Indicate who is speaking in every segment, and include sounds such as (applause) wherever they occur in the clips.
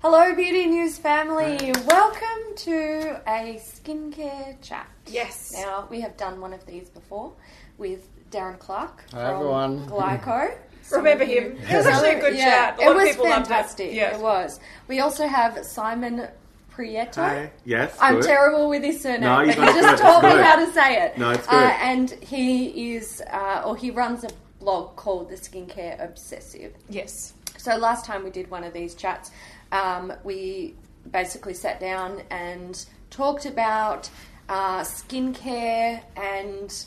Speaker 1: Hello, Beauty News family. Welcome to a skincare chat.
Speaker 2: Yes.
Speaker 1: Now, we have done one of these before with Darren Clark.
Speaker 3: Hi,
Speaker 1: from
Speaker 4: (laughs)
Speaker 3: everyone.
Speaker 1: Glyco. Some
Speaker 2: Remember
Speaker 1: of you-
Speaker 2: him. It was actually a good
Speaker 1: Yeah,
Speaker 2: chat. A
Speaker 1: it
Speaker 2: lot of
Speaker 1: was
Speaker 2: people loved it.
Speaker 1: fantastic.
Speaker 2: Yeah.
Speaker 1: It was. We also have Simon Prieto.
Speaker 4: Yes.
Speaker 1: I'm
Speaker 4: good.
Speaker 1: terrible with his surname,
Speaker 4: No,
Speaker 1: but (laughs)
Speaker 4: you've
Speaker 1: he
Speaker 4: got it
Speaker 1: just
Speaker 4: good, it's
Speaker 1: taught me
Speaker 4: good.
Speaker 1: how to say it.
Speaker 4: No, it's
Speaker 1: Uh,
Speaker 4: good.
Speaker 1: and he is, uh, or he runs a blog called The Skincare Obsessive.
Speaker 2: Yes.
Speaker 1: So last time we did one of these chats, um, we basically sat down and talked about uh, skincare and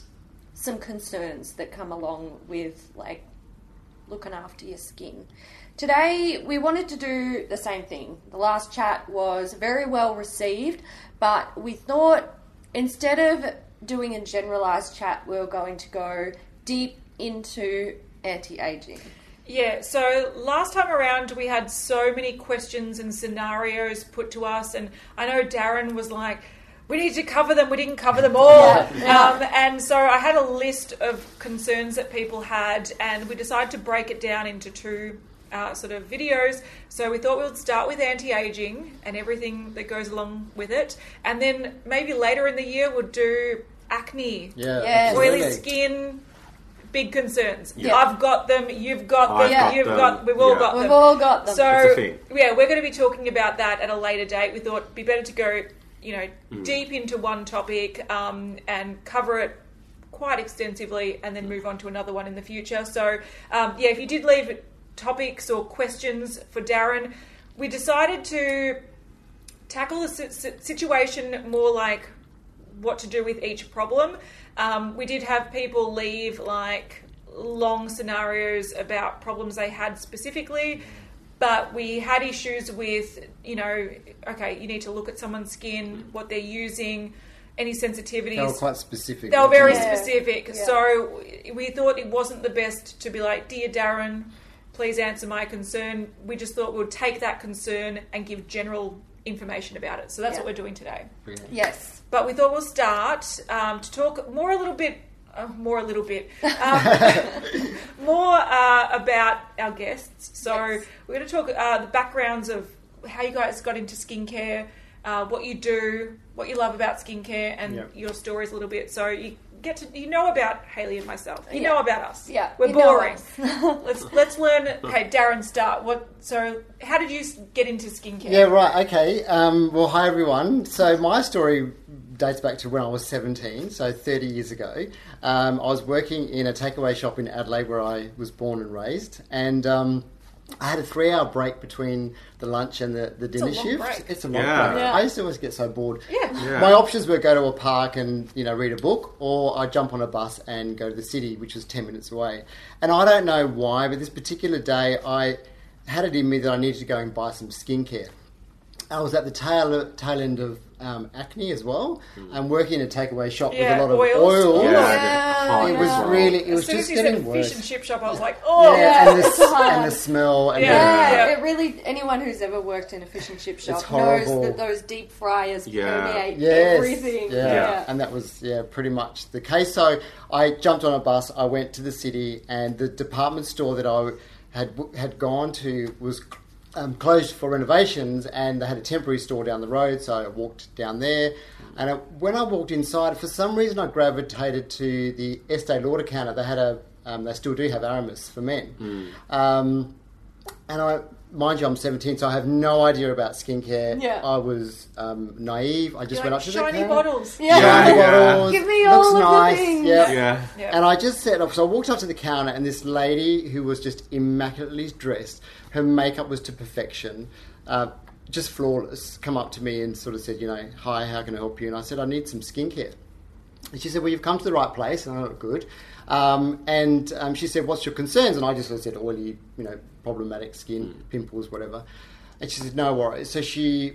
Speaker 1: some concerns that come along with like looking after your skin. Today we wanted to do the same thing. The last chat was very well received, but we thought instead of doing a generalized chat, we were going to go deep into anti-aging.
Speaker 2: Yeah, so last time around we had so many questions and scenarios put to us, and I know Darren was like, we need to cover them, we didn't cover them all.
Speaker 1: Yeah, yeah.
Speaker 2: Um, and so I had a list of concerns that people had, and we decided to break it down into two uh, sort of videos. So we thought we would start with anti aging and everything that goes along with it, and then maybe later in the year we'll do acne.
Speaker 3: Yeah.
Speaker 1: Yeah.
Speaker 2: oily
Speaker 3: absolutely.
Speaker 2: skin, big concerns.
Speaker 1: Yeah.
Speaker 2: I've got them. You've got them.
Speaker 4: I've got
Speaker 2: you've
Speaker 4: them,
Speaker 2: got. We've all
Speaker 4: yeah.
Speaker 2: got them.
Speaker 1: We've all got them.
Speaker 2: Uh, So
Speaker 4: It's a thing.
Speaker 2: yeah, we're going to be talking about that at a later date. We thought it'd be better to go, you know,
Speaker 4: Hmm.
Speaker 2: deep into one topic um, and cover it quite extensively, and then move on to another one in the future. So um, yeah, if you did leave topics or questions for Darren, we decided to tackle the si- si- situation more like what to do with each problem. Um, we did have people leave like long scenarios about problems they had specifically, but we had issues with, you know, okay, you need to look at someone's skin, what they're using, any sensitivities.
Speaker 3: They were quite specific.
Speaker 2: They were very
Speaker 1: Yeah.
Speaker 2: specific.
Speaker 1: Yeah.
Speaker 2: So w- we thought it wasn't the best to be like, Dear Darren, please answer my concern. We just thought we'd take that concern and give general information about it. So that's
Speaker 1: Yeah.
Speaker 2: what we're doing today.
Speaker 3: specific.
Speaker 1: Yes.
Speaker 2: But we thought we'll start um, to talk more a little bit, uh, more a
Speaker 1: (laughs)
Speaker 2: little bit, um, (laughs) more uh, about our guests. So
Speaker 1: Yes.
Speaker 2: we're going to talk uh, the backgrounds of how you guys got into skincare, uh, what you do, what you love about skincare, and
Speaker 3: Yep.
Speaker 2: your stories a little bit. So you get to you know about Haley and myself. You
Speaker 1: Yeah.
Speaker 2: know about us.
Speaker 1: Yeah,
Speaker 2: we're
Speaker 1: you know
Speaker 2: boring. (laughs)
Speaker 1: us.
Speaker 2: let's let's learn. Okay, Darren, start. What? So how did you s- get into skincare?
Speaker 3: Yeah, right, okay. Um, well, hi everyone. So, my story dates back to when I was 17, so 30 years ago. Um, I was working in a takeaway shop in Adelaide where I was born and raised, and um, I had a three hour break between the lunch and the, the dinner
Speaker 2: long
Speaker 3: shift.
Speaker 2: break.
Speaker 3: It's a long
Speaker 4: Yeah.
Speaker 3: break.
Speaker 1: Yeah.
Speaker 3: I used to always get so bored.
Speaker 2: Yeah.
Speaker 4: Yeah.
Speaker 3: My options were go to a park and you know read a book, or I jump on a bus and go to the city, which is ten minutes away. And I don't know why, but this particular day I had it in me that I needed to go and buy some skincare. I was at the tail tail end of um, acne as well, and working in a takeaway shop
Speaker 2: Yeah,
Speaker 3: with a lot of
Speaker 2: oils.
Speaker 3: oil.
Speaker 4: Yeah,
Speaker 1: Yeah,
Speaker 4: I
Speaker 3: It
Speaker 4: did.
Speaker 3: was
Speaker 4: Hot
Speaker 3: really, it
Speaker 2: As
Speaker 3: was
Speaker 2: soon
Speaker 3: just
Speaker 2: as you said
Speaker 3: getting worse.
Speaker 2: fish and chip shop, I was like, oh, (laughs)
Speaker 3: yeah, and the,
Speaker 1: it's
Speaker 3: s- and
Speaker 1: hard.
Speaker 3: the smell and
Speaker 2: Yeah.
Speaker 3: the
Speaker 1: Yeah,
Speaker 2: Yeah.
Speaker 1: it really. Anyone who's ever worked in a fish and chip shop knows
Speaker 3: horrible.
Speaker 1: that those deep fryers
Speaker 4: Yeah.
Speaker 1: permeate
Speaker 3: Yes.
Speaker 1: everything.
Speaker 3: Yeah.
Speaker 1: Yeah.
Speaker 3: And that was yeah pretty much the case. So I jumped on a bus. I went to the city, and the department store that I had had gone to was um, closed for renovations, and they had a temporary store down the road. So I walked down there, and I, when I walked inside, for some reason I gravitated to the Estee Lauder counter. They had a um, they still do have Aramis for men. Um, and I, mind you, I'm 17, so I have no idea about skincare.
Speaker 1: Yeah.
Speaker 3: I was um, naive. I just went
Speaker 2: like
Speaker 3: up to the
Speaker 2: shiny
Speaker 3: counter.
Speaker 2: bottles.
Speaker 1: Yeah.
Speaker 3: Shiny
Speaker 4: Yeah.
Speaker 3: bottles.
Speaker 1: Give me
Speaker 3: looks
Speaker 1: all of the
Speaker 3: nice.
Speaker 1: things.
Speaker 3: Yeah.
Speaker 4: Yeah.
Speaker 2: Yeah.
Speaker 3: And I just set up. So I walked up to the counter, and this lady who was just immaculately dressed, her makeup was to perfection, uh, just flawless, come up to me and sort of said, you know, hi, how can I help you? And I said, I need some skincare. And she said, Well, you've come to the right place, and I look good. Um, and um, she said, What's your concerns? And I just sort of said, Oily, you know, problematic skin, pimples, whatever. And she said, No worries. So she,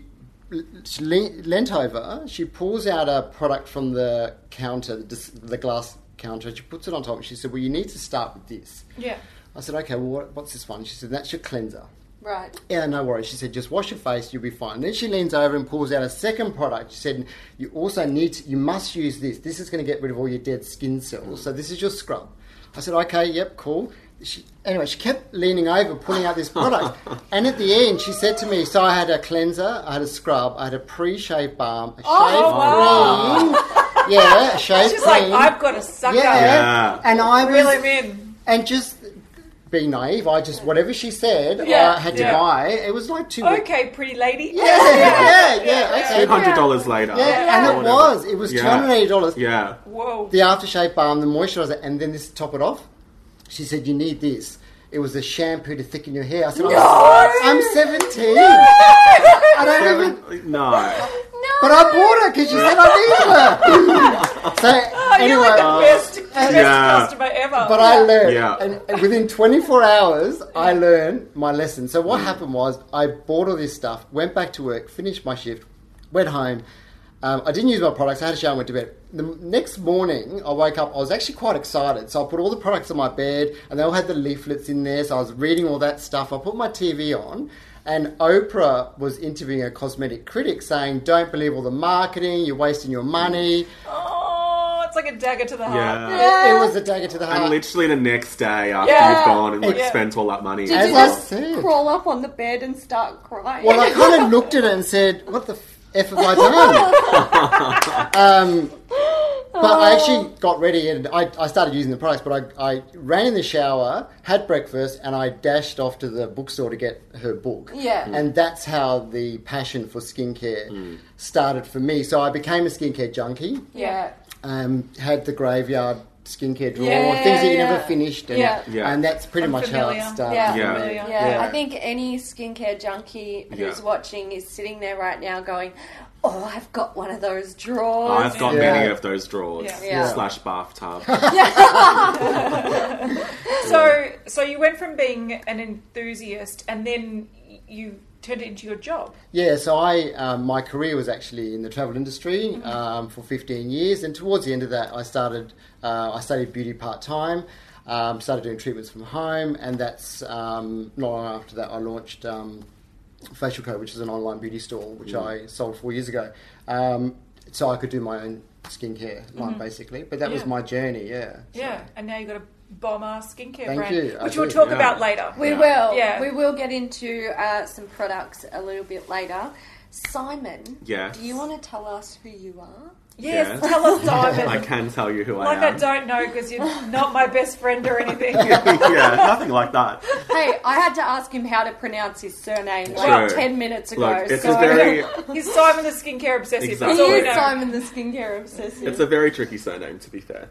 Speaker 3: she le- leant over, she pulls out a product from the counter, the, dis- the glass counter, she puts it on top, and she said, Well, you need to start with this.
Speaker 2: Yeah.
Speaker 3: I said, Okay, well, what, what's this one? She said, That's your cleanser.
Speaker 1: Right.
Speaker 3: Yeah, no worries. She said, just wash your face, you'll be fine. Then she leans over and pulls out a second product. She said, you also need to, you must use this. This is going to get rid of all your dead skin cells. So this is your scrub. I said, okay, yep, cool. she, anyway, she kept leaning over, pulling out this product. and at the end, she said to me, So I had a cleanser, I had a scrub, I had a pre shave balm, a shave
Speaker 2: Oh, wow.
Speaker 3: cream.
Speaker 2: (laughs)
Speaker 3: Yeah, a shave
Speaker 2: She's like,
Speaker 3: cream.
Speaker 2: I've got to suck
Speaker 3: yeah.
Speaker 2: up.
Speaker 4: Yeah.
Speaker 3: And I was,
Speaker 2: Reel him in.
Speaker 3: and just being naive, I just, whatever she said,
Speaker 2: Yeah,
Speaker 3: I had
Speaker 2: yeah.
Speaker 3: to buy. It was like two weeks.
Speaker 2: Okay, pretty lady.
Speaker 3: Yeah, yeah, yeah, okay.
Speaker 4: Two hundred dollars later.
Speaker 3: Yeah,
Speaker 4: or
Speaker 3: and it
Speaker 4: whatever.
Speaker 3: was. It was
Speaker 4: Yeah.
Speaker 3: $280.
Speaker 4: Yeah.
Speaker 2: Whoa.
Speaker 3: the aftershave balm, the moisturizer, and then this to top it off. She said, "You need this." It was a shampoo to thicken your hair. I said, "I'm, I'm
Speaker 2: (laughs)
Speaker 3: 17. I don't even."
Speaker 4: No.
Speaker 3: But I bought it because she said I
Speaker 2: (laughs)
Speaker 3: needed it. so
Speaker 2: Oh, you're like the
Speaker 3: anyway,
Speaker 2: best, the best
Speaker 4: Yeah.
Speaker 2: customer (laughs) ever.
Speaker 3: but I learned,
Speaker 4: Yeah.
Speaker 3: and and within 24 hours, I learned my lesson. So what happened was, I bought all this stuff, went back to work, finished my shift, went home. Um, I didn't use my products. I had a shower and went to bed. The m- next morning, I woke up. I was actually quite excited, so I put all the products on my bed, and they all had the leaflets in there. So I was reading all that stuff. I put my TV on, and Oprah was interviewing a cosmetic critic, saying, "Don't believe all the marketing. You're wasting your money."
Speaker 2: oh, it's like a dagger to the heart.
Speaker 4: Yeah.
Speaker 3: It, it was a dagger to the heart.
Speaker 4: And literally the next day after
Speaker 2: Yeah.
Speaker 4: you've gone and like
Speaker 2: Yeah.
Speaker 4: spent all that money.
Speaker 1: Did
Speaker 3: As
Speaker 1: you
Speaker 3: I
Speaker 1: just
Speaker 3: said.
Speaker 1: crawl up on the bed and start crying?
Speaker 3: Well, I kind of looked at it and said, "What the f have I done?" um, but I actually got ready and I, I started using the products. But I, I ran in the shower, had breakfast, and I dashed off to the bookstore to get her book.
Speaker 1: Yeah. Mm.
Speaker 3: and that's how the passion for skincare started for me. So I became a skincare junkie.
Speaker 1: (laughs) yeah.
Speaker 3: Um, had the graveyard skincare drawer,
Speaker 1: Yeah,
Speaker 3: things that you
Speaker 1: yeah.
Speaker 3: never finished, and,
Speaker 1: Yeah.
Speaker 4: Yeah.
Speaker 3: and that's pretty
Speaker 2: I'm
Speaker 3: much how
Speaker 2: familiar.
Speaker 3: it started.
Speaker 1: Yeah.
Speaker 3: for me.
Speaker 4: Yeah.
Speaker 1: Yeah,
Speaker 3: Yeah.
Speaker 1: I think any skincare junkie who's
Speaker 4: Yeah.
Speaker 1: watching is sitting there right now going, "Oh, I've got one of those drawers."
Speaker 4: I've got
Speaker 3: Yeah.
Speaker 4: many of those drawers
Speaker 2: Yeah.
Speaker 1: Yeah.
Speaker 4: slash bathtub.
Speaker 2: So, so you went from being an enthusiast, and then you turned it into your job.
Speaker 3: Yeah, so I um, my career was actually in the travel industry
Speaker 2: Mm-hmm.
Speaker 3: um, for 15 years, and towards the end of that, I started uh, I studied beauty part time, um, started doing treatments from home, and that's um, not long after that I launched um, Facial Co, which is an online beauty store which
Speaker 2: Mm.
Speaker 3: I sold four years ago, um, so I could do my own skincare line basically. But that was
Speaker 2: Mm-hmm. Yeah.
Speaker 3: my journey, yeah.
Speaker 2: Yeah, and now you've got a bomb ass skincare
Speaker 3: Thank
Speaker 2: brand,
Speaker 3: you, I
Speaker 2: which
Speaker 3: do,
Speaker 2: we'll talk
Speaker 4: yeah.
Speaker 2: about later.
Speaker 1: We
Speaker 4: Yeah.
Speaker 1: will.
Speaker 2: Yeah.
Speaker 1: We will get into uh, some products a little bit later. Simon,
Speaker 4: Yes.
Speaker 1: do you want to tell us who you are?
Speaker 2: yes,
Speaker 4: Yeah.
Speaker 2: tell us, Simon.
Speaker 4: I can tell you who
Speaker 2: like
Speaker 4: I am.
Speaker 2: I don't know because you're not my best friend or anything.
Speaker 4: (laughs) yeah, nothing like that.
Speaker 1: hey, I had to ask him how to pronounce his surname
Speaker 4: Sure.
Speaker 1: like 10 minutes ago.
Speaker 4: Look, it's
Speaker 1: so (laughs)
Speaker 4: a very
Speaker 2: He's Simon the skincare obsessive.
Speaker 4: Exactly.
Speaker 1: he
Speaker 2: That's all we
Speaker 1: is
Speaker 2: know.
Speaker 1: Simon the skincare obsessive.
Speaker 4: (laughs) it's a very tricky surname to be fair.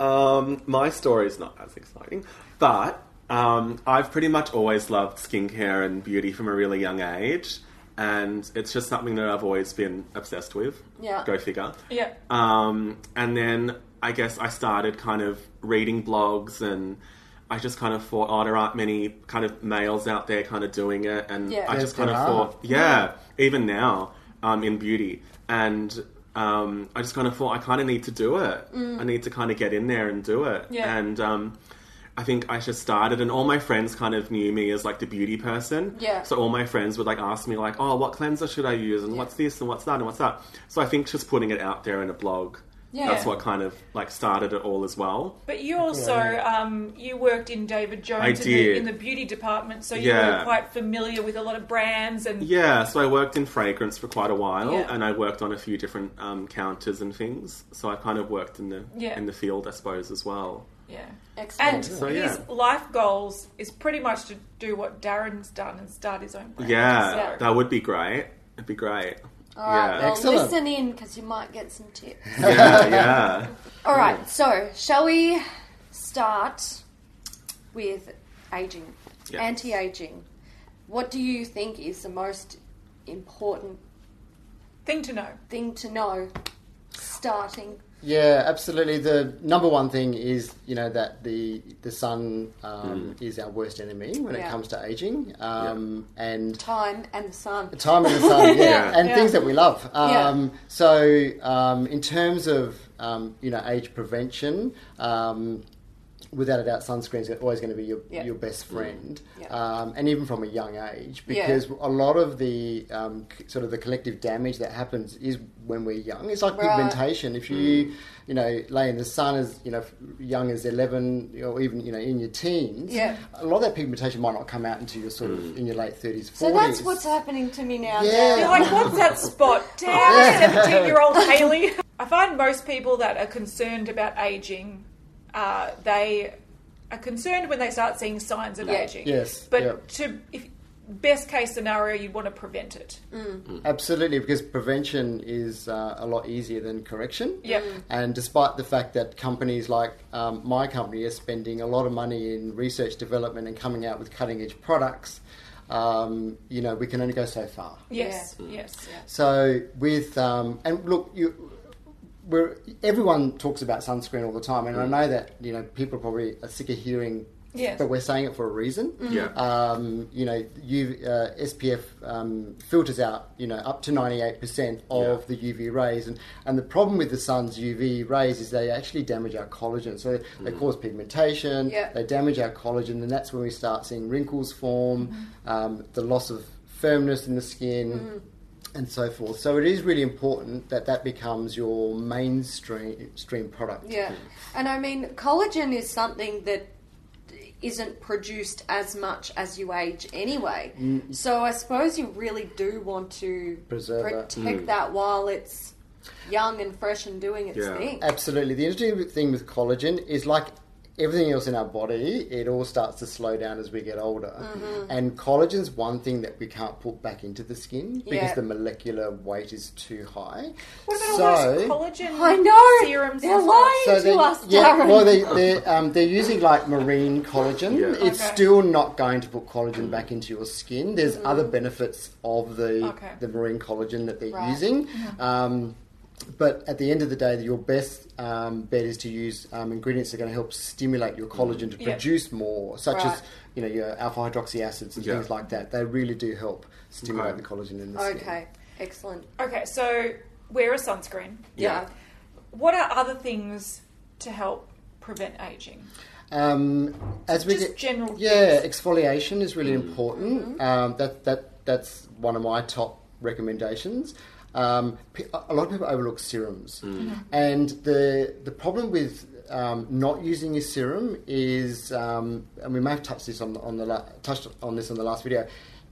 Speaker 4: Um, my story is not as exciting, but um, I've pretty much always loved skincare and beauty from a really young age, and it's just something that I've always been obsessed with.
Speaker 1: Yeah.
Speaker 4: go figure.
Speaker 2: Yeah.
Speaker 4: Um, and then I guess I started kind of reading blogs and I just kind of thought, oh, there aren't many kind of males out there kind of doing it. And
Speaker 1: Yeah.
Speaker 4: I
Speaker 1: Yes,
Speaker 4: just kind
Speaker 3: there
Speaker 4: of
Speaker 3: are.
Speaker 4: thought, yeah, even now um, in beauty. And um, I just kind of thought, I kind of need to do it. I need to kind of get in there and do it.
Speaker 2: Yeah.
Speaker 4: And um, I think I just started, and all my friends kind of knew me as like the beauty person.
Speaker 1: Yeah.
Speaker 4: So all my friends would like ask me like, "Oh, what cleanser should I use? And what's this? And what's that? And what's that?" So I think just putting it out there in a blog,
Speaker 1: Yeah.
Speaker 4: that's what kind of like started it all as well.
Speaker 2: But you also um, you worked in David Jones
Speaker 4: I
Speaker 2: in, the,
Speaker 4: did.
Speaker 2: in the beauty department, so you
Speaker 4: Yeah.
Speaker 2: were quite familiar with a lot of brands and
Speaker 4: Yeah. So I worked in fragrance for quite a while,
Speaker 2: Yeah.
Speaker 4: and I worked on a few different um, counters and things. So I kind of worked in the
Speaker 2: Yeah.
Speaker 4: in the field, I suppose, as well.
Speaker 2: yeah.
Speaker 1: Excellent.
Speaker 2: And
Speaker 4: So, yeah.
Speaker 2: his life goals is pretty much to do what Darren's done and start his own brand. So-
Speaker 4: Yeah, that would be great. It'd be great.
Speaker 1: All right,
Speaker 4: yeah.
Speaker 1: well,
Speaker 3: Excellent.
Speaker 1: listen in because you might get some tips.
Speaker 4: yeah, yeah.
Speaker 1: All right, so shall we start with aging,
Speaker 4: Yeah.
Speaker 1: anti-aging? What do you think is the most important
Speaker 2: Thing to know.
Speaker 1: thing to know? Starting,
Speaker 3: Yeah, absolutely. The number one thing is you know that the the sun um, is our worst enemy when
Speaker 1: Yeah.
Speaker 3: it comes to aging, um, and
Speaker 1: time, and the sun.
Speaker 3: time
Speaker 1: (laughs)
Speaker 3: in the sun, yeah,
Speaker 4: Yeah.
Speaker 3: and
Speaker 2: Yeah.
Speaker 3: things that we love.
Speaker 1: Yeah.
Speaker 3: Um, So um, in terms of um, you know age prevention. Um, without a doubt, sunscreen's always going to be your,
Speaker 1: Yeah.
Speaker 3: your best friend,
Speaker 1: Yeah.
Speaker 3: um, and even from a young age,
Speaker 1: Yeah.
Speaker 3: because a lot of the um, c- sort of the collective damage that happens is when we're young. It's like
Speaker 1: Right.
Speaker 3: pigmentation. If you, you know, lay in the sun as you know, f- young as eleven, or even you know, in your teens,
Speaker 1: Yeah.
Speaker 3: a lot of that pigmentation might not come out until you're sort of in your late thirties,
Speaker 1: So
Speaker 3: forties.
Speaker 1: that's what's happening to me now.
Speaker 3: Yeah.
Speaker 2: You're
Speaker 1: Dan.
Speaker 2: like, (laughs) what's that spot? Damn, 17 year old Haley. I find most people that are concerned about aging, uh, they are concerned when they start seeing signs of
Speaker 1: Yeah.
Speaker 2: aging.
Speaker 3: Yes,
Speaker 2: But
Speaker 3: yeah.
Speaker 2: to if, best case scenario, you'd want to prevent it.
Speaker 1: Mm.
Speaker 3: Absolutely, because prevention is uh, a lot easier than correction.
Speaker 2: Yep.
Speaker 3: And despite the fact that companies like um, my company are spending a lot of money in research development and coming out with cutting edge products, um, you know, we can only go so far.
Speaker 2: Yes, yes.
Speaker 3: So with um, and look, you, we're, everyone talks about sunscreen all the time, and I know that you know people probably are sick of hearing,
Speaker 2: Yes.
Speaker 3: but we're saying it for a reason.
Speaker 1: (laughs)
Speaker 4: Yeah.
Speaker 3: Um, you know, you uh, SPF um, filters out you know up to ninety eight percent of
Speaker 4: Yeah.
Speaker 3: the UV rays, and and the problem with the sun's UV rays is they actually damage our collagen. So they
Speaker 4: Mm.
Speaker 3: cause pigmentation.
Speaker 1: Yeah.
Speaker 3: They damage our collagen, and that's when we start seeing wrinkles form,
Speaker 1: Mm-hmm.
Speaker 3: um, the loss of firmness in the skin
Speaker 1: Mm-hmm.
Speaker 3: and so forth. So it is really important that that becomes your mainstream stream product.
Speaker 1: Yeah. And I mean, collagen is something that isn't produced as much as you age anyway. So I suppose you really do want to
Speaker 3: Preserve it.
Speaker 1: protect that while it's young and fresh and doing its
Speaker 4: Yeah.
Speaker 1: thing.
Speaker 3: Absolutely. The interesting thing with collagen is like everything else in our body, it all starts to slow down as we get older.
Speaker 2: Mm-hmm.
Speaker 3: And collagen's one thing that we can't put back into the skin because
Speaker 1: Yeah.
Speaker 3: the molecular weight is too high.
Speaker 2: What about all
Speaker 3: so,
Speaker 2: those collagen
Speaker 1: I know.
Speaker 2: serums?
Speaker 1: They're
Speaker 2: and stuff?
Speaker 1: lying to us,
Speaker 3: yeah,
Speaker 1: Darren.
Speaker 3: well, they, they're, um, they're using like marine collagen.
Speaker 4: Yeah. Mm.
Speaker 3: It's
Speaker 2: Okay.
Speaker 3: still not going to put collagen back into your skin. There's
Speaker 1: Mm.
Speaker 3: other benefits of the
Speaker 2: Okay.
Speaker 3: the marine collagen that they're
Speaker 1: Right. Mm-hmm.
Speaker 3: using. Um, but at the end of the day, your best um, bet is to use um, ingredients that are going to help stimulate your collagen to
Speaker 2: Yeah.
Speaker 3: produce more, such
Speaker 1: Mm. Right.
Speaker 3: as you know your alpha hydroxy acids and
Speaker 4: Yeah.
Speaker 3: things like that. They really do help stimulate
Speaker 4: Okay.
Speaker 3: the collagen in the skin.
Speaker 1: Okay. Excellent.
Speaker 2: Okay, so wear a sunscreen.
Speaker 1: Yeah.
Speaker 2: What are other things to help prevent aging?
Speaker 3: Um, as we
Speaker 2: Just
Speaker 3: get,
Speaker 2: general
Speaker 3: yeah, exfoliation is really
Speaker 4: Mm-hmm.
Speaker 3: important. Um, that that that's one of my top recommendations. Um, pe- a lot of people overlook serums,
Speaker 4: Mm.
Speaker 1: Mm-hmm.
Speaker 3: and the the problem with um, not using a serum is, um, and we may have touched this on the, on the la- touched on this on the last video,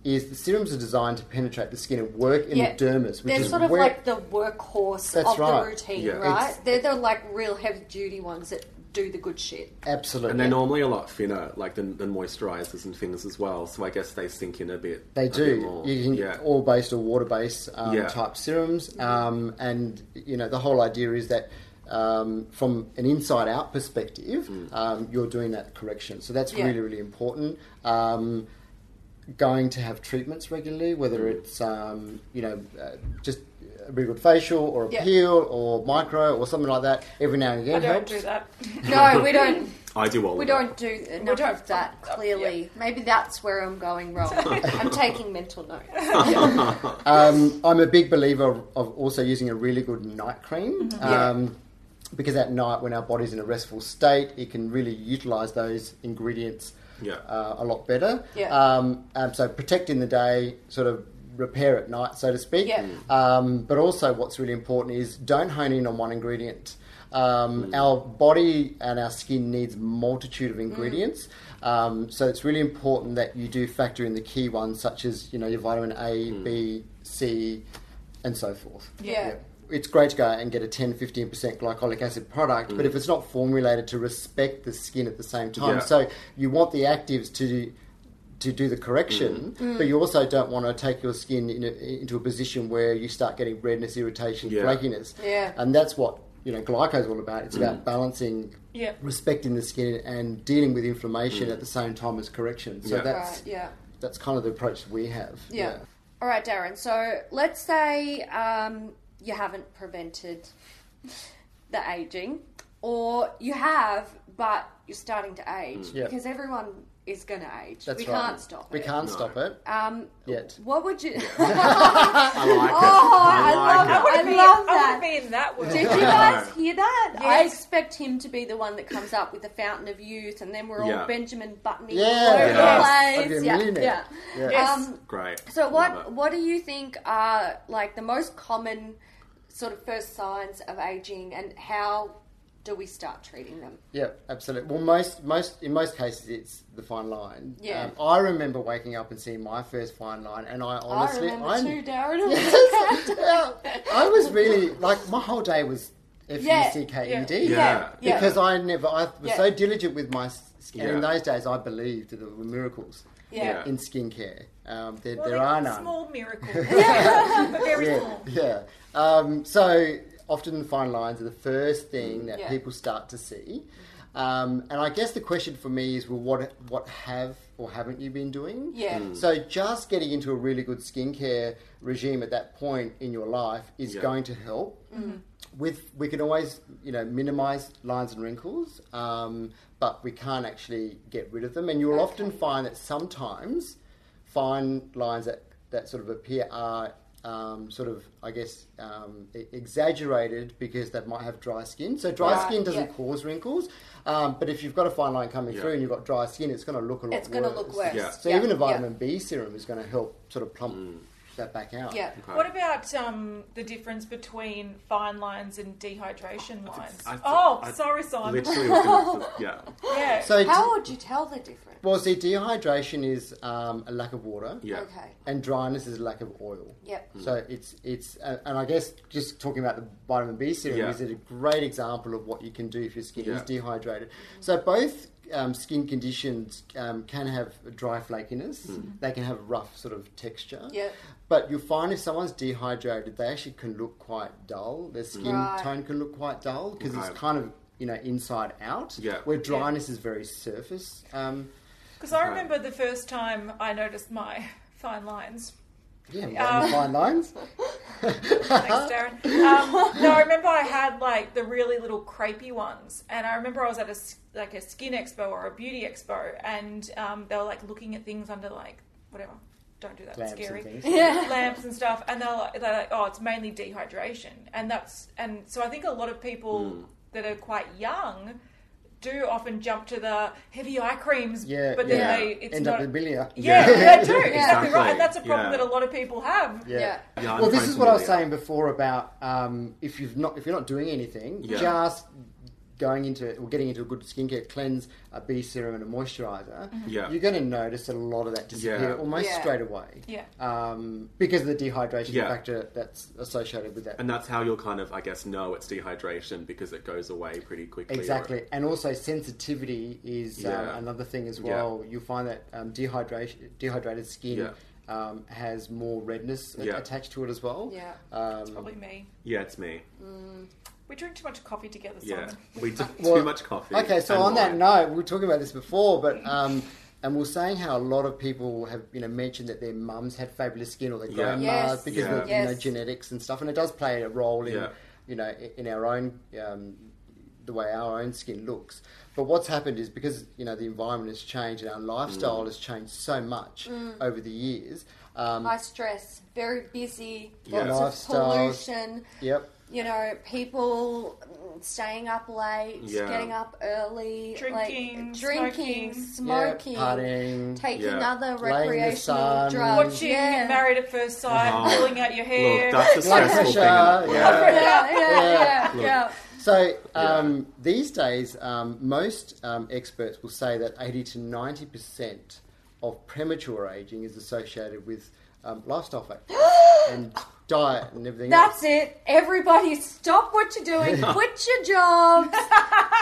Speaker 3: is the serums are designed to penetrate the skin and work in
Speaker 1: Yeah.
Speaker 3: the dermis, which
Speaker 1: They're
Speaker 3: is
Speaker 1: sort of
Speaker 3: where-
Speaker 1: like the workhorse
Speaker 3: That's
Speaker 1: of
Speaker 3: right.
Speaker 1: the routine,
Speaker 4: Yeah.
Speaker 1: right?
Speaker 3: It's-
Speaker 1: They're the like real heavy duty ones that do the good
Speaker 3: (laughs)
Speaker 1: shit.
Speaker 3: absolutely
Speaker 4: And they're normally a lot thinner, like than, than moisturizers and things as well. So I guess they sink in a bit.
Speaker 3: They
Speaker 4: a bit
Speaker 3: do.
Speaker 4: more.
Speaker 3: You can
Speaker 4: yeah.
Speaker 3: all based or water based um,
Speaker 4: Yeah.
Speaker 3: type serums, um, and you know the whole idea is that um, from an inside out perspective,
Speaker 4: Hmm.
Speaker 3: um, you're doing that correction. So that's
Speaker 1: Yeah.
Speaker 3: really really important. Um, going to have treatments regularly, whether
Speaker 4: Hmm.
Speaker 3: it's um, you know uh, just a really good facial or a
Speaker 1: Yeah.
Speaker 3: peel or micro or something like that every now and again
Speaker 2: I don't
Speaker 3: helps.
Speaker 2: do that. (laughs)
Speaker 1: No, we don't.
Speaker 4: I do all.
Speaker 1: We
Speaker 4: of
Speaker 1: don't
Speaker 4: That.
Speaker 1: do enough
Speaker 2: don't-
Speaker 1: of that. Clearly, maybe that's where I'm going
Speaker 3: (laughs)
Speaker 1: wrong. I'm taking mental notes.
Speaker 3: Um, I'm a big believer of also using a really good night cream.
Speaker 1: Mm-hmm.
Speaker 3: Um, Because at night, when our body's in a restful state, it can really utilize those ingredients
Speaker 4: Yeah.
Speaker 3: uh, a lot better.
Speaker 1: Yeah.
Speaker 3: Um, um, so protect in the day, sort of repair at night, so to speak.
Speaker 1: Yeah.
Speaker 3: Um, but also, what's really important is don't hone in on one ingredient. Um, Our body and our skin needs multitude of ingredients, um, so it's really important that you do factor in the key ones such as you know your vitamin A, B, C, and so forth.
Speaker 1: (laughs) Yeah.
Speaker 3: It's great to go out and get a 10 15% glycolic acid product, but if it's not formulated to respect the skin at the same time,
Speaker 4: Yeah.
Speaker 3: so you want the actives to to do the
Speaker 4: Mm.
Speaker 3: correction,
Speaker 1: Mm.
Speaker 3: but you also don't want to take your skin in a, into a position where you start getting redness, irritation,
Speaker 4: Yeah.
Speaker 3: flakiness.
Speaker 1: Yeah.
Speaker 3: And that's what, you know, glyco's all about. It's
Speaker 4: Mm.
Speaker 3: about balancing,
Speaker 2: Yeah.
Speaker 3: respecting the skin and dealing with inflammation at the same time as correction. So
Speaker 4: Mm. Yeah.
Speaker 3: that's
Speaker 1: Right? Yeah.
Speaker 3: that's kind of the approach we have.
Speaker 1: Yeah. All right, Darren. So let's say um, you haven't prevented the aging, or you have, but you're starting to age
Speaker 3: Mm. Yeah.
Speaker 1: because everyone is going to age.
Speaker 3: That's
Speaker 1: we
Speaker 3: right.
Speaker 1: can't stop
Speaker 3: We
Speaker 1: it.
Speaker 3: can't
Speaker 4: No.
Speaker 3: stop it
Speaker 1: Um,
Speaker 3: yet.
Speaker 1: what would you? (laughs)
Speaker 4: I like it.
Speaker 1: Oh, I
Speaker 4: I
Speaker 1: love
Speaker 4: like
Speaker 2: I want
Speaker 1: I
Speaker 2: to be.
Speaker 1: love
Speaker 2: I
Speaker 1: that.
Speaker 2: want to be in that world.
Speaker 1: Did you guys hear that? I
Speaker 2: Yes.
Speaker 1: expect him to be the one that comes up with the fountain of youth, and then we're all
Speaker 4: Yeah.
Speaker 1: Benjamin Buttoning
Speaker 3: Yeah.
Speaker 1: all over
Speaker 4: Yes.
Speaker 1: the
Speaker 3: I'd be a
Speaker 1: place. Yeah,
Speaker 3: millionaire.
Speaker 1: yeah.
Speaker 3: Yeah.
Speaker 2: Yes.
Speaker 1: Um,
Speaker 4: it. Great.
Speaker 1: so,
Speaker 4: Love
Speaker 1: what
Speaker 4: it.
Speaker 1: what do you think are like the most common sort of first signs of aging, and how do we start treating them?
Speaker 3: Yeah, absolutely. Well, most most in most cases, it's the fine line.
Speaker 1: Yeah.
Speaker 3: Um, I remember waking up and seeing my first fine line, and I honestly,
Speaker 1: I remember
Speaker 3: I-
Speaker 1: too, Darren.
Speaker 3: Yes. (laughs) Yeah. I was really like my whole day was F U
Speaker 1: Yeah.
Speaker 3: C K E D.
Speaker 1: Yeah,
Speaker 4: Yeah.
Speaker 1: yeah.
Speaker 3: Because I never, I was
Speaker 1: Yeah.
Speaker 3: so diligent with my skin. In
Speaker 4: Yeah.
Speaker 3: those days, I believed that there were miracles
Speaker 1: yeah.
Speaker 3: in skincare. Um, there,
Speaker 2: Well,
Speaker 3: there
Speaker 2: like
Speaker 3: are none.
Speaker 2: Small
Speaker 3: (laughs)
Speaker 2: miracles. (laughs) But (laughs) very
Speaker 3: yeah,
Speaker 2: small.
Speaker 3: yeah. Um, so often fine lines are the first thing that
Speaker 1: Yeah.
Speaker 3: people start to see. Um, and I guess the question for me is, well, what what have or haven't you been doing?
Speaker 1: Yeah. Mm.
Speaker 3: So just getting into a really good skincare regime at that point in your life is
Speaker 4: Yeah.
Speaker 3: going to help. With we can always you know minimize lines and wrinkles, um, but we can't actually get rid of them. And you'll often
Speaker 1: Okay.
Speaker 3: find that sometimes fine lines that, that sort of appear are um, sort of, I guess, um, e- exaggerated because they might have dry skin. So dry
Speaker 1: Right,
Speaker 3: skin doesn't
Speaker 1: yeah.
Speaker 3: cause wrinkles, um, but if you've got a fine line coming
Speaker 4: Yeah.
Speaker 3: through and you've got dry skin, it's going to look a lot
Speaker 1: It's going to look worse.
Speaker 4: Yeah.
Speaker 3: So even a vitamin B serum is going to help sort of plump
Speaker 4: Mm.
Speaker 3: that back out.
Speaker 1: Yeah.
Speaker 4: Okay.
Speaker 2: What about um, the difference between fine lines and dehydration lines?
Speaker 4: I think-
Speaker 2: oh,
Speaker 4: I
Speaker 2: sorry, Simon.
Speaker 4: Literally, was gonna-
Speaker 1: (laughs)
Speaker 4: yeah,
Speaker 2: Yeah.
Speaker 3: So
Speaker 1: How would you tell the difference?
Speaker 3: well, see, dehydration is um, a lack of water,
Speaker 4: yeah.
Speaker 1: Okay.
Speaker 3: and dryness is a lack of oil.
Speaker 1: Yep.
Speaker 4: Hmm.
Speaker 3: So it's it's uh, and I guess just talking about the vitamin B serum
Speaker 4: Yeah.
Speaker 3: is a great example of what you can do if your skin is
Speaker 4: Yeah.
Speaker 3: dehydrated. So both um, skin conditions um, can have dry flakiness.
Speaker 4: Hmm.
Speaker 2: Mm-hmm.
Speaker 3: They can have rough sort of texture.
Speaker 1: Yep.
Speaker 3: But you'll find if someone's dehydrated, they actually can look quite dull. Their skin
Speaker 1: Right.
Speaker 3: tone can look quite dull because
Speaker 4: Okay.
Speaker 3: it's kind of you know inside out.
Speaker 4: Yeah.
Speaker 3: Where dryness is very surface. Um,
Speaker 2: Because I remember the first time I noticed my (laughs) fine lines.
Speaker 3: yeah.
Speaker 2: Um,
Speaker 3: fine
Speaker 2: (laughs)
Speaker 3: lines.
Speaker 2: Thanks, Darren. Um, no, I remember I had like the really little crepey ones, and I remember I was at a s- like a skin expo or a beauty expo, and um, they were like looking at things under like whatever. Don't do that. it's
Speaker 3: Lamps and
Speaker 2: scary.
Speaker 3: things.
Speaker 1: Yeah. (laughs)
Speaker 2: lamps and stuff, and they're like, they're like, oh, it's mainly dehydration, and that's and so I think a lot of people
Speaker 4: Hmm.
Speaker 2: that are quite young do often jump to the heavy eye creams,
Speaker 3: Yeah.
Speaker 2: but
Speaker 3: yeah.
Speaker 2: then they it's
Speaker 3: end
Speaker 2: not.
Speaker 3: up with bilia.
Speaker 2: yeah,
Speaker 4: Yeah.
Speaker 2: they do exactly,
Speaker 1: (laughs)
Speaker 4: Exactly.
Speaker 2: right, and that's a problem
Speaker 4: Yeah.
Speaker 2: that a lot of people have.
Speaker 3: Yeah.
Speaker 1: Yeah.
Speaker 4: Yeah, I'm
Speaker 3: well, this
Speaker 4: trying
Speaker 3: is
Speaker 4: to
Speaker 3: what I was
Speaker 4: really-
Speaker 3: saying before about um, if you've not if you're not doing anything,
Speaker 4: Yeah.
Speaker 3: just going into or getting into a good skincare cleanse, a B serum, and a moisturizer,
Speaker 4: Yeah.
Speaker 3: you're going to notice a lot of that disappear
Speaker 4: Yeah.
Speaker 3: almost
Speaker 1: Mm-hmm. Yeah.
Speaker 3: straight away.
Speaker 2: Yeah.
Speaker 3: Um, because of the dehydration
Speaker 4: Yeah.
Speaker 3: factor that's associated with that.
Speaker 4: And that's how you'll kind of, I guess, know it's dehydration because it goes away pretty quickly. or-
Speaker 3: Exactly, and also sensitivity is
Speaker 4: Yeah.
Speaker 3: um, another thing as
Speaker 4: Yeah.
Speaker 3: well. You'll find that um, dehydration, dehydrated skin
Speaker 4: Yeah.
Speaker 3: um, has more redness a-
Speaker 4: Yeah.
Speaker 3: attached to it as well.
Speaker 1: Yeah.
Speaker 3: Um,
Speaker 2: Probably me.
Speaker 4: Yeah, it's me.
Speaker 2: We drink too much coffee together, Simon.
Speaker 4: Yeah, we took
Speaker 3: (laughs) Well,
Speaker 4: too much coffee.
Speaker 3: Okay, so
Speaker 4: and
Speaker 3: on that
Speaker 4: wine.
Speaker 3: note, we were talking about this before, but um, and we are saying how a lot of people have you know mentioned that their mums had fabulous skin or their
Speaker 4: Yeah.
Speaker 3: grandmas
Speaker 1: Yes.
Speaker 3: because
Speaker 4: Yeah.
Speaker 3: of you know,
Speaker 1: Yes.
Speaker 3: genetics and stuff, and it does play a role in
Speaker 4: Yeah.
Speaker 3: you know i- in our own um, the way our own skin looks. But what's happened is because you know the environment has changed and our
Speaker 4: Mm.
Speaker 3: lifestyle has changed so much
Speaker 1: Mm.
Speaker 3: over the years. Um,
Speaker 1: High stress, very busy,
Speaker 4: Yeah.
Speaker 1: lots of
Speaker 3: Lifestyles.
Speaker 1: pollution.
Speaker 3: yep.
Speaker 1: you know, people mm, staying up late,
Speaker 4: Yeah.
Speaker 1: getting up early,
Speaker 2: Drinking,
Speaker 1: like, drinking, smoking,
Speaker 2: smoking.
Speaker 3: Yep, partying.
Speaker 1: taking
Speaker 4: Yeah.
Speaker 1: other
Speaker 3: the
Speaker 1: recreational
Speaker 3: sun.
Speaker 1: drugs,
Speaker 2: Watching
Speaker 1: yeah.
Speaker 2: Married at First Sight,
Speaker 4: Oh.
Speaker 2: pulling out your hair.
Speaker 4: Look, that's a
Speaker 3: Blood
Speaker 4: stressful thing.
Speaker 3: pressure,
Speaker 2: (laughs)
Speaker 4: in-
Speaker 3: yeah.
Speaker 4: yeah.
Speaker 1: yeah, yeah, yeah,
Speaker 4: Look.
Speaker 1: yeah.
Speaker 3: So um, these days, um, most um, experts will say that 80 to 90 percent of premature aging is associated with um,
Speaker 1: (gasps)
Speaker 3: lifestyle factors and diet and everything.
Speaker 1: That's
Speaker 3: else.
Speaker 1: it. Everybody, stop what you're doing. Quit your jobs.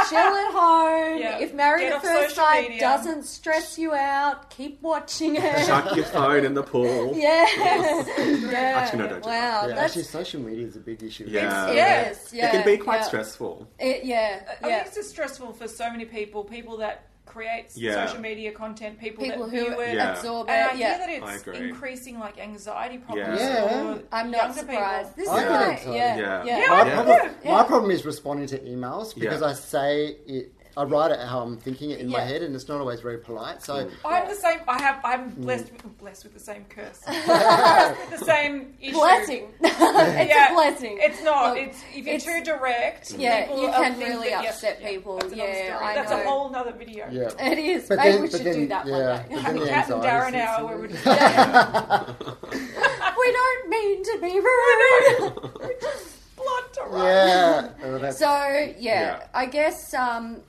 Speaker 1: chill at home.
Speaker 2: (laughs) Yeah.
Speaker 1: If Married
Speaker 2: Get
Speaker 1: at
Speaker 2: off
Speaker 1: First
Speaker 2: social
Speaker 1: Sight
Speaker 2: media.
Speaker 1: doesn't stress you out, keep watching it.
Speaker 4: Chuck your phone in
Speaker 1: (laughs)
Speaker 4: the pool.
Speaker 1: yes.
Speaker 2: (laughs)
Speaker 4: (laughs)
Speaker 1: yeah.
Speaker 4: Actually, no, don't do that.
Speaker 1: wow.
Speaker 3: Yeah,
Speaker 1: that's
Speaker 3: actually, social media is a big issue.
Speaker 4: Yeah.
Speaker 1: It
Speaker 2: Yeah.
Speaker 1: is,
Speaker 4: It can be quite
Speaker 1: yeah.
Speaker 4: stressful.
Speaker 1: It, yeah,
Speaker 2: I
Speaker 1: yeah.
Speaker 2: think it's just stressful for so many people. People that create
Speaker 4: Yeah.
Speaker 2: social media content, people,
Speaker 1: People
Speaker 2: that
Speaker 1: who
Speaker 2: view it.
Speaker 4: Yeah.
Speaker 1: absorb
Speaker 2: And I
Speaker 1: it.
Speaker 2: hear
Speaker 1: Yeah,
Speaker 2: that
Speaker 4: I
Speaker 2: it's
Speaker 4: agree.
Speaker 2: increasing like anxiety problems.
Speaker 3: Yeah.
Speaker 2: For
Speaker 1: I'm not
Speaker 2: younger
Speaker 1: surprised. This
Speaker 2: People.
Speaker 3: I
Speaker 1: is
Speaker 3: don't
Speaker 1: right.
Speaker 3: think so.
Speaker 1: Yeah,
Speaker 4: Yeah.
Speaker 1: yeah.
Speaker 2: Yeah.
Speaker 3: My,
Speaker 4: Yeah.
Speaker 3: problem,
Speaker 1: Yeah.
Speaker 3: my problem is responding to emails because
Speaker 4: Yeah.
Speaker 3: I say it. I write it how I'm thinking it in my
Speaker 1: Yeah.
Speaker 3: head, and it's not always very polite.
Speaker 4: Mm.
Speaker 3: So
Speaker 2: I'm the same. I have. I'm blessed. With, blessed with the same
Speaker 1: (laughs)
Speaker 2: curse. (laughs) Blessed with the same issue. (laughs)
Speaker 1: Blessing. (laughs) it's
Speaker 2: Yeah,
Speaker 1: a blessing.
Speaker 2: It's not.
Speaker 1: Look,
Speaker 2: it's if you're
Speaker 1: it's-
Speaker 2: too direct.
Speaker 1: Yeah,
Speaker 2: people
Speaker 1: you
Speaker 2: are
Speaker 1: can
Speaker 2: thinking-
Speaker 1: really
Speaker 2: yeah,
Speaker 1: upset
Speaker 2: yeah,
Speaker 1: people.
Speaker 2: That's another
Speaker 1: Yeah,
Speaker 2: story.
Speaker 1: I
Speaker 2: That's a
Speaker 1: know.
Speaker 2: whole other video.
Speaker 3: yeah.
Speaker 1: (laughs) It is.
Speaker 3: But
Speaker 1: Maybe
Speaker 3: then-
Speaker 1: we
Speaker 3: but
Speaker 1: should
Speaker 3: then-
Speaker 1: do that
Speaker 3: yeah,
Speaker 1: one
Speaker 3: but
Speaker 1: day.
Speaker 3: then- the
Speaker 2: Cat and Darren
Speaker 3: anxiety
Speaker 2: hour.
Speaker 3: is-
Speaker 2: Where we're just,
Speaker 1: (laughs)
Speaker 4: (laughs)
Speaker 1: we (laughs) don't mean to be rude.
Speaker 2: (laughs) we're just (laughs) blunt to
Speaker 1: (laughs)
Speaker 2: run.
Speaker 3: (laughs) yeah, Oh, that's-
Speaker 1: so yeah,
Speaker 4: Yeah.
Speaker 1: I guess um,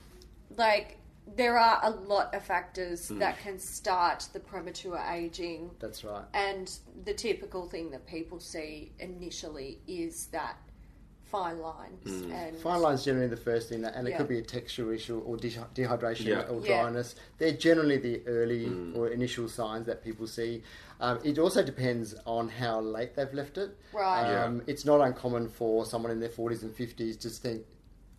Speaker 1: like there are a lot of factors
Speaker 4: Hmm.
Speaker 1: that can start the premature aging,
Speaker 3: that's right.
Speaker 1: and the typical thing that people see initially is that fine lines and
Speaker 3: Fine line's generally the first thing, that, and it
Speaker 1: Yeah.
Speaker 3: could be a texture issue or de- dehydration
Speaker 4: Yeah. Mm.
Speaker 3: or
Speaker 1: Yeah.
Speaker 3: dryness. They're generally the early or initial signs that people see. Um, it also depends on how late they've left it.
Speaker 1: Right.
Speaker 4: Yeah.
Speaker 3: Um, It's not uncommon for someone in their 40s and 50s to think,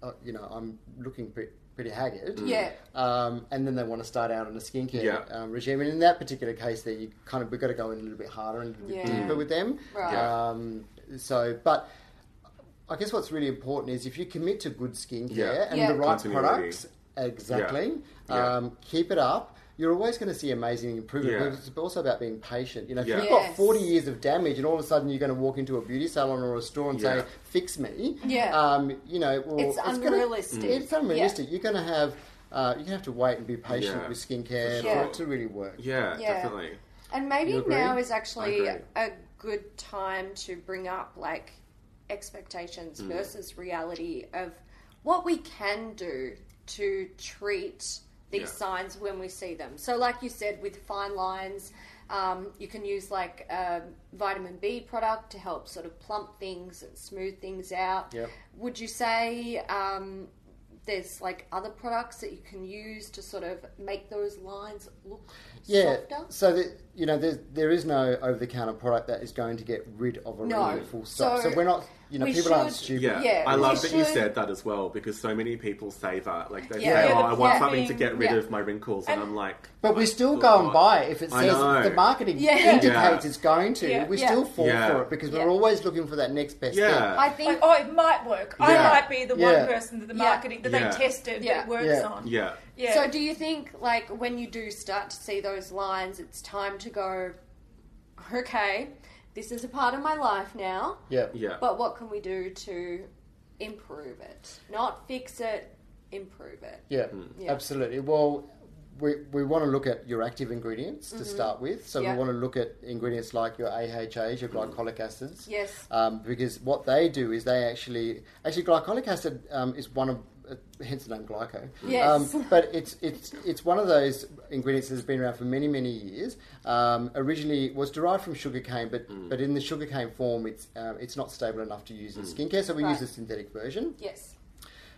Speaker 3: oh, you know, I'm looking pretty, pretty haggard.
Speaker 1: yeah.
Speaker 3: Um, and then they want to start out on a skincare
Speaker 4: Mm. Yeah.
Speaker 3: um, regime, and in that particular case, there you kind of we've got to go in a little bit harder and a little bit
Speaker 1: Yeah.
Speaker 4: Mm.
Speaker 3: deeper with them.
Speaker 1: Right.
Speaker 4: Yeah.
Speaker 3: Um, so, but I guess what's really important is if you commit to good skincare
Speaker 4: Yeah.
Speaker 3: and
Speaker 1: Yeah.
Speaker 3: the right
Speaker 4: Continuity.
Speaker 3: products, exactly,
Speaker 4: Yeah. Yeah.
Speaker 3: Um, keep it up. You're always going to see amazing improvement.
Speaker 4: Yeah.
Speaker 3: But it's also about being patient. You know, if
Speaker 4: Yeah.
Speaker 3: you've got
Speaker 1: Yes.
Speaker 3: 40 years of damage, and all of a sudden you're going to walk into a beauty salon or a store and
Speaker 4: Yeah.
Speaker 3: say, "Fix me,"
Speaker 1: Yeah.
Speaker 3: um, you know, well,
Speaker 1: It's
Speaker 3: gonna-
Speaker 1: unrealistic.
Speaker 3: it's unrealistic. You're going to have uh, you're going to have to wait and be patient
Speaker 4: Yeah.
Speaker 3: with skincare
Speaker 1: Yeah.
Speaker 3: for it to really work.
Speaker 4: Yeah,
Speaker 1: Yeah.
Speaker 4: definitely.
Speaker 1: And maybe
Speaker 3: You agree?
Speaker 1: now is actually
Speaker 4: I agree.
Speaker 1: a good time to bring up like expectations
Speaker 3: Hmm.
Speaker 1: versus reality of what we can do to treat these
Speaker 4: Yeah.
Speaker 1: signs when we see them. So, like you said, with fine lines, um, you can use like a vitamin B product to help sort of plump things and smooth things out.
Speaker 3: Yep.
Speaker 1: Would you say um, there's like other products that you can use to sort of make those lines look
Speaker 3: Yeah,
Speaker 1: softer?
Speaker 3: so that you know, there, there is no over-the-counter product that is going to get rid of a
Speaker 1: No.
Speaker 3: wrinkle full stop.
Speaker 1: So
Speaker 3: So, we're not, you know,
Speaker 1: we
Speaker 3: people aren't
Speaker 1: should-
Speaker 3: stupid.
Speaker 4: Yeah,
Speaker 1: Yeah,
Speaker 4: I
Speaker 1: we
Speaker 4: love that you
Speaker 1: should-
Speaker 4: said that as well because so many people say that. Like they
Speaker 1: Yeah.
Speaker 4: say,
Speaker 1: Yeah,
Speaker 4: "Oh, I want
Speaker 1: yeah.
Speaker 4: something to get rid
Speaker 1: Yeah.
Speaker 4: of my wrinkles," and,
Speaker 2: And-
Speaker 4: I'm like,
Speaker 3: But we still
Speaker 4: "Oh,
Speaker 3: go and
Speaker 4: God."
Speaker 3: buy it if it
Speaker 4: I
Speaker 3: says
Speaker 4: know.
Speaker 3: if the marketing
Speaker 1: Yeah.
Speaker 3: indicates
Speaker 4: Yeah.
Speaker 3: it's going to.
Speaker 2: Yeah.
Speaker 3: We
Speaker 1: Yeah.
Speaker 3: still fall
Speaker 4: Yeah.
Speaker 3: for it because
Speaker 1: Yeah.
Speaker 3: we're always looking for that next best
Speaker 4: Yeah.
Speaker 3: thing.
Speaker 1: I think
Speaker 2: Like, oh, it might work. I
Speaker 4: Yeah.
Speaker 2: might be the
Speaker 3: Yeah.
Speaker 2: one person that the
Speaker 1: Yeah.
Speaker 2: marketing that
Speaker 4: Yeah.
Speaker 2: they tested
Speaker 1: Yeah.
Speaker 2: that it works
Speaker 3: Yeah.
Speaker 2: on.
Speaker 4: Yeah,
Speaker 2: Yeah.
Speaker 1: So, do you think, like, when you do start to see those lines, it's time to go, okay, this is a part of my life now,
Speaker 3: Yeah.
Speaker 4: yeah,
Speaker 1: but what can we do to improve it? Not fix it, improve it.
Speaker 3: Yeah,
Speaker 4: Hmm.
Speaker 1: Yeah.
Speaker 3: absolutely. Well, we, we want to look at your active ingredients to start with. So
Speaker 1: Mm-hmm. Yeah.
Speaker 3: we want to look at ingredients like your AHAs, your glycolic acids.
Speaker 1: Yes.
Speaker 3: Um, because what they do is they actually actually glycolic acid um, is one of uh, hence the name glyco.
Speaker 1: Yes.
Speaker 3: Um, but it's it's it's one of those ingredients that's been around for many many years. Um, originally it was derived from sugarcane, but but in the sugarcane form, it's um, it's not stable enough to use in skincare, so we
Speaker 1: Right.
Speaker 3: use a synthetic version
Speaker 1: Yes.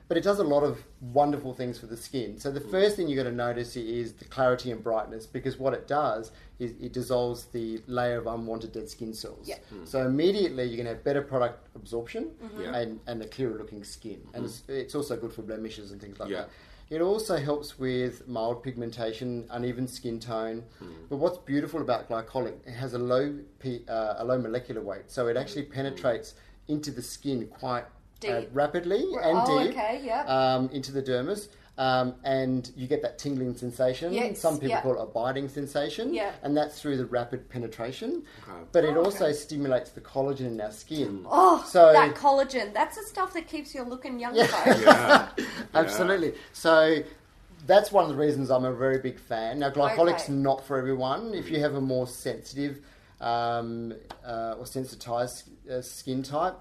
Speaker 3: but it does a lot of wonderful things for the skin. So the first thing you're going to notice is the clarity and brightness because what it does is it dissolves the layer of unwanted dead skin cells.
Speaker 1: Yeah.
Speaker 3: So immediately you're going to have better product absorption
Speaker 4: Hmm.
Speaker 1: Mm-hmm.
Speaker 4: Yeah. Hmm.
Speaker 3: and, and a clearer looking skin. And it's, it's also good for blemishes and things like
Speaker 4: Yeah.
Speaker 3: that. It also helps with mild pigmentation, uneven skin tone.
Speaker 4: Hmm.
Speaker 3: But what's beautiful about glycolic, it has a low P, uh, a low molecular weight, so it actually
Speaker 4: Hmm.
Speaker 3: penetrates into the skin quite uh,
Speaker 1: Deep.
Speaker 3: rapidly
Speaker 1: Right.
Speaker 3: and
Speaker 1: Oh,
Speaker 3: deep
Speaker 1: okay, yeah.
Speaker 3: um, into the dermis. Um, and you get that tingling sensation.
Speaker 1: Yes,
Speaker 3: Some people
Speaker 1: yeah.
Speaker 3: call it a biting sensation.
Speaker 1: Yeah.
Speaker 3: And that's through the rapid penetration.
Speaker 4: Okay. Mm.
Speaker 3: But it
Speaker 2: Oh,
Speaker 3: also
Speaker 2: okay.
Speaker 3: stimulates the collagen in our skin. (laughs)
Speaker 1: Oh,
Speaker 3: So-
Speaker 1: that collagen. That's the stuff that keeps you looking young, folks.
Speaker 3: (laughs)
Speaker 4: yeah,
Speaker 3: Absolutely. So that's one of the reasons I'm a very big fan. Now, glycolic's
Speaker 1: Okay.
Speaker 3: not for everyone. If you have a more sensitive um, uh, or sensitized uh, skin type,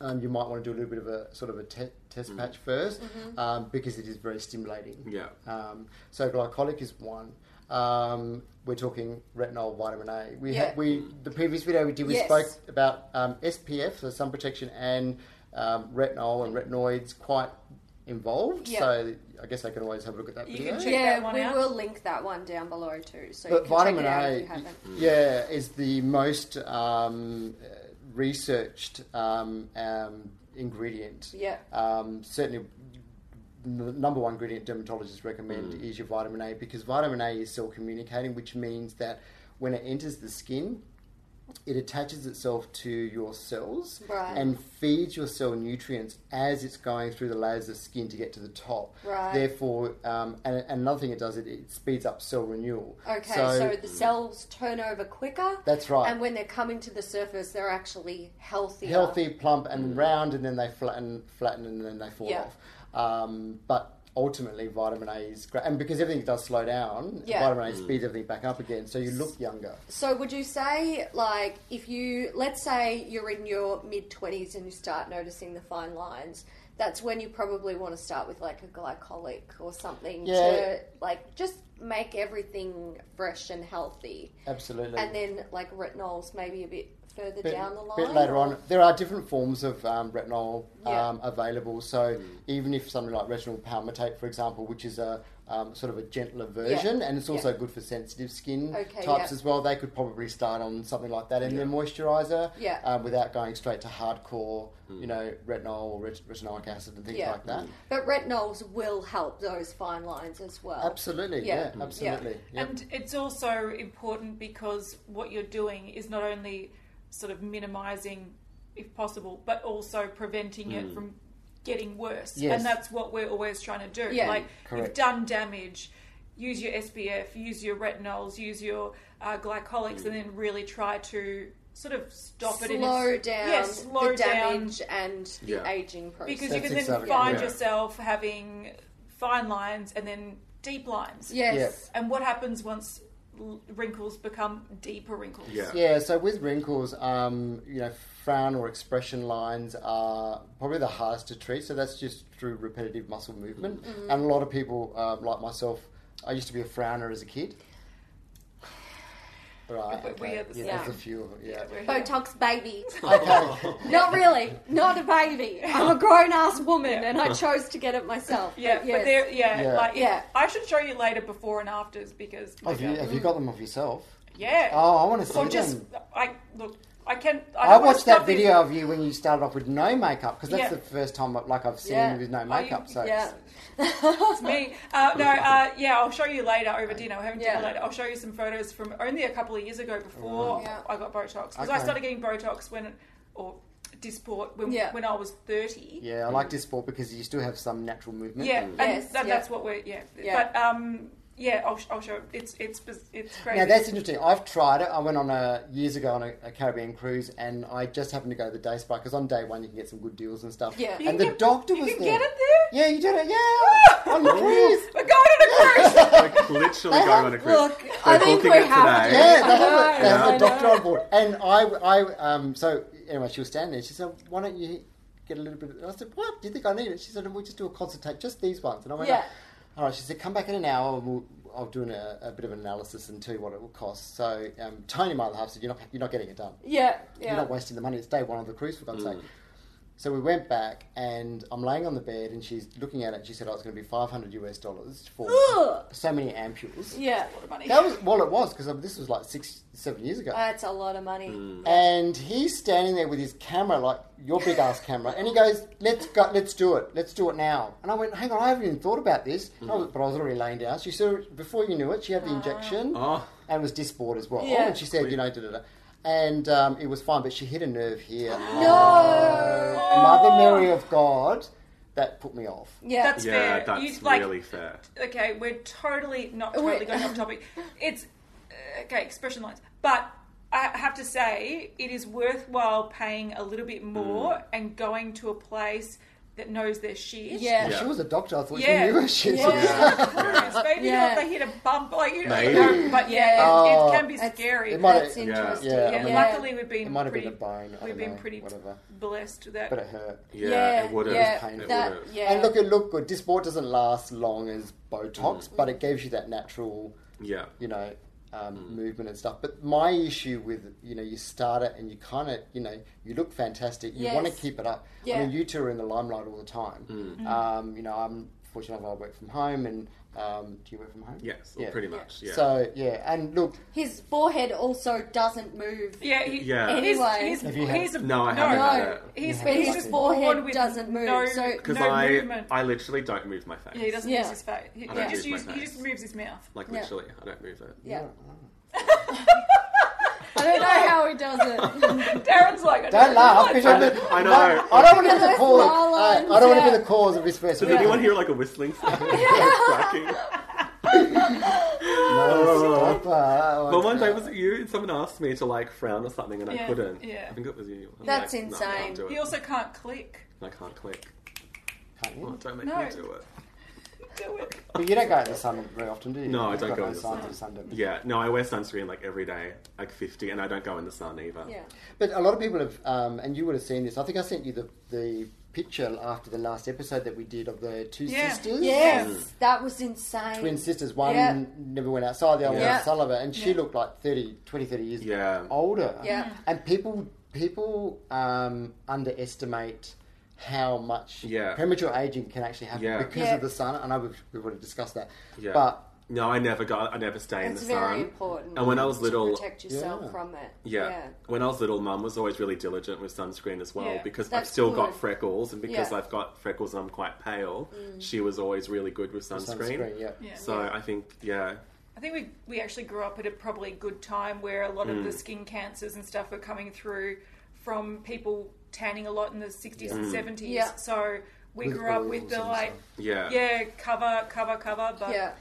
Speaker 3: um, you might want to do a little bit of a sort of a te- test
Speaker 4: Mm.
Speaker 3: patch 1st
Speaker 1: Mm-hmm.
Speaker 3: um, because it is very stimulating.
Speaker 4: yeah,
Speaker 3: Um, so glycolic is one. Um, we're talking retinol, vitamin A. We
Speaker 1: Yeah.
Speaker 3: had we the previous video we did we
Speaker 1: Yes.
Speaker 3: spoke about um, SPF, so sun protection, and um, retinol and retinoids quite involved.
Speaker 1: Yeah.
Speaker 3: So I guess I can always have a look at that
Speaker 2: You
Speaker 3: video.
Speaker 2: can check
Speaker 1: Yeah,
Speaker 2: that one
Speaker 1: we
Speaker 2: out.
Speaker 1: will link that one down below too, so you
Speaker 3: But
Speaker 1: can check
Speaker 3: vitamin
Speaker 1: it out if
Speaker 3: A,
Speaker 1: you haven't.
Speaker 3: yeah, is the most um, uh, researched um, um, ingredient.
Speaker 1: Yeah.
Speaker 3: Um, certainly, the number one ingredient dermatologists recommend is your vitamin A because vitamin A is cell communicating, which means that when it enters the skin, it attaches itself to your cells
Speaker 1: Right.
Speaker 3: and feeds your cell nutrients as it's going through the layers of skin to get to the top.
Speaker 1: Right.
Speaker 3: Therefore, um, and, and another thing it does, it, it speeds up cell renewal.
Speaker 1: Okay, so, the cells turn over quicker.
Speaker 3: That's right.
Speaker 1: And when they're coming to the surface, they're actually healthier.
Speaker 3: healthy, plump, and round, and then they flatten, flatten, and then they fall
Speaker 1: Mm. Yeah.
Speaker 3: off. Um, but ultimately, vitamin A is great, and because everything does slow down,
Speaker 1: Yeah.
Speaker 3: vitamin A speeds everything back up again, so you look younger.
Speaker 1: So would you say, like, if you let's say you're in your mid twenties and you start noticing the fine lines, that's when you probably want to start with like a glycolic or something
Speaker 3: Yeah.
Speaker 1: to like just make everything fresh and healthy,
Speaker 3: Absolutely.
Speaker 1: and then like retinols maybe a bit further
Speaker 3: bit,
Speaker 1: down the line.
Speaker 3: bit later on. There are different forms of um, retinol
Speaker 1: Yeah. Hmm.
Speaker 3: um, available. So even if something like retinol palmitate, for example, which is a um, sort of a gentler version, and it's also
Speaker 1: Yeah.
Speaker 3: good for sensitive skin
Speaker 1: Okay,
Speaker 3: types
Speaker 1: yeah.
Speaker 3: as well, they could probably start on something like that in their moisturizer
Speaker 1: Yeah. Hmm.
Speaker 3: um, without going straight to hardcore, you know, retinol or ret- retinoic acid and things
Speaker 1: Yeah. Hmm.
Speaker 3: like that.
Speaker 1: But retinols will help those fine lines as well.
Speaker 3: Absolutely,
Speaker 1: Yeah.
Speaker 3: yeah,
Speaker 1: Mm.
Speaker 3: absolutely. Yep.
Speaker 2: And it's also important because what you're doing is not only sort of minimizing, if possible, but also preventing it from getting worse.
Speaker 3: Yes.
Speaker 2: And that's what we're always trying to do.
Speaker 1: Yeah.
Speaker 2: Like,
Speaker 3: Correct.
Speaker 2: you've done damage. Use your SPF, use your retinols, use your uh, glycolics, and then really try to sort of stop it.
Speaker 1: slow
Speaker 2: in its-
Speaker 1: down
Speaker 2: yeah, slow
Speaker 1: the
Speaker 2: down
Speaker 1: damage and the
Speaker 4: Yeah.
Speaker 1: aging process.
Speaker 2: because you
Speaker 3: That's
Speaker 2: can then
Speaker 3: exactly-
Speaker 2: find
Speaker 4: yeah.
Speaker 2: yourself having fine lines and then deep lines.
Speaker 1: yes,
Speaker 2: And what happens once l- wrinkles become deeper wrinkles?
Speaker 4: Yeah.
Speaker 3: Yeah, so with wrinkles, um, you know, frown or expression lines are probably the hardest to treat. So that's just through repetitive muscle movement.
Speaker 2: Mm-hmm.
Speaker 3: And a lot of people, um, like myself, I used to be a frowner as a kid. Right.
Speaker 2: We- we
Speaker 3: okay.
Speaker 2: had the
Speaker 3: yeah, there's
Speaker 1: same.
Speaker 3: a few of them. Yeah.
Speaker 2: We're here.
Speaker 1: Botox
Speaker 3: (laughs)
Speaker 1: baby. (laughs)
Speaker 3: Okay.
Speaker 1: not really, not a baby. I'm a grown ass woman,
Speaker 2: Yeah.
Speaker 1: and I chose to get it myself.
Speaker 2: (laughs) Yeah,
Speaker 1: but
Speaker 2: but,
Speaker 1: yes.
Speaker 2: they're yeah,
Speaker 3: Yeah.
Speaker 2: like
Speaker 1: Yeah.
Speaker 2: I should show you later before and afters because
Speaker 3: Oh, have, you, have you got them off yourself?
Speaker 2: Mm. yeah.
Speaker 3: Oh, I want to see
Speaker 2: well,
Speaker 3: them.
Speaker 2: just I look, I can. I,
Speaker 3: I
Speaker 2: don't wanna
Speaker 3: watched that
Speaker 2: stop you.
Speaker 3: video of you when you started off with no makeup because that's
Speaker 2: Yeah.
Speaker 3: the first time like I've seen
Speaker 1: Yeah.
Speaker 3: you with no
Speaker 2: Are you-
Speaker 3: makeup. so
Speaker 1: yeah.
Speaker 2: It's me. Uh, no, uh, yeah, I'll show you later over dinner. We're having dinner
Speaker 1: Yeah.
Speaker 2: later. I'll show you some photos from only a couple of years ago before
Speaker 1: Right. Yeah.
Speaker 2: I got Botox because I
Speaker 3: Okay.
Speaker 2: started getting Botox when or Dysport when
Speaker 1: Yeah.
Speaker 2: when I was thirty.
Speaker 3: yeah, I like this sport because you still have some natural movement.
Speaker 2: Yeah, and
Speaker 1: Yes,
Speaker 2: that,
Speaker 1: yeah.
Speaker 2: that's what we're yeah.
Speaker 1: Yeah.
Speaker 2: But um, yeah, I'll, sh- I'll show. It's it's biz- it's crazy.
Speaker 3: Now that's interesting. I've tried it. I went on a years ago on a, a Caribbean cruise, and I just happened to go to the day spa because on day one you can get some good deals and stuff.
Speaker 1: Yeah. You
Speaker 3: and the
Speaker 2: can get-
Speaker 3: doctor
Speaker 2: you
Speaker 3: was
Speaker 2: can
Speaker 3: there.
Speaker 2: get it there?
Speaker 3: Yeah, you did
Speaker 1: (laughs)
Speaker 3: it. Yeah, on the cruise.
Speaker 2: We're going on a cruise.
Speaker 4: like literally
Speaker 3: They
Speaker 4: going
Speaker 3: have-
Speaker 4: on a cruise.
Speaker 1: Look,
Speaker 4: They're
Speaker 1: I think
Speaker 4: booking
Speaker 1: we
Speaker 4: it
Speaker 1: have
Speaker 4: today.
Speaker 1: to.
Speaker 3: Yeah, they
Speaker 1: I
Speaker 3: have, a, they
Speaker 1: know,
Speaker 3: have
Speaker 1: I
Speaker 3: a doctor
Speaker 1: know.
Speaker 3: on board. And I, I, um, so anyway, she was standing there. She said, "Why don't you get a little bit?" Of, and I said, "What? Do you think I need it?" She said, "We'll just do a consultation, just these ones." And I went, "Oh,
Speaker 1: Yeah.
Speaker 3: "All right." She said, "Come back in an hour. And we'll, I'll do an, a, a bit of an analysis and tell you what it will cost." So um, Tony, my other half, said, "You're not, you're not getting it done."
Speaker 1: (laughs) Yeah, yeah.
Speaker 3: You're not wasting the money. It's day one of the cruise, for God's sake. So we went back, and I'm laying on the bed, and she's looking at it. And she said, "Oh, it's going to be 500 US dollars for
Speaker 1: (gasps) Ugh.
Speaker 3: so many ampules."
Speaker 1: yeah.
Speaker 2: lot of money.
Speaker 3: That was well, it was because this was like six, seven years ago.
Speaker 1: That's a lot of money.
Speaker 3: Mm. and he's standing there with his camera, like your big ass camera, and he goes, "Let's go, let's do it, let's do it now." And I went, "Hang on, I haven't even thought about this." And I was- but I was already laying down. She saw before you knew it, she had the injection
Speaker 4: Oh.
Speaker 3: and was disbored as well. Oh,
Speaker 1: Yeah.
Speaker 3: And she said, "You know, da da da," and um, it was fine, but she hit a
Speaker 2: (gasps)
Speaker 3: nerve here.
Speaker 1: No.
Speaker 3: Mother Mary of God, that put me off.
Speaker 1: Yeah.
Speaker 2: That's-
Speaker 4: Yeah,
Speaker 2: fair.
Speaker 4: that's
Speaker 2: You, like-
Speaker 4: really fair.
Speaker 2: okay, we're totally not
Speaker 1: Wait.
Speaker 2: totally going off topic. It's uh, okay, expression lines, but I have to say it is worthwhile paying a little bit more and going to a place that knows their shit.
Speaker 1: yeah.
Speaker 3: She was a doctor. I thought
Speaker 2: Yeah.
Speaker 3: she knew her shit. (laughs)
Speaker 1: Yeah.
Speaker 2: Curious. Maybe
Speaker 1: Yeah.
Speaker 2: not they hit a bump, like you know,
Speaker 4: Maybe.
Speaker 2: no, but yeah,
Speaker 3: Oh.
Speaker 2: it, it can be
Speaker 1: That's-
Speaker 2: scary.
Speaker 3: It might-
Speaker 1: That's
Speaker 3: Yeah,
Speaker 1: interesting.
Speaker 3: yeah, I
Speaker 2: yeah,
Speaker 3: mean,
Speaker 2: luckily we've been
Speaker 3: It might have
Speaker 2: pretty,
Speaker 3: been a bone. I
Speaker 2: we've
Speaker 3: don't
Speaker 2: been
Speaker 3: know,
Speaker 2: pretty
Speaker 3: whatever,
Speaker 2: blessed that
Speaker 3: but it hurt.
Speaker 4: Yeah, it would have.
Speaker 1: yeah,
Speaker 4: it
Speaker 1: that-
Speaker 4: would have.
Speaker 1: yeah.
Speaker 3: And look, it looked good. Dysport doesn't last long as Botox, but it gives you that natural,
Speaker 4: Yeah.
Speaker 3: you know, um,
Speaker 4: Mm.
Speaker 3: movement and stuff. But my issue with, you know, you start it and you kind of, you know, you look fantastic. You want to
Speaker 1: Yes.
Speaker 3: keep it up.
Speaker 1: Yeah. Mm-hmm.
Speaker 3: I mean, you two are in the limelight all the time.
Speaker 4: Mm.
Speaker 3: Um, you know, I'm fortunate enough I work from home and um, do you work from home?
Speaker 4: Yes, pretty much. Yeah.
Speaker 3: So, yeah. And look,
Speaker 1: His forehead also doesn't move.
Speaker 2: Yeah, he,
Speaker 4: Yeah.
Speaker 1: Anyway.
Speaker 2: He's,
Speaker 3: Have you
Speaker 2: he's,
Speaker 3: had-
Speaker 2: he's a,
Speaker 4: No, I haven't
Speaker 1: No.
Speaker 4: had it.
Speaker 2: He's,
Speaker 3: Yeah. But
Speaker 2: he's
Speaker 3: his
Speaker 2: just
Speaker 1: forehead
Speaker 2: born with
Speaker 1: doesn't move,
Speaker 2: No,
Speaker 1: so-
Speaker 4: Because
Speaker 2: no
Speaker 4: I,
Speaker 2: movement.
Speaker 4: I literally don't move my face.
Speaker 2: yeah, he doesn't
Speaker 1: Yeah.
Speaker 2: use his face. He, he
Speaker 4: I don't
Speaker 2: just
Speaker 4: use my
Speaker 2: use, he just
Speaker 4: (laughs) face.
Speaker 2: moves his mouth.
Speaker 4: Like
Speaker 1: Yeah.
Speaker 4: literally, I don't move it.
Speaker 1: Yeah. (laughs) I don't know how he does
Speaker 2: (laughs)
Speaker 1: it.
Speaker 2: Darren's like, I
Speaker 3: Don't laugh. because
Speaker 4: I know.
Speaker 3: I'm the-
Speaker 4: I know.
Speaker 3: No, I don't want to be the
Speaker 1: Those
Speaker 3: cause. uh,
Speaker 1: small
Speaker 3: I,
Speaker 1: ones,
Speaker 3: I don't want to
Speaker 1: yeah.
Speaker 3: be the cause of this person.
Speaker 4: Does anyone hear like a whistling
Speaker 1: (laughs)
Speaker 4: sound? Cracking. (laughs)
Speaker 3: No, stop. Oh,
Speaker 4: But one day
Speaker 3: okay.
Speaker 4: was it you? Someone asked me to like frown or something, and
Speaker 2: Yeah,
Speaker 4: I couldn't.
Speaker 2: yeah.
Speaker 4: I think it was you. I'm
Speaker 1: That's
Speaker 4: like, No, I
Speaker 1: insane.
Speaker 4: can't do
Speaker 2: He
Speaker 4: it.
Speaker 2: also can't click. (laughs)
Speaker 4: I can't click.
Speaker 3: Can't
Speaker 4: Oh,
Speaker 3: you?
Speaker 4: don't make
Speaker 2: No.
Speaker 4: me do it.
Speaker 2: Do it.
Speaker 3: But you don't go out in the sun very often, do you?
Speaker 4: No, I
Speaker 3: You've
Speaker 4: don't
Speaker 3: got
Speaker 4: go
Speaker 3: no
Speaker 4: in the
Speaker 3: signs
Speaker 4: sun.
Speaker 3: of sun, don't you?
Speaker 4: Yeah, no, I wear sunscreen like every day, like 50, and I don't go in the sun either.
Speaker 1: Yeah.
Speaker 3: But a lot of people have, um, and you would have seen this. I think I sent you the the picture after the last episode that we did of the two
Speaker 2: Yeah.
Speaker 3: sisters.
Speaker 1: Yes, that was insane.
Speaker 3: Twin sisters, one
Speaker 1: Yeah.
Speaker 3: never went outside, the other
Speaker 1: Yeah.
Speaker 3: one Sullivan, and she
Speaker 2: Yeah.
Speaker 3: looked like 30, 20, 30 years
Speaker 4: Yeah.
Speaker 3: older.
Speaker 1: Yeah.
Speaker 3: And people people um, underestimate how much
Speaker 4: Yeah.
Speaker 3: premature aging can actually happen
Speaker 4: Yeah.
Speaker 3: because
Speaker 1: Yeah.
Speaker 3: of the sun. I know we've, we've already discussed that.
Speaker 4: Yeah.
Speaker 3: But
Speaker 4: No, I never go. I never stay in
Speaker 1: It's
Speaker 4: the
Speaker 1: very
Speaker 4: sun.
Speaker 1: important.
Speaker 4: And when I was little,
Speaker 1: to protect yourself
Speaker 3: Yeah.
Speaker 1: from it.
Speaker 4: yeah, when I was little, Mum was always really diligent with sunscreen as well
Speaker 2: Yeah.
Speaker 4: because I've
Speaker 1: That's
Speaker 4: still got
Speaker 1: good.
Speaker 4: freckles, and because
Speaker 1: Yeah. Mm.
Speaker 4: I've got freckles and I'm quite pale, she was always really good with sunscreen.
Speaker 3: sunscreen, yeah.
Speaker 2: Yeah.
Speaker 4: So I think, yeah,
Speaker 2: I think we, we actually grew up at a probably good time where a lot
Speaker 4: Hmm.
Speaker 2: of the skin cancers and stuff were coming through from people tanning a lot in the 60s
Speaker 4: Hmm.
Speaker 2: and 70s.
Speaker 1: Yeah.
Speaker 2: So we
Speaker 3: With
Speaker 2: grew up
Speaker 3: oils
Speaker 2: with the
Speaker 3: and
Speaker 2: like,
Speaker 4: yeah,
Speaker 2: yeah, cover, cover, cover, but
Speaker 1: Yeah. Mm.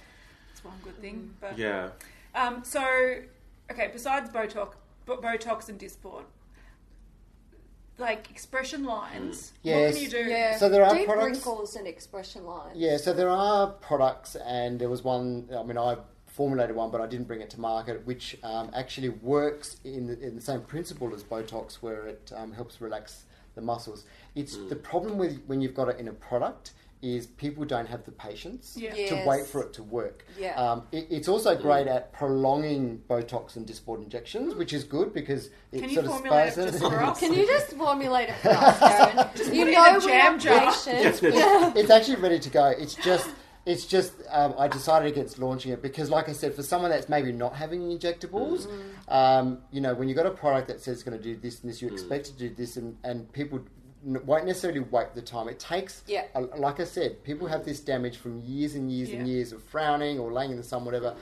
Speaker 2: it's one good thing. But
Speaker 4: yeah.
Speaker 2: um, so, okay, besides Botox, Bo- Botox and Dysport, like expression lines, what
Speaker 3: Yes.
Speaker 2: can you do?
Speaker 1: Yeah.
Speaker 3: So there are
Speaker 1: deep
Speaker 3: products-
Speaker 1: wrinkles and expression lines.
Speaker 3: Yeah, so there are products, and there was one. I mean, I formulated one, but I didn't bring it to market, which um, actually works in the, in the same principle as Botox, where it um, helps relax the muscles. It's
Speaker 1: Mm.
Speaker 3: the problem with when you've got it in a product is people don't have the patience
Speaker 2: Yeah.
Speaker 3: to
Speaker 1: Yes.
Speaker 3: wait for it to work.
Speaker 1: Yeah. Mm.
Speaker 3: Um, it- it's also great at prolonging Botox and Dysport injections, which is good because it
Speaker 2: Can you
Speaker 3: sort of
Speaker 2: formulate it
Speaker 3: spars
Speaker 2: just for
Speaker 3: (laughs)
Speaker 2: us?
Speaker 1: Can you just formulate it for us, Karen? you
Speaker 2: put it in
Speaker 1: know
Speaker 2: a
Speaker 1: we
Speaker 2: jam
Speaker 1: have
Speaker 2: jar.
Speaker 1: patience.
Speaker 3: it's, it's actually ready to go. It's just, it's just. Um, I decided against launching it because, like I said, for someone that's maybe not having injectables, um, you know, when you got a product that says it's going to do this and this, you
Speaker 4: Mm.
Speaker 3: expect to do this, and, and people n- won't necessarily wait the time it takes.
Speaker 1: Yeah.
Speaker 3: Uh, like I said, people have this damage from years and years and
Speaker 2: Yeah.
Speaker 3: years of frowning or laying in the sun, whatever.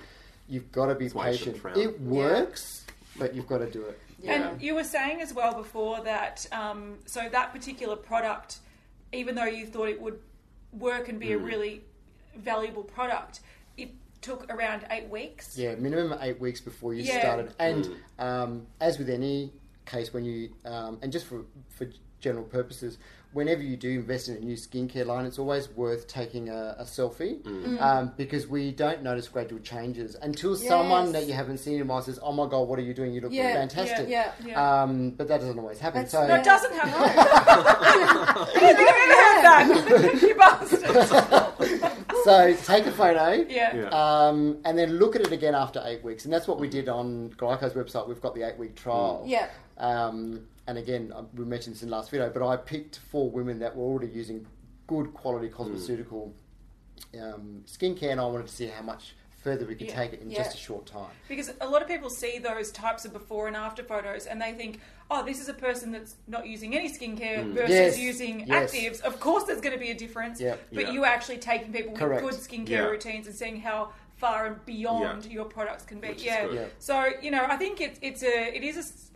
Speaker 3: You've got to be
Speaker 4: why you shouldn't
Speaker 3: patient.
Speaker 4: frown.
Speaker 3: It works, but you've got to do it.
Speaker 4: Yeah.
Speaker 2: And you were saying as well before that, um, so that particular product, even though you thought it would work and be
Speaker 3: Mm.
Speaker 2: a really valuable product, it took around eight weeks.
Speaker 3: Yeah, minimum eight weeks before you
Speaker 2: Yeah.
Speaker 3: started. And um, as with any case, when you um, and just for for general purposes, whenever you do invest in a new skincare line, it's always worth taking a, a selfie um, because we don't notice gradual changes until
Speaker 1: Mm.
Speaker 3: someone
Speaker 1: Yes.
Speaker 3: that you haven't seen in a while says, "Oh my god, what are you doing? You look
Speaker 1: Yeah,
Speaker 3: fantastic."
Speaker 1: yeah,
Speaker 2: yeah.
Speaker 3: Um, but that doesn't always happen.
Speaker 1: That's
Speaker 3: so
Speaker 2: No,
Speaker 1: Yeah.
Speaker 2: it doesn't have (laughs) that. (laughs) you bastard.
Speaker 3: so take
Speaker 1: (laughs)
Speaker 3: a photo.
Speaker 2: Yeah.
Speaker 4: Yeah.
Speaker 3: Um, and then look at it again after eight weeks, and that's what we did on Glyco's website. We've got the eight-week trial.
Speaker 1: Yeah.
Speaker 3: Um, and again, I- we mentioned this in the last video, but I picked four women that were already using good quality cosmeceutical
Speaker 4: Hmm.
Speaker 3: um, skincare, and I wanted to see how much further we could
Speaker 2: Yeah.
Speaker 3: take it in
Speaker 1: Yeah.
Speaker 3: just a short time.
Speaker 2: Because a lot of people see those types of before and after photos and they think, oh, this is a person that's not using any skincare versus
Speaker 3: Mm. Yes,
Speaker 2: using
Speaker 3: yes.
Speaker 2: actives. Of course, there's going to be a difference.
Speaker 3: Yep.
Speaker 2: But
Speaker 4: Yeah.
Speaker 2: you actually taking people
Speaker 3: Correct.
Speaker 2: with good skincare
Speaker 4: Yeah.
Speaker 2: routines and seeing how far and beyond
Speaker 4: Yeah.
Speaker 2: your products can be.
Speaker 4: Which is
Speaker 2: yeah.
Speaker 4: good.
Speaker 3: Yeah.
Speaker 2: So you know, I think it's it's a it is a s-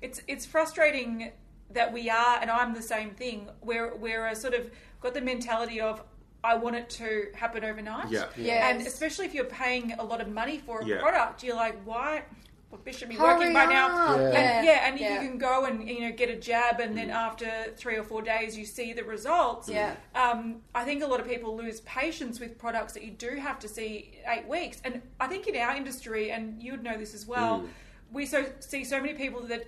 Speaker 2: it's it's frustrating that we are, and I'm the same thing. We're we're a sort of got the mentality of. I want it to happen overnight.
Speaker 4: Yeah.
Speaker 1: Yes.
Speaker 2: And especially if you're paying a lot of money for a
Speaker 4: Yeah.
Speaker 2: product, you're like, why? Well, this should be working
Speaker 1: Hurry
Speaker 2: by
Speaker 1: up.
Speaker 2: now.
Speaker 3: Yeah.
Speaker 2: And, yeah, and if
Speaker 1: yeah.
Speaker 2: you can go and you know get a jab, and then
Speaker 4: Mm.
Speaker 2: after three or four days you see the results.
Speaker 1: Yeah.
Speaker 2: Um, I think a lot of people lose patience with products that you do have to see eight weeks, and I think in our industry, and you'd know this as well,
Speaker 4: Mm.
Speaker 2: we so see so many people that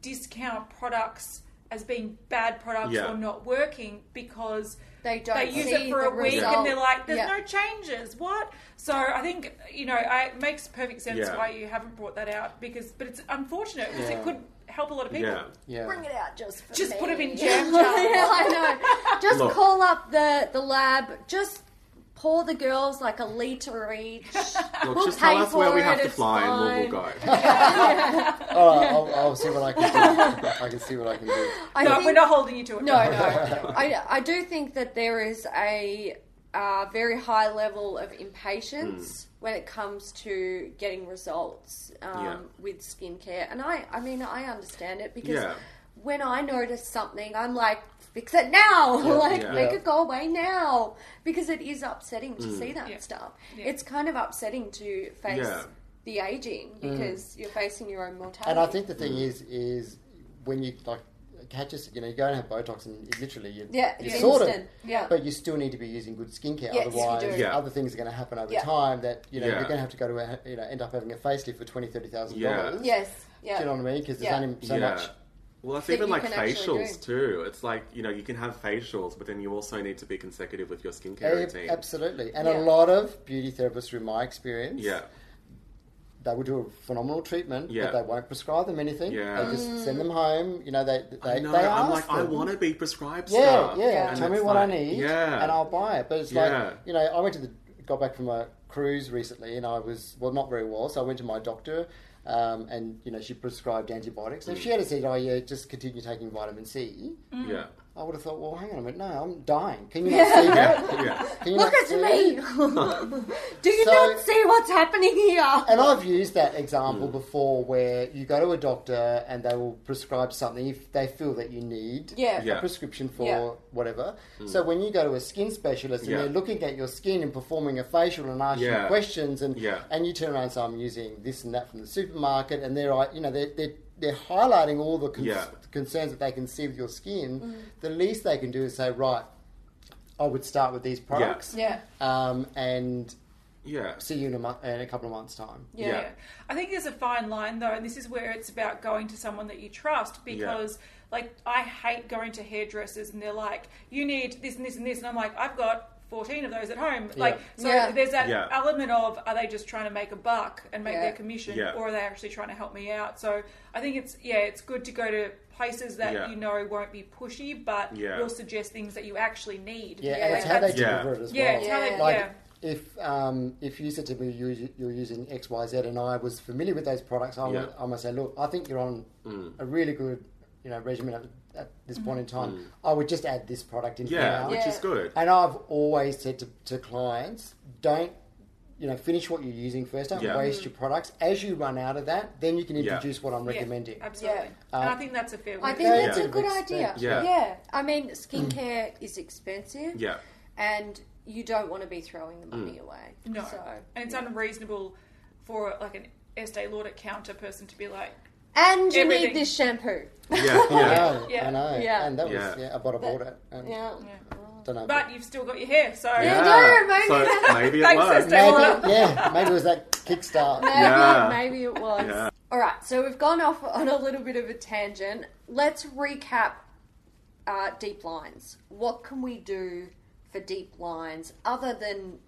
Speaker 2: discount products as being bad products
Speaker 4: Yeah.
Speaker 2: or not working because
Speaker 1: They don't
Speaker 2: they use
Speaker 1: see
Speaker 2: it for
Speaker 1: the
Speaker 2: a week
Speaker 1: result.
Speaker 2: and they're like, "There's
Speaker 1: Yeah.
Speaker 2: no changes." What? So I think you know I, it makes perfect sense
Speaker 4: Yeah.
Speaker 2: why you haven't brought that out because, but it's unfortunate because
Speaker 3: Yeah.
Speaker 2: it could help a lot of people.
Speaker 4: Yeah.
Speaker 3: Yeah.
Speaker 1: Bring it out just for
Speaker 2: Just
Speaker 1: me.
Speaker 2: put 'em
Speaker 1: (laughs)
Speaker 2: in jam
Speaker 1: yeah,
Speaker 2: jar.
Speaker 1: I know. Just
Speaker 4: Look.
Speaker 1: call up the the lab. Just pour the girls like a liter
Speaker 2: (laughs)
Speaker 1: each.
Speaker 4: Look,
Speaker 1: We'll
Speaker 4: just
Speaker 1: pay
Speaker 4: tell us where
Speaker 1: for
Speaker 4: we
Speaker 1: it,
Speaker 4: have to
Speaker 1: it's
Speaker 4: fly and we'll, we'll
Speaker 3: (laughs)
Speaker 4: go.
Speaker 3: All right, I'll, I'll see what I can
Speaker 1: (laughs)
Speaker 3: do. I can see what I can do.
Speaker 1: I
Speaker 2: No,
Speaker 1: think-
Speaker 2: (laughs)
Speaker 4: (laughs)
Speaker 2: we're not holding you to it.
Speaker 1: No, no. I, I do think that there is a uh, very high level of
Speaker 4: Hmm.
Speaker 1: impatience when it comes to getting results um,
Speaker 4: Yeah.
Speaker 1: with skincare. And I, I mean, I understand it because
Speaker 4: Yeah.
Speaker 1: when I notice something, I'm like, fix it now! (laughs) like,
Speaker 4: yeah. Hmm.
Speaker 1: make
Speaker 3: Yeah.
Speaker 1: it go away now! Because it is upsetting to see that
Speaker 2: Yeah.
Speaker 1: stuff.
Speaker 2: Yeah.
Speaker 1: It's kind of upsetting to face
Speaker 4: Yeah. Hmm.
Speaker 1: the aging because you're facing your own mortality.
Speaker 3: And I think the thing is, is when you like catch us, you know, you go and have Botox, and it literally you,
Speaker 1: yeah,
Speaker 3: you're
Speaker 1: it's
Speaker 3: sorted.
Speaker 1: instant. Yeah.
Speaker 3: But you still need to be using good skincare,
Speaker 1: Yes, you
Speaker 3: otherwise
Speaker 1: do.
Speaker 4: Yeah.
Speaker 3: other things are going to happen over
Speaker 1: Yeah.
Speaker 3: time that you know
Speaker 4: Yeah.
Speaker 3: you're going to have to go to a, you know end up having a facelift for twenty thirty thousand dollars.
Speaker 1: yes.
Speaker 3: Do you know
Speaker 1: Yeah.
Speaker 3: what I mean? Because there's
Speaker 1: Yeah.
Speaker 3: only so much.
Speaker 4: Well, that's
Speaker 1: that
Speaker 4: even
Speaker 1: you
Speaker 4: like
Speaker 1: can actually
Speaker 4: facials too. It's like you know you can have facials, but then you also need to be consecutive with your skincare
Speaker 3: Ab-
Speaker 4: routine.
Speaker 3: Absolutely, and
Speaker 1: Yeah.
Speaker 3: a lot of beauty therapists, through my experience,
Speaker 4: Yeah,
Speaker 3: they will do a phenomenal treatment,
Speaker 4: Yeah.
Speaker 3: but they won't prescribe them anything.
Speaker 4: Yeah.
Speaker 3: They just send them home. You know, they they,
Speaker 4: I know.
Speaker 3: they ask
Speaker 4: I'm like, I
Speaker 3: them.
Speaker 4: want to be prescribed
Speaker 3: Yeah,
Speaker 4: stuff.
Speaker 3: yeah.
Speaker 1: Yeah.
Speaker 4: And
Speaker 3: Tell me
Speaker 4: it's
Speaker 3: what I
Speaker 4: like-
Speaker 3: need,
Speaker 4: Yeah,
Speaker 3: and I'll buy it. But it's
Speaker 4: Yeah.
Speaker 3: like you know, I went to the got back from a cruise recently, and I was well, not very well, so I went to my doctor, um, and you know, she prescribed antibiotics.
Speaker 4: Mm.
Speaker 3: And if she had said, "Oh yeah, just continue taking vitamin C,"
Speaker 4: yeah,
Speaker 3: I would have thought, "Well, hang on a minute, no, I'm dying. Can you
Speaker 1: (laughs)
Speaker 3: not see that?
Speaker 4: yeah, yeah.
Speaker 3: Can you
Speaker 1: Look
Speaker 3: not
Speaker 1: at
Speaker 3: see
Speaker 1: me!
Speaker 3: it?"
Speaker 1: Do you
Speaker 3: So-
Speaker 1: not see what's happening here?
Speaker 3: And I've used that
Speaker 4: Mm.
Speaker 3: example before, where you go to a doctor and they will prescribe something if they feel that you need.
Speaker 1: Yeah.
Speaker 4: Yeah. Mm.
Speaker 3: a prescription for
Speaker 1: Yeah.
Speaker 3: whatever. So when you go to a skin specialist and
Speaker 4: Yeah.
Speaker 3: they're looking at your skin and performing a facial and asking
Speaker 4: Yeah.
Speaker 3: you questions and
Speaker 4: Yeah.
Speaker 3: and you turn around and say I'm using this and that from the supermarket and they're like, you know they're they're, they're highlighting all the cons-
Speaker 4: Yeah.
Speaker 3: concerns that they can see with your skin.
Speaker 1: Mm.
Speaker 3: The least they can do is say right. I would start with these products,
Speaker 1: Yeah.
Speaker 3: um, and
Speaker 4: yeah.
Speaker 3: see you in a, mo- in a couple of months' time.
Speaker 1: Yeah.
Speaker 4: Yeah.
Speaker 1: Yeah.
Speaker 2: Yeah. I think there's a fine line though, and this is where it's about going to someone that you trust because like I hate going to hairdressers and they're like, You need this and this and this and I'm like, I've got fourteen of those at home. Like so
Speaker 1: Yeah.
Speaker 2: there's that
Speaker 4: Yeah.
Speaker 2: element of are they just trying to make a buck and make
Speaker 1: Yeah.
Speaker 2: their commission
Speaker 4: Yeah.
Speaker 2: or are they actually trying to help me out? So I think it's yeah, it's good to go to places that
Speaker 4: Yeah.
Speaker 2: you know won't be pushy but
Speaker 4: Yeah.
Speaker 2: will suggest things that you actually need.
Speaker 3: Yeah,
Speaker 1: Yeah.
Speaker 3: and it's how they
Speaker 2: That's-
Speaker 4: Yeah.
Speaker 3: deliver it as
Speaker 2: yeah,
Speaker 3: well.
Speaker 2: it's how they-
Speaker 1: Yeah.
Speaker 3: Like
Speaker 2: yeah.
Speaker 3: if um, if you said to me you, you're using X Y Z and I was familiar with those products, I,
Speaker 4: Yeah. Mm.
Speaker 3: would, I must say, look, I think you're on a really good you know regimen at, at this point
Speaker 2: Mm.
Speaker 3: in time. I would just add this product in
Speaker 4: Mm. yeah,
Speaker 3: now.
Speaker 4: which is
Speaker 1: Yeah.
Speaker 4: good.
Speaker 3: And I've always said to, to clients, don't you know finish what you're using first. Don't
Speaker 4: Yeah.
Speaker 3: waste your products. As you run out of that, then you can
Speaker 4: Yeah.
Speaker 3: introduce what I'm
Speaker 2: Yeah,
Speaker 3: recommending.
Speaker 2: absolutely.
Speaker 3: Yeah.
Speaker 2: and I
Speaker 3: Um,
Speaker 2: think that's a fair way
Speaker 1: I
Speaker 2: to
Speaker 1: think
Speaker 3: Yeah.
Speaker 1: that's
Speaker 3: Yeah.
Speaker 1: a good idea.
Speaker 3: Expensive.
Speaker 4: Yeah.
Speaker 1: Yeah. I mean, skincare is expensive.
Speaker 4: Yeah,
Speaker 1: And you don't want to be throwing the money away.
Speaker 2: No,
Speaker 1: So,
Speaker 2: and it's unreasonable for like an Estee Lauder counter person to be like,
Speaker 1: and you
Speaker 2: Everything.
Speaker 1: need this shampoo.
Speaker 3: (laughs)
Speaker 4: yeah,
Speaker 3: I
Speaker 4: yeah.
Speaker 3: know,
Speaker 2: Yeah.
Speaker 3: I know.
Speaker 1: Yeah.
Speaker 3: And that was
Speaker 4: Yeah.
Speaker 3: yeah, I bought, I bought it. And
Speaker 1: Yeah.
Speaker 3: Don't know.
Speaker 2: but you've still got your hair, so
Speaker 1: Yeah. no, maybe
Speaker 4: So
Speaker 1: that-
Speaker 4: maybe it
Speaker 2: Thanks,
Speaker 1: (laughs)
Speaker 4: works.
Speaker 2: sister.
Speaker 3: maybe, yeah, maybe it was that kickstart.
Speaker 1: Maybe,
Speaker 4: Yeah.
Speaker 1: (laughs) maybe it was.
Speaker 4: Yeah.
Speaker 1: All right, so we've gone off on a little bit of a tangent. Let's recap uh, deep lines. What can we do for deep lines other than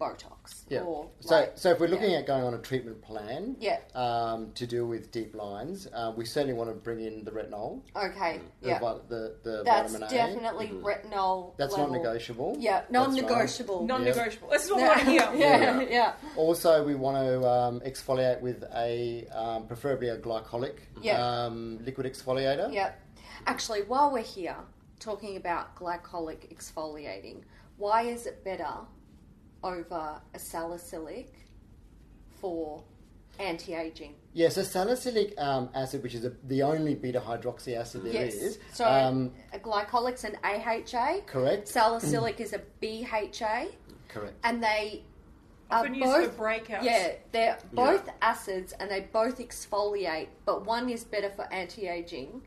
Speaker 1: Botox?
Speaker 3: Yeah.
Speaker 1: Or
Speaker 3: so,
Speaker 1: like-
Speaker 3: so if we're looking
Speaker 1: yeah.
Speaker 3: at going on a treatment plan,
Speaker 1: Yeah.
Speaker 3: um, to deal with deep lines, uh, we certainly want to bring in the retinol,
Speaker 1: Okay,
Speaker 3: the,
Speaker 1: yeah.
Speaker 3: vi- the, the
Speaker 1: That's
Speaker 3: vitamin A. mm-hmm.
Speaker 1: definitely retinol.
Speaker 3: That's
Speaker 1: level.
Speaker 3: non-negotiable.
Speaker 1: Yeah,
Speaker 3: That's right.
Speaker 1: non-negotiable.
Speaker 2: non-negotiable. This is what
Speaker 1: No,
Speaker 2: we want to hear.
Speaker 1: (laughs) yeah, yeah,
Speaker 3: Also, we want to um, exfoliate with a um, preferably a glycolic
Speaker 1: Yeah.
Speaker 3: um, liquid exfoliator.
Speaker 1: yeah. Actually, while we're here talking about glycolic exfoliating, why is it better over a salicylic for anti-aging?
Speaker 3: Yeah, so salicylic um, acid, which is a, the only beta hydroxy acid there is.
Speaker 1: yes. So
Speaker 3: um,
Speaker 1: a glycolic's an AHA.
Speaker 3: Correct.
Speaker 1: Salicylic is a BHA,
Speaker 3: correct.
Speaker 1: and they are
Speaker 2: Often used
Speaker 1: both
Speaker 2: for breakouts.
Speaker 1: Yeah, they're both acids and they both exfoliate, but one is better for anti aging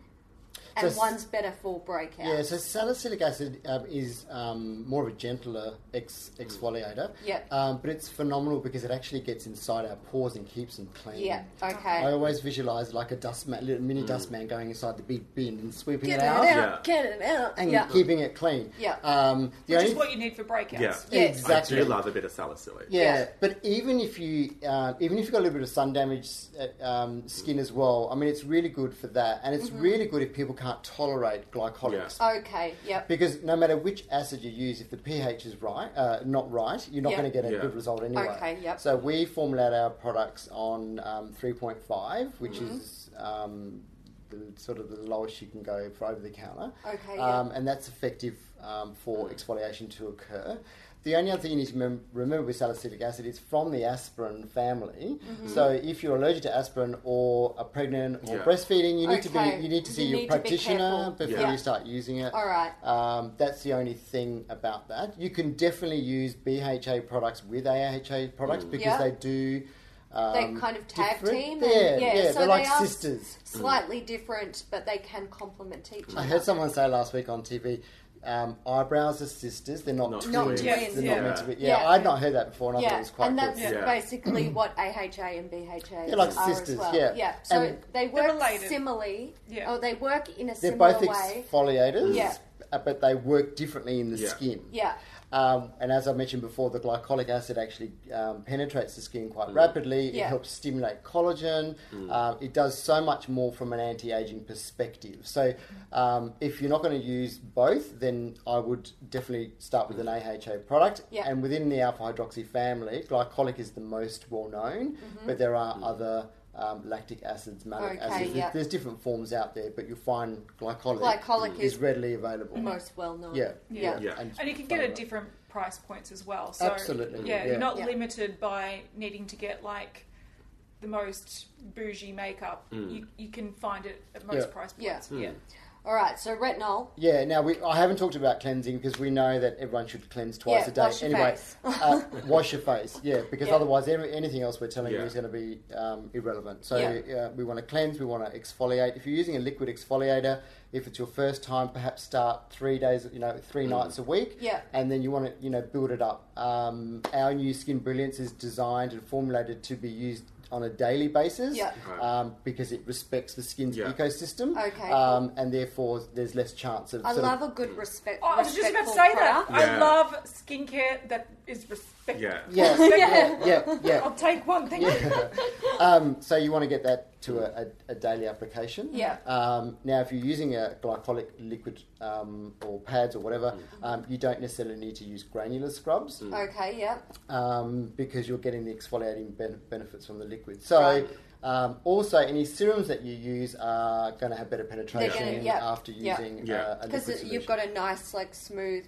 Speaker 1: and
Speaker 3: So s-
Speaker 1: one's better for breakout.
Speaker 3: Yeah, so salicylic acid um, is um, more of a gentler ex-
Speaker 4: Mm.
Speaker 3: exfoliator.
Speaker 1: Yep.
Speaker 3: Um, but it's phenomenal because it actually gets inside our pores and keeps them clean.
Speaker 1: Yeah, okay.
Speaker 3: I always visualise like a dust ma- little mini dustman going inside the big bin and sweeping
Speaker 1: Get
Speaker 3: it out,
Speaker 4: Mm. Yeah.
Speaker 1: get it out.
Speaker 3: and
Speaker 1: Yeah.
Speaker 3: keeping it clean.
Speaker 1: Yeah.
Speaker 3: Um, the
Speaker 2: which
Speaker 3: only
Speaker 2: is what you need for breakouts.
Speaker 4: Yeah.
Speaker 1: Yes.
Speaker 3: exactly.
Speaker 4: I do love a bit of salicylic.
Speaker 3: Yeah,
Speaker 1: Yeah.
Speaker 3: but even if you um, even if you've got a little bit of sun damage uh, um, skin as well, I mean, it's really good for that, and it's really good if people can't tolerate glycolics.
Speaker 4: Mm-hmm. Yeah.
Speaker 1: Okay, yep.
Speaker 3: Because no matter which acid you use, if the pH is right, uh, not right, you're not
Speaker 1: Yeah.
Speaker 3: going to get a
Speaker 4: Yeah.
Speaker 3: good result anyway.
Speaker 1: Okay, yep.
Speaker 3: So
Speaker 1: Mm-hmm.
Speaker 3: we formulate our products on um, 3.5, which is um, the sort of the lowest you can go for over the counter.
Speaker 1: Okay, yeah. Mm-hmm.
Speaker 3: Um, and that's effective um, for exfoliation to occur. The only other thing you need to remem- remember with salicylic acid is from the aspirin family.
Speaker 1: Mm-hmm.
Speaker 3: So if you're allergic to aspirin or are pregnant or
Speaker 4: Yeah.
Speaker 3: breastfeeding, you need to
Speaker 1: Okay.
Speaker 3: be you need to see
Speaker 1: You
Speaker 3: your
Speaker 1: need to be
Speaker 3: practitioner
Speaker 1: careful.
Speaker 3: before
Speaker 4: Yeah.
Speaker 3: you start using it.
Speaker 1: All right.
Speaker 3: Um, that's the only thing about that. You can definitely use BHA products with AHA products because
Speaker 1: Yeah.
Speaker 3: they do. Um,
Speaker 1: they kind of tag
Speaker 3: different-
Speaker 1: team.
Speaker 3: Yeah,
Speaker 1: and, yeah,
Speaker 3: yeah,
Speaker 1: so
Speaker 3: they're
Speaker 1: they
Speaker 3: like
Speaker 1: are s-
Speaker 3: sisters.
Speaker 1: Slightly different, but they can complement each other.
Speaker 3: I heard someone say last week on TV, um, eyebrows are sisters. They're not,
Speaker 4: Not
Speaker 1: twins.
Speaker 3: twins. They're
Speaker 2: Yes,
Speaker 3: not
Speaker 2: yeah.
Speaker 3: meant to be. Yeah,
Speaker 1: Yeah.
Speaker 3: I'd not heard that before, and I thought it
Speaker 1: yeah,
Speaker 3: was quite
Speaker 1: and that's
Speaker 3: good.
Speaker 4: Yeah.
Speaker 3: (clears throat)
Speaker 1: basically what AHA and BHA
Speaker 3: They're like
Speaker 1: are
Speaker 3: sisters,
Speaker 1: as well.
Speaker 3: yeah.
Speaker 1: so
Speaker 3: And-
Speaker 1: they
Speaker 2: They're
Speaker 1: work
Speaker 2: related.
Speaker 1: similarly.
Speaker 2: Yeah.
Speaker 1: Oh, they work in a
Speaker 3: They're
Speaker 1: similar
Speaker 3: both
Speaker 1: way.
Speaker 3: exfoliators,
Speaker 1: Yeah.
Speaker 3: uh, but they work differently in the
Speaker 4: Yeah.
Speaker 3: skin.
Speaker 1: Yeah.
Speaker 3: Um, and as I mentioned before, the glycolic acid actually um, penetrates the skin quite rapidly. It
Speaker 1: Yeah.
Speaker 3: helps stimulate collagen. Um, it does so much more from an anti aging perspective. So, um, if you're not going to use both, then I would definitely start with an AHA product.
Speaker 1: Yeah.
Speaker 3: And within the alpha hydroxy family, glycolic is the most well known, but there are other. Um, lactic acids, malic
Speaker 1: Mm-hmm. Okay,
Speaker 3: acids. There-
Speaker 1: yeah.
Speaker 3: There's different forms out there, but you'll find glycolic,
Speaker 1: Glycolic
Speaker 3: is,
Speaker 1: is
Speaker 3: readily
Speaker 2: Mm.
Speaker 3: available.
Speaker 1: Most well known.
Speaker 3: Yeah,
Speaker 1: Yeah.
Speaker 4: Yeah.
Speaker 2: And you can get at
Speaker 3: different.
Speaker 2: different price points as well. So
Speaker 3: Absolutely,
Speaker 2: Yeah,
Speaker 3: yeah.
Speaker 2: you're not
Speaker 1: Yeah.
Speaker 2: limited by needing to get like the most bougie makeup. You, you can find it at most
Speaker 3: Yeah.
Speaker 2: price
Speaker 1: Yeah.
Speaker 2: points. Yeah.
Speaker 1: All right, so retinol.
Speaker 3: Yeah, now we, I haven't talked about cleansing because we know that everyone should cleanse twice
Speaker 1: Yeah,
Speaker 3: a day.
Speaker 1: wash your
Speaker 3: anyway,
Speaker 1: face. (laughs)
Speaker 3: uh, wash your face, yeah, because
Speaker 1: Yeah.
Speaker 3: otherwise every, anything else we're telling you
Speaker 4: Yeah.
Speaker 3: is going to be um, irrelevant. So
Speaker 1: Yeah.
Speaker 3: uh, we want to cleanse, we want to exfoliate. If you're using a liquid exfoliator, if it's your first time, perhaps start three days, you know, three
Speaker 1: Mm.
Speaker 3: nights a week,
Speaker 1: Yeah.
Speaker 3: and then you want to, you know, build it up. Um, our new Skin Brilliance is designed and formulated to be used on a daily basis
Speaker 1: Yeah.
Speaker 4: Right.
Speaker 3: um, because it respects the skin's
Speaker 4: Yeah.
Speaker 3: ecosystem
Speaker 1: Okay,
Speaker 3: um, and therefore there's less chance of
Speaker 1: I
Speaker 3: sort of-
Speaker 1: love a good respect.
Speaker 2: Oh, I was just about to
Speaker 1: respectful
Speaker 2: say that.
Speaker 1: product.
Speaker 4: Yeah.
Speaker 2: I love skincare that is (laughs) respectful.
Speaker 4: Yeah.
Speaker 3: (laughs) Yeah,
Speaker 1: (laughs)
Speaker 3: yeah, yeah,
Speaker 2: I'll
Speaker 3: yeah.
Speaker 2: take one thing.
Speaker 3: (laughs) Um, so you want to get that to a, a, a daily application.
Speaker 1: Yeah.
Speaker 3: Um, now, if you're using a glycolic liquid um, or pads or whatever,
Speaker 4: Mm.
Speaker 3: um, you don't necessarily need to use granular scrubs
Speaker 1: Okay, yeah.
Speaker 3: um, because you're getting the exfoliating ben- benefits from the liquid. So.
Speaker 1: Right.
Speaker 3: Um, also, any serums that you use are going to have better penetration
Speaker 1: They're gonna- yeah,
Speaker 3: after
Speaker 1: yeah.
Speaker 3: using
Speaker 4: Yeah.
Speaker 3: Uh, a liquid
Speaker 1: Because
Speaker 3: solution.
Speaker 1: you've got a nice, like, smooth.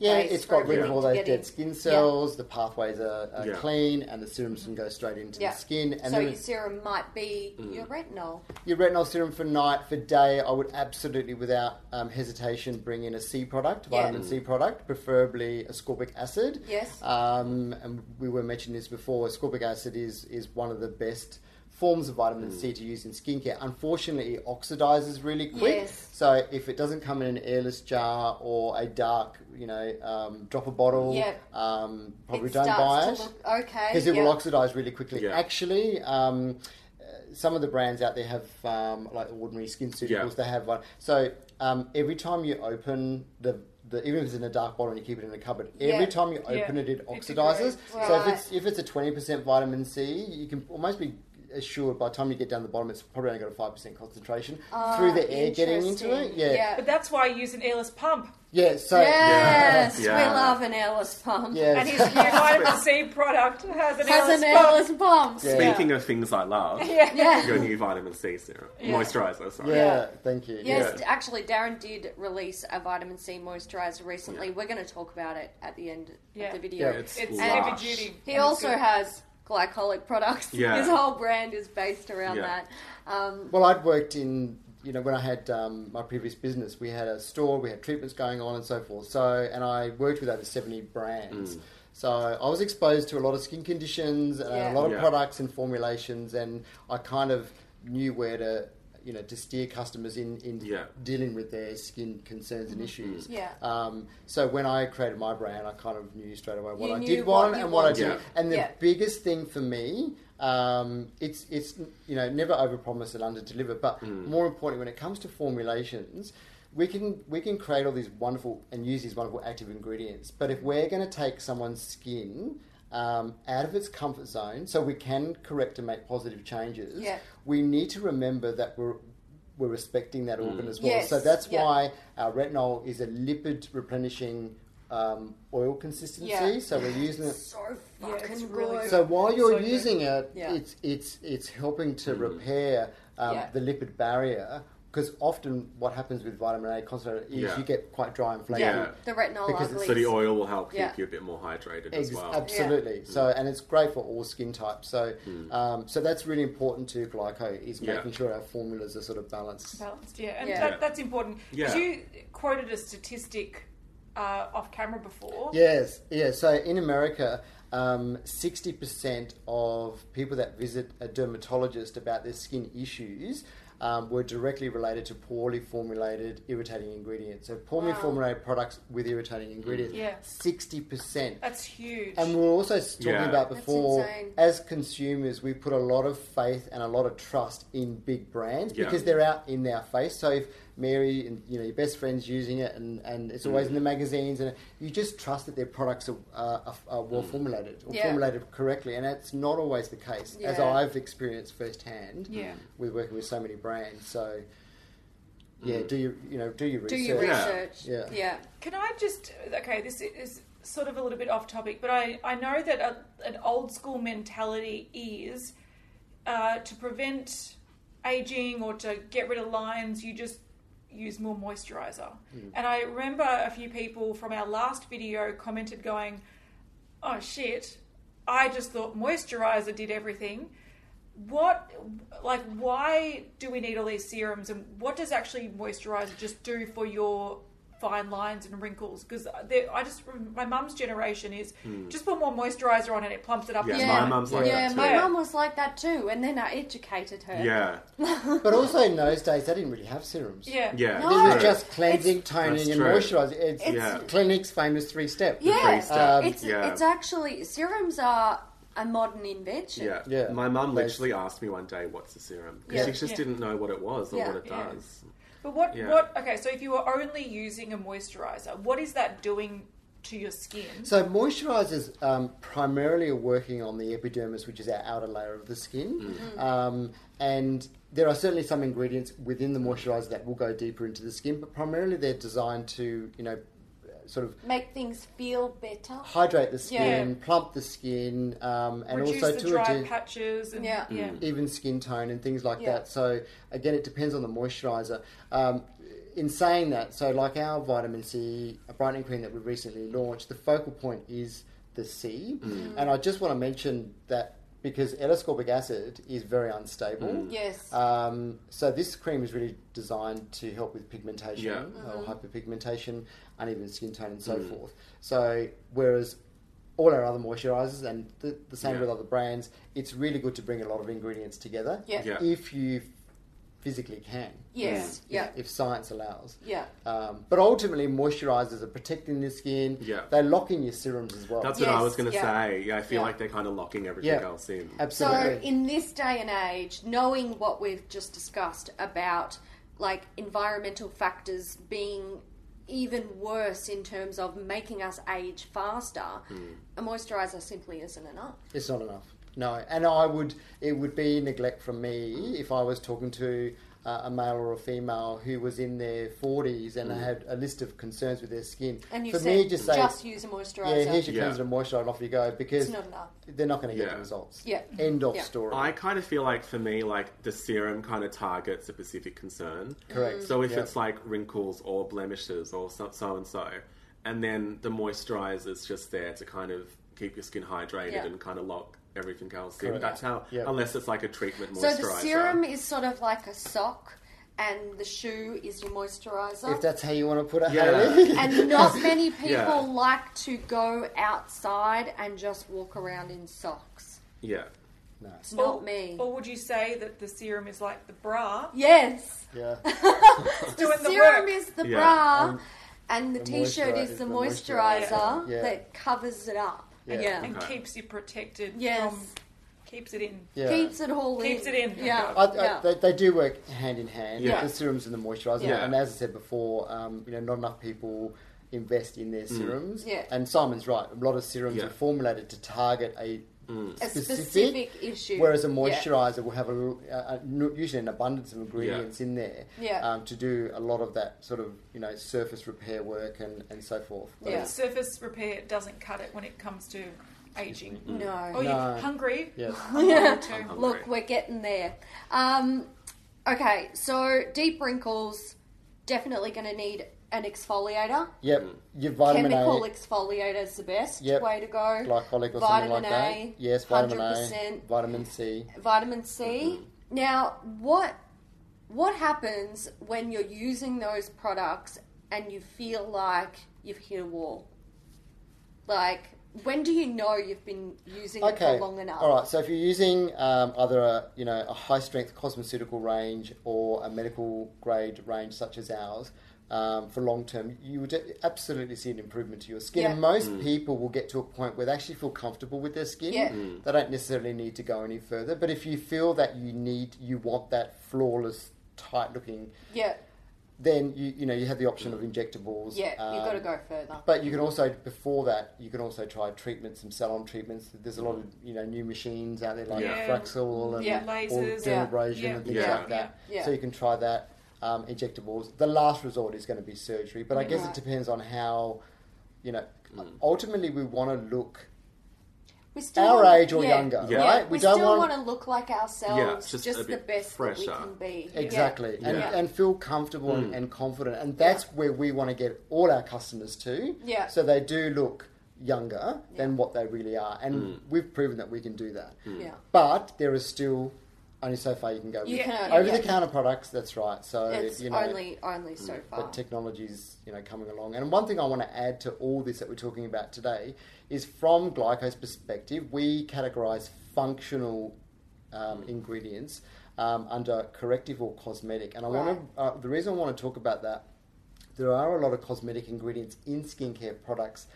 Speaker 3: Yeah,
Speaker 1: base
Speaker 3: it's
Speaker 1: for
Speaker 3: got rid of
Speaker 1: everything
Speaker 3: all
Speaker 1: to
Speaker 3: those
Speaker 1: get in.
Speaker 3: dead skin cells. The pathways are, are
Speaker 4: Yeah.
Speaker 3: clean, and the serums can go straight into
Speaker 1: Yeah.
Speaker 3: the skin. And
Speaker 1: so
Speaker 3: then Mm.
Speaker 1: your serum might be your retinol.
Speaker 3: your retinol serum for night, for day, I would absolutely, without um, hesitation, bring in a C product,
Speaker 1: Yeah.
Speaker 3: vitamin C product, preferably ascorbic acid.
Speaker 1: Yes.
Speaker 3: Um, and we were mentioning this before. Ascorbic acid is is one of the best forms of vitamin C to use in skincare. Unfortunately, it oxidizes really quick.
Speaker 1: Yes.
Speaker 3: So if it doesn't come in an airless jar or a dark, you know, um, dropper bottle,
Speaker 1: Yeah.
Speaker 3: um, probably
Speaker 1: it
Speaker 3: don't buy
Speaker 1: starts
Speaker 3: it
Speaker 1: to look okay.
Speaker 3: because it
Speaker 1: yeah.
Speaker 3: will oxidize really quickly.
Speaker 4: Yeah.
Speaker 3: Actually, um, uh, some of the brands out there have um, like ordinary skin suitables.
Speaker 4: Yeah.
Speaker 3: They have one. So um, every time you open the, the even if it's in a dark bottle and you keep it in a cupboard, every
Speaker 1: Yeah.
Speaker 3: time you
Speaker 2: Yeah.
Speaker 3: open it, it
Speaker 2: It
Speaker 3: oxidizes.
Speaker 2: degrades.
Speaker 3: So if
Speaker 1: Right.
Speaker 3: it's if it's a twenty percent vitamin C, you can almost be assured by the time you get down to the bottom, it's probably only got a five percent concentration
Speaker 1: Ah,
Speaker 3: through the air getting into it.
Speaker 1: interesting.
Speaker 3: Yeah, yeah.
Speaker 2: But that's why I use an airless pump.
Speaker 3: so
Speaker 1: Yes,
Speaker 4: Yeah.
Speaker 1: we love an Ellis pump.
Speaker 3: Yeah.
Speaker 2: And his new
Speaker 3: (laughs)
Speaker 2: vitamin C product has an
Speaker 1: Has
Speaker 2: airless
Speaker 1: an
Speaker 2: pump.
Speaker 1: Ellis pump.
Speaker 3: Yeah.
Speaker 4: Speaking of things I love, (laughs)
Speaker 2: Yeah.
Speaker 1: Yeah.
Speaker 4: your new vitamin C serum.
Speaker 2: Yeah.
Speaker 4: Moisturizer, sorry.
Speaker 3: (laughs) yeah,
Speaker 1: Yeah.
Speaker 3: thank you.
Speaker 1: Yes,
Speaker 4: Yeah.
Speaker 1: d- actually, Darren did release a vitamin C moisturizer recently. We're going to talk about it at the end
Speaker 2: Yeah.
Speaker 1: of the video.
Speaker 3: Yeah.
Speaker 4: It's,
Speaker 2: It's
Speaker 4: lush.
Speaker 2: heavy duty.
Speaker 1: He
Speaker 2: and it's
Speaker 1: also
Speaker 2: good.
Speaker 1: has glycolic products.
Speaker 4: Yeah.
Speaker 1: His whole brand is based around
Speaker 4: Yeah.
Speaker 1: that. Um,
Speaker 3: Well, I'd worked in, you know, when I had um, my previous business, we had a store, we had treatments going on and so forth. So, and I worked with over 70
Speaker 4: Mm.
Speaker 3: brands. So I was exposed to a lot of skin conditions and
Speaker 1: Yeah.
Speaker 3: a lot of
Speaker 4: Yeah.
Speaker 3: products and formulations, and I kind of knew where to, you know, to steer customers in, in
Speaker 4: Yeah.
Speaker 3: dealing with their skin concerns and issues.
Speaker 1: Yeah.
Speaker 3: Um, so when I created my brand, I kind of knew straight away what
Speaker 1: You
Speaker 3: I
Speaker 1: knew
Speaker 3: did
Speaker 1: what
Speaker 3: want
Speaker 1: you
Speaker 3: and what I
Speaker 1: wanted.
Speaker 3: did.
Speaker 4: Yeah.
Speaker 3: And the
Speaker 1: Yeah.
Speaker 3: biggest thing for me, um, it's it's you know never overpromise and underdeliver, but more importantly, when it comes to formulations, we can we can create all these wonderful and use these wonderful active ingredients, but if we're going to take someone's skin. Um, out of its comfort zone, so we can correct and make positive changes.
Speaker 1: Yeah.
Speaker 3: We need to remember that we're we're respecting that organ as well.
Speaker 1: Yes,
Speaker 3: So that's
Speaker 1: yeah.
Speaker 3: why our retinol is a lipid replenishing um, oil consistency.
Speaker 1: Yeah.
Speaker 3: So we're using it
Speaker 1: so
Speaker 2: Yeah, it's
Speaker 1: fucking
Speaker 2: really
Speaker 1: good.
Speaker 3: so while
Speaker 2: It's
Speaker 3: you're
Speaker 2: so good.
Speaker 3: using it,
Speaker 1: Yeah.
Speaker 4: Mm-hmm.
Speaker 3: it's it's it's helping to repair um,
Speaker 1: Yeah.
Speaker 3: the lipid barrier because often what happens with vitamin A concentrate is
Speaker 4: Yeah.
Speaker 3: you get quite dry and flaky.
Speaker 1: Yeah,
Speaker 4: Yeah.
Speaker 1: the retinol
Speaker 3: Because
Speaker 1: ugly.
Speaker 3: it's-
Speaker 4: So the oil will help keep
Speaker 1: Yeah.
Speaker 4: you a bit more hydrated as
Speaker 3: Ex-
Speaker 4: well.
Speaker 3: Absolutely. So, and it's great for all skin types. So, um, so that's really important to Glyco is
Speaker 4: Mm. Yeah.
Speaker 3: making sure our formulas are sort of balanced.
Speaker 2: balanced. Yeah, and
Speaker 1: Yeah.
Speaker 4: Yeah.
Speaker 2: That, that's important. 'Cause
Speaker 4: Yeah.
Speaker 2: you quoted a statistic uh, off camera before.
Speaker 3: Yes, yeah. So in America, um, sixty percent of people that visit a dermatologist about their skin issues um, were directly related to poorly formulated irritating ingredients. So poorly
Speaker 1: Wow.
Speaker 3: formulated products with irritating ingredients.
Speaker 2: Yeah.
Speaker 3: sixty percent.
Speaker 2: That's huge.
Speaker 3: And we were also s- talking
Speaker 4: Yeah.
Speaker 3: about
Speaker 1: That's
Speaker 3: before,
Speaker 1: insane.
Speaker 3: as consumers, we put a lot of faith and a lot of trust in big brands
Speaker 4: Yeah.
Speaker 3: because they're out in our face. So if Mary and you know your best friend's using it, and, and it's always
Speaker 4: Mm.
Speaker 3: in the magazines, and you just trust that their products are, uh, are, are well
Speaker 4: Mm.
Speaker 3: formulated or
Speaker 1: Yeah.
Speaker 3: formulated correctly, and that's not always the case, as
Speaker 1: Yeah.
Speaker 3: I've experienced firsthand
Speaker 2: Yeah.
Speaker 3: with working with so many brands. So yeah,
Speaker 4: Mm.
Speaker 3: do your you know do your
Speaker 1: Do
Speaker 3: research.
Speaker 1: your
Speaker 4: Yeah.
Speaker 1: research.
Speaker 3: Yeah.
Speaker 1: yeah.
Speaker 2: Can I just okay? This is sort of a little bit off topic, but I I know that a, an old school mentality is uh, to prevent aging or to get rid of lines. You just use more moisturizer.
Speaker 4: Hmm.
Speaker 2: And I remember a few people from our last video commented going, "Oh shit! I just thought moisturizer did everything." What, like, why do we need all these serums, and what does actually moisturizer just do for your fine lines and wrinkles? Because I just, my mum's generation is just put more moisturizer on and it plumps it up.
Speaker 4: Hmm. Yeah,
Speaker 2: it's
Speaker 4: my
Speaker 2: fine."
Speaker 4: mum's like
Speaker 1: yeah,
Speaker 4: that
Speaker 1: my
Speaker 4: too.
Speaker 2: Yeah.
Speaker 1: mum was like that too, and then I educated her.
Speaker 4: Yeah,
Speaker 3: But also in those days, they didn't really have serums.
Speaker 2: Yeah,
Speaker 4: yeah.
Speaker 1: No. This
Speaker 3: It was
Speaker 1: Right.
Speaker 3: just cleansing,
Speaker 4: That's
Speaker 3: toning, and
Speaker 4: true.
Speaker 3: moisturising. It's,
Speaker 1: It's-
Speaker 4: Yeah.
Speaker 3: Clinique's famous three Um, step.
Speaker 1: Yeah,
Speaker 4: It's a
Speaker 3: priest.
Speaker 1: it's
Speaker 4: Yeah.
Speaker 1: it's actually serums are a modern invention.
Speaker 4: Yeah.
Speaker 3: Yeah.
Speaker 4: My mum
Speaker 3: Like-
Speaker 4: literally asked me one day, what's a serum? Because
Speaker 1: Yeah.
Speaker 4: she just
Speaker 2: Yeah.
Speaker 4: didn't know what it was or
Speaker 1: Yeah.
Speaker 4: what it
Speaker 2: Yeah.
Speaker 4: does.
Speaker 2: But what,
Speaker 4: Yeah.
Speaker 2: what? Okay, so if you are only using a moisturizer, what is that doing to your skin?
Speaker 3: So moisturisers um, primarily are working on the epidermis, which is our outer layer of the skin, um, and there are certainly some ingredients within the moisturiser that will go deeper into the skin, but primarily they're designed to, you know, sort of
Speaker 1: Make things feel better.
Speaker 3: hydrate the skin,
Speaker 2: Yeah.
Speaker 3: plump the skin, um, and
Speaker 2: Reduce
Speaker 3: also
Speaker 2: the
Speaker 3: to
Speaker 2: dry
Speaker 3: redu-
Speaker 2: patches and
Speaker 1: Yeah.
Speaker 2: yeah,
Speaker 3: even skin tone and things like
Speaker 1: Yeah.
Speaker 3: that. So again, it depends on the moisturizer. Um, in saying that, so like our vitamin C brightening cream that we recently launched, the focal point is the C, and I just want to mention that because L-ascorbic acid is very unstable.
Speaker 1: Yes.
Speaker 3: Um, so this cream is really designed to help with pigmentation
Speaker 4: Yeah.
Speaker 1: Mm-hmm.
Speaker 4: Mm.
Speaker 3: or hyperpigmentation, uneven skin tone, and so forth. So whereas all our other moisturisers and the, the same
Speaker 4: Yeah.
Speaker 3: with other brands, it's really good to bring a lot of ingredients together
Speaker 1: Yeah.
Speaker 4: Yeah.
Speaker 3: if you physically can.
Speaker 1: Yes.
Speaker 3: If-
Speaker 1: Yeah.
Speaker 3: If science allows.
Speaker 1: Yeah.
Speaker 3: Um, but ultimately, moisturisers are protecting the skin.
Speaker 4: Yeah.
Speaker 3: They lock in your serums as well.
Speaker 4: That's what I was
Speaker 1: Yes,
Speaker 4: going to
Speaker 1: yeah.
Speaker 4: say. Yeah, I feel
Speaker 1: Yeah.
Speaker 4: like they're kind of locking everything
Speaker 3: Yeah.
Speaker 4: else in.
Speaker 1: So
Speaker 3: Absolutely.
Speaker 1: in this day and age, knowing what we've just discussed about like environmental factors being even worse in terms of making us age faster,
Speaker 4: Hmm.
Speaker 1: a moisturizer simply isn't enough.
Speaker 3: It's not enough. No, and I would. It would be neglect from me if I was talking to uh, a male or a female who was in their forties and they had a list of concerns with their skin.
Speaker 1: Mm. And you
Speaker 3: for
Speaker 1: said
Speaker 3: me, just say,
Speaker 1: use a
Speaker 3: yeah,
Speaker 1: moisturizer.
Speaker 3: here's your
Speaker 4: Yeah.
Speaker 3: cleanser and moisturiser, and off you go because
Speaker 1: it's not enough.
Speaker 3: they're not going to get
Speaker 4: Yeah.
Speaker 3: the results.
Speaker 1: Yeah.
Speaker 3: End of
Speaker 1: Yeah.
Speaker 3: story.
Speaker 4: I kind of feel like for me, like the serum kind of targets a specific concern.
Speaker 3: Correct.
Speaker 1: Mm-hmm.
Speaker 4: So if
Speaker 3: Yeah.
Speaker 4: it's like wrinkles or blemishes or so so and so, and then the moisturizer is just there to kind of keep your skin hydrated
Speaker 1: Yeah.
Speaker 4: and kind of lock everything else in.
Speaker 3: Correct.
Speaker 4: That's how,
Speaker 3: Yeah.
Speaker 4: unless it's like a treatment moisturizer.
Speaker 1: So the serum is sort of like a sock, and the shoe is your moisturizer.
Speaker 3: if that's how you want to put it,
Speaker 1: (laughs)
Speaker 4: Yeah.
Speaker 3: Hayley.
Speaker 1: and
Speaker 3: (laughs)
Speaker 1: not many people
Speaker 4: Yeah.
Speaker 1: like to go outside and just walk around in socks.
Speaker 4: yeah.
Speaker 3: no.
Speaker 1: It's
Speaker 2: Or-
Speaker 1: not me.
Speaker 2: Or would you say that the serum is like the bra? (laughs)
Speaker 1: Yes.
Speaker 3: Yeah.
Speaker 2: It's doing the
Speaker 1: Serum
Speaker 2: work.
Speaker 1: is the
Speaker 4: Yeah.
Speaker 1: bra, and
Speaker 3: And
Speaker 1: the,
Speaker 3: Um, the
Speaker 1: t-shirt
Speaker 3: moisturi-
Speaker 1: is the
Speaker 3: the
Speaker 1: moisturizer,
Speaker 3: moisturiser. Yeah.
Speaker 1: that covers it up.
Speaker 3: Yeah.
Speaker 1: Yeah.
Speaker 2: and
Speaker 4: Okay.
Speaker 2: keeps you protected.
Speaker 1: Yes.
Speaker 2: From, keeps it in.
Speaker 3: Yeah.
Speaker 1: Keeps it all in.
Speaker 2: Keeps it in.
Speaker 1: Yeah.
Speaker 3: I, I,
Speaker 1: yeah.
Speaker 3: They, they do work hand in hand.
Speaker 4: Yeah.
Speaker 3: The serums and the moisturiser.
Speaker 4: Yeah.
Speaker 3: And as I said before, um, you know, not enough people invest in their serums.
Speaker 1: Yeah.
Speaker 3: And Simon's right. A lot of serums
Speaker 4: Mm. Yeah. Mm.
Speaker 3: are formulated to target a
Speaker 1: a
Speaker 3: specific,
Speaker 1: specific issue.
Speaker 3: whereas a
Speaker 1: Yeah.
Speaker 3: moisturiser will have a, l- a- a- usually an abundance of ingredients in there
Speaker 1: Yeah.
Speaker 3: um, to do a lot of that sort of you know surface repair work and, and so forth. But
Speaker 1: Yeah.
Speaker 2: But surface repair doesn't cut it when it comes to aging.
Speaker 1: No.
Speaker 2: Oh, you're
Speaker 3: No.
Speaker 2: hungry?
Speaker 3: Yes.
Speaker 1: (laughs)
Speaker 4: (laughs)
Speaker 2: I'm hungry too.
Speaker 4: I'm hungry.
Speaker 1: Look, we're getting there. Um, Okay, so deep wrinkles definitely going to need an exfoliator.
Speaker 3: Yep, your vitamin
Speaker 1: Chemical
Speaker 3: A.
Speaker 1: exfoliator is the best
Speaker 3: Yep.
Speaker 1: way to go.
Speaker 3: Glycolic or something
Speaker 1: vitamin
Speaker 3: like that.
Speaker 1: A,
Speaker 3: Yes, vitamin
Speaker 1: 100%.
Speaker 3: A, Mm-hmm. vitamin C.
Speaker 1: vitamin C. Now, what what happens when you're using those products and you feel like you've hit a wall? Like, when do you know you've been using
Speaker 3: Okay.
Speaker 1: it for long enough?
Speaker 3: All right. So if you're using um, either a you know a high strength cosmeceutical range or a medical grade range such as ours um, for long term, you would absolutely see an improvement to your skin.
Speaker 1: Yeah.
Speaker 3: And most people will get to a point where they actually feel comfortable with their skin.
Speaker 1: Yeah.
Speaker 3: They don't necessarily need to go any further. But if you feel that you need, you want that flawless, tight looking,
Speaker 1: Yeah,
Speaker 3: then you you know you have the option of injectables.
Speaker 1: Mm. yeah, you've got to
Speaker 3: um,
Speaker 1: go further.
Speaker 3: but you can also, before that, you can also try treatments and salon treatments. There's a lot of you know new machines out there like
Speaker 2: Yeah.
Speaker 3: Fraxel and
Speaker 1: Yeah.
Speaker 3: all
Speaker 2: Lasers,
Speaker 1: yeah.
Speaker 3: dermabrasion
Speaker 2: Yeah.
Speaker 3: and things
Speaker 4: Yeah.
Speaker 3: like that.
Speaker 1: Yeah.
Speaker 3: So you can try that. Um, injectables. The last resort is going to be surgery, but I guess
Speaker 1: Right.
Speaker 3: it depends on how you know.
Speaker 4: Mm.
Speaker 3: Ultimately, we want to look
Speaker 1: we still
Speaker 3: our
Speaker 1: wanna-
Speaker 3: age or younger,
Speaker 4: Yeah.
Speaker 3: right?
Speaker 1: We,
Speaker 3: We don't
Speaker 1: still
Speaker 3: want-
Speaker 1: want to look like ourselves,
Speaker 4: Yeah, it's
Speaker 1: just,
Speaker 4: just a
Speaker 1: the
Speaker 4: bit
Speaker 1: best that
Speaker 4: fresher.
Speaker 1: we can be. Yeah.
Speaker 3: Exactly, And,
Speaker 4: Yeah. Mm.
Speaker 3: and feel comfortable and, and confident, and that's where we want to get all our customers to.
Speaker 1: Yeah.
Speaker 3: So they do look younger
Speaker 1: Yeah.
Speaker 3: than what they really are, and
Speaker 4: Mm.
Speaker 3: we've proven that we can do that.
Speaker 4: Hmm.
Speaker 1: Yeah.
Speaker 3: But there is still only so far you can go. With.
Speaker 1: You
Speaker 3: it.
Speaker 1: can-
Speaker 3: over
Speaker 1: yeah.
Speaker 3: the counter products. That's right. So
Speaker 1: It's
Speaker 3: you know, mm,
Speaker 1: only only so far.
Speaker 3: but technology's you know coming along. And one thing I want to add to all this that we're talking about today is from glyco's perspective, we categorise functional um, ingredients um, under corrective or cosmetic. And I want to uh, the reason I want to talk about that there are a lot of cosmetic ingredients in skincare products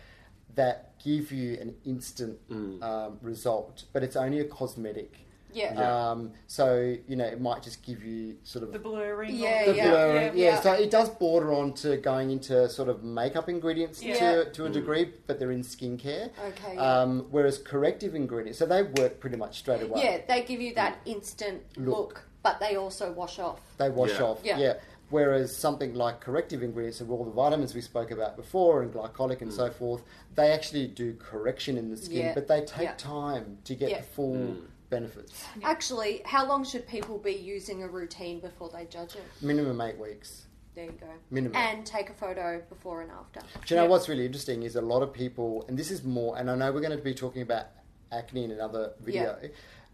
Speaker 3: that give you an instant um, result, but it's only a cosmetic.
Speaker 1: yeah.
Speaker 3: Um, so you know it might just give you sort of
Speaker 2: The blurring.
Speaker 1: Yeah,
Speaker 3: the
Speaker 2: or-
Speaker 1: yeah.
Speaker 3: blurring,
Speaker 1: yeah,
Speaker 3: yeah,
Speaker 1: yeah.
Speaker 3: So it does border on to going into sort of makeup ingredients
Speaker 1: Yeah.
Speaker 3: to, to a degree, but they're in skincare.
Speaker 1: Okay, yeah.
Speaker 3: Um, whereas corrective ingredients, so they work pretty much straight away.
Speaker 1: yeah, they give you that instant look.
Speaker 3: Mm. Look.
Speaker 1: but they also wash off.
Speaker 3: They wash
Speaker 4: Yeah.
Speaker 3: off.
Speaker 1: Yeah.
Speaker 3: Yeah. Whereas something like corrective ingredients, of all the vitamins we spoke about before, and glycolic and so forth, they actually do correction in the skin,
Speaker 1: Mm. Yeah.
Speaker 3: but they take
Speaker 1: Yeah.
Speaker 3: time to get
Speaker 1: Yeah.
Speaker 3: the full benefits.
Speaker 1: Actually, how long should people be using a routine before they judge it?
Speaker 3: Minimum eight weeks.
Speaker 1: There you go.
Speaker 3: Minimum.
Speaker 1: And take a photo before and after.
Speaker 3: Do you know
Speaker 2: Yeah.
Speaker 3: what's really interesting is a lot of people, and this is more, and I know we're going to be talking about acne in another video,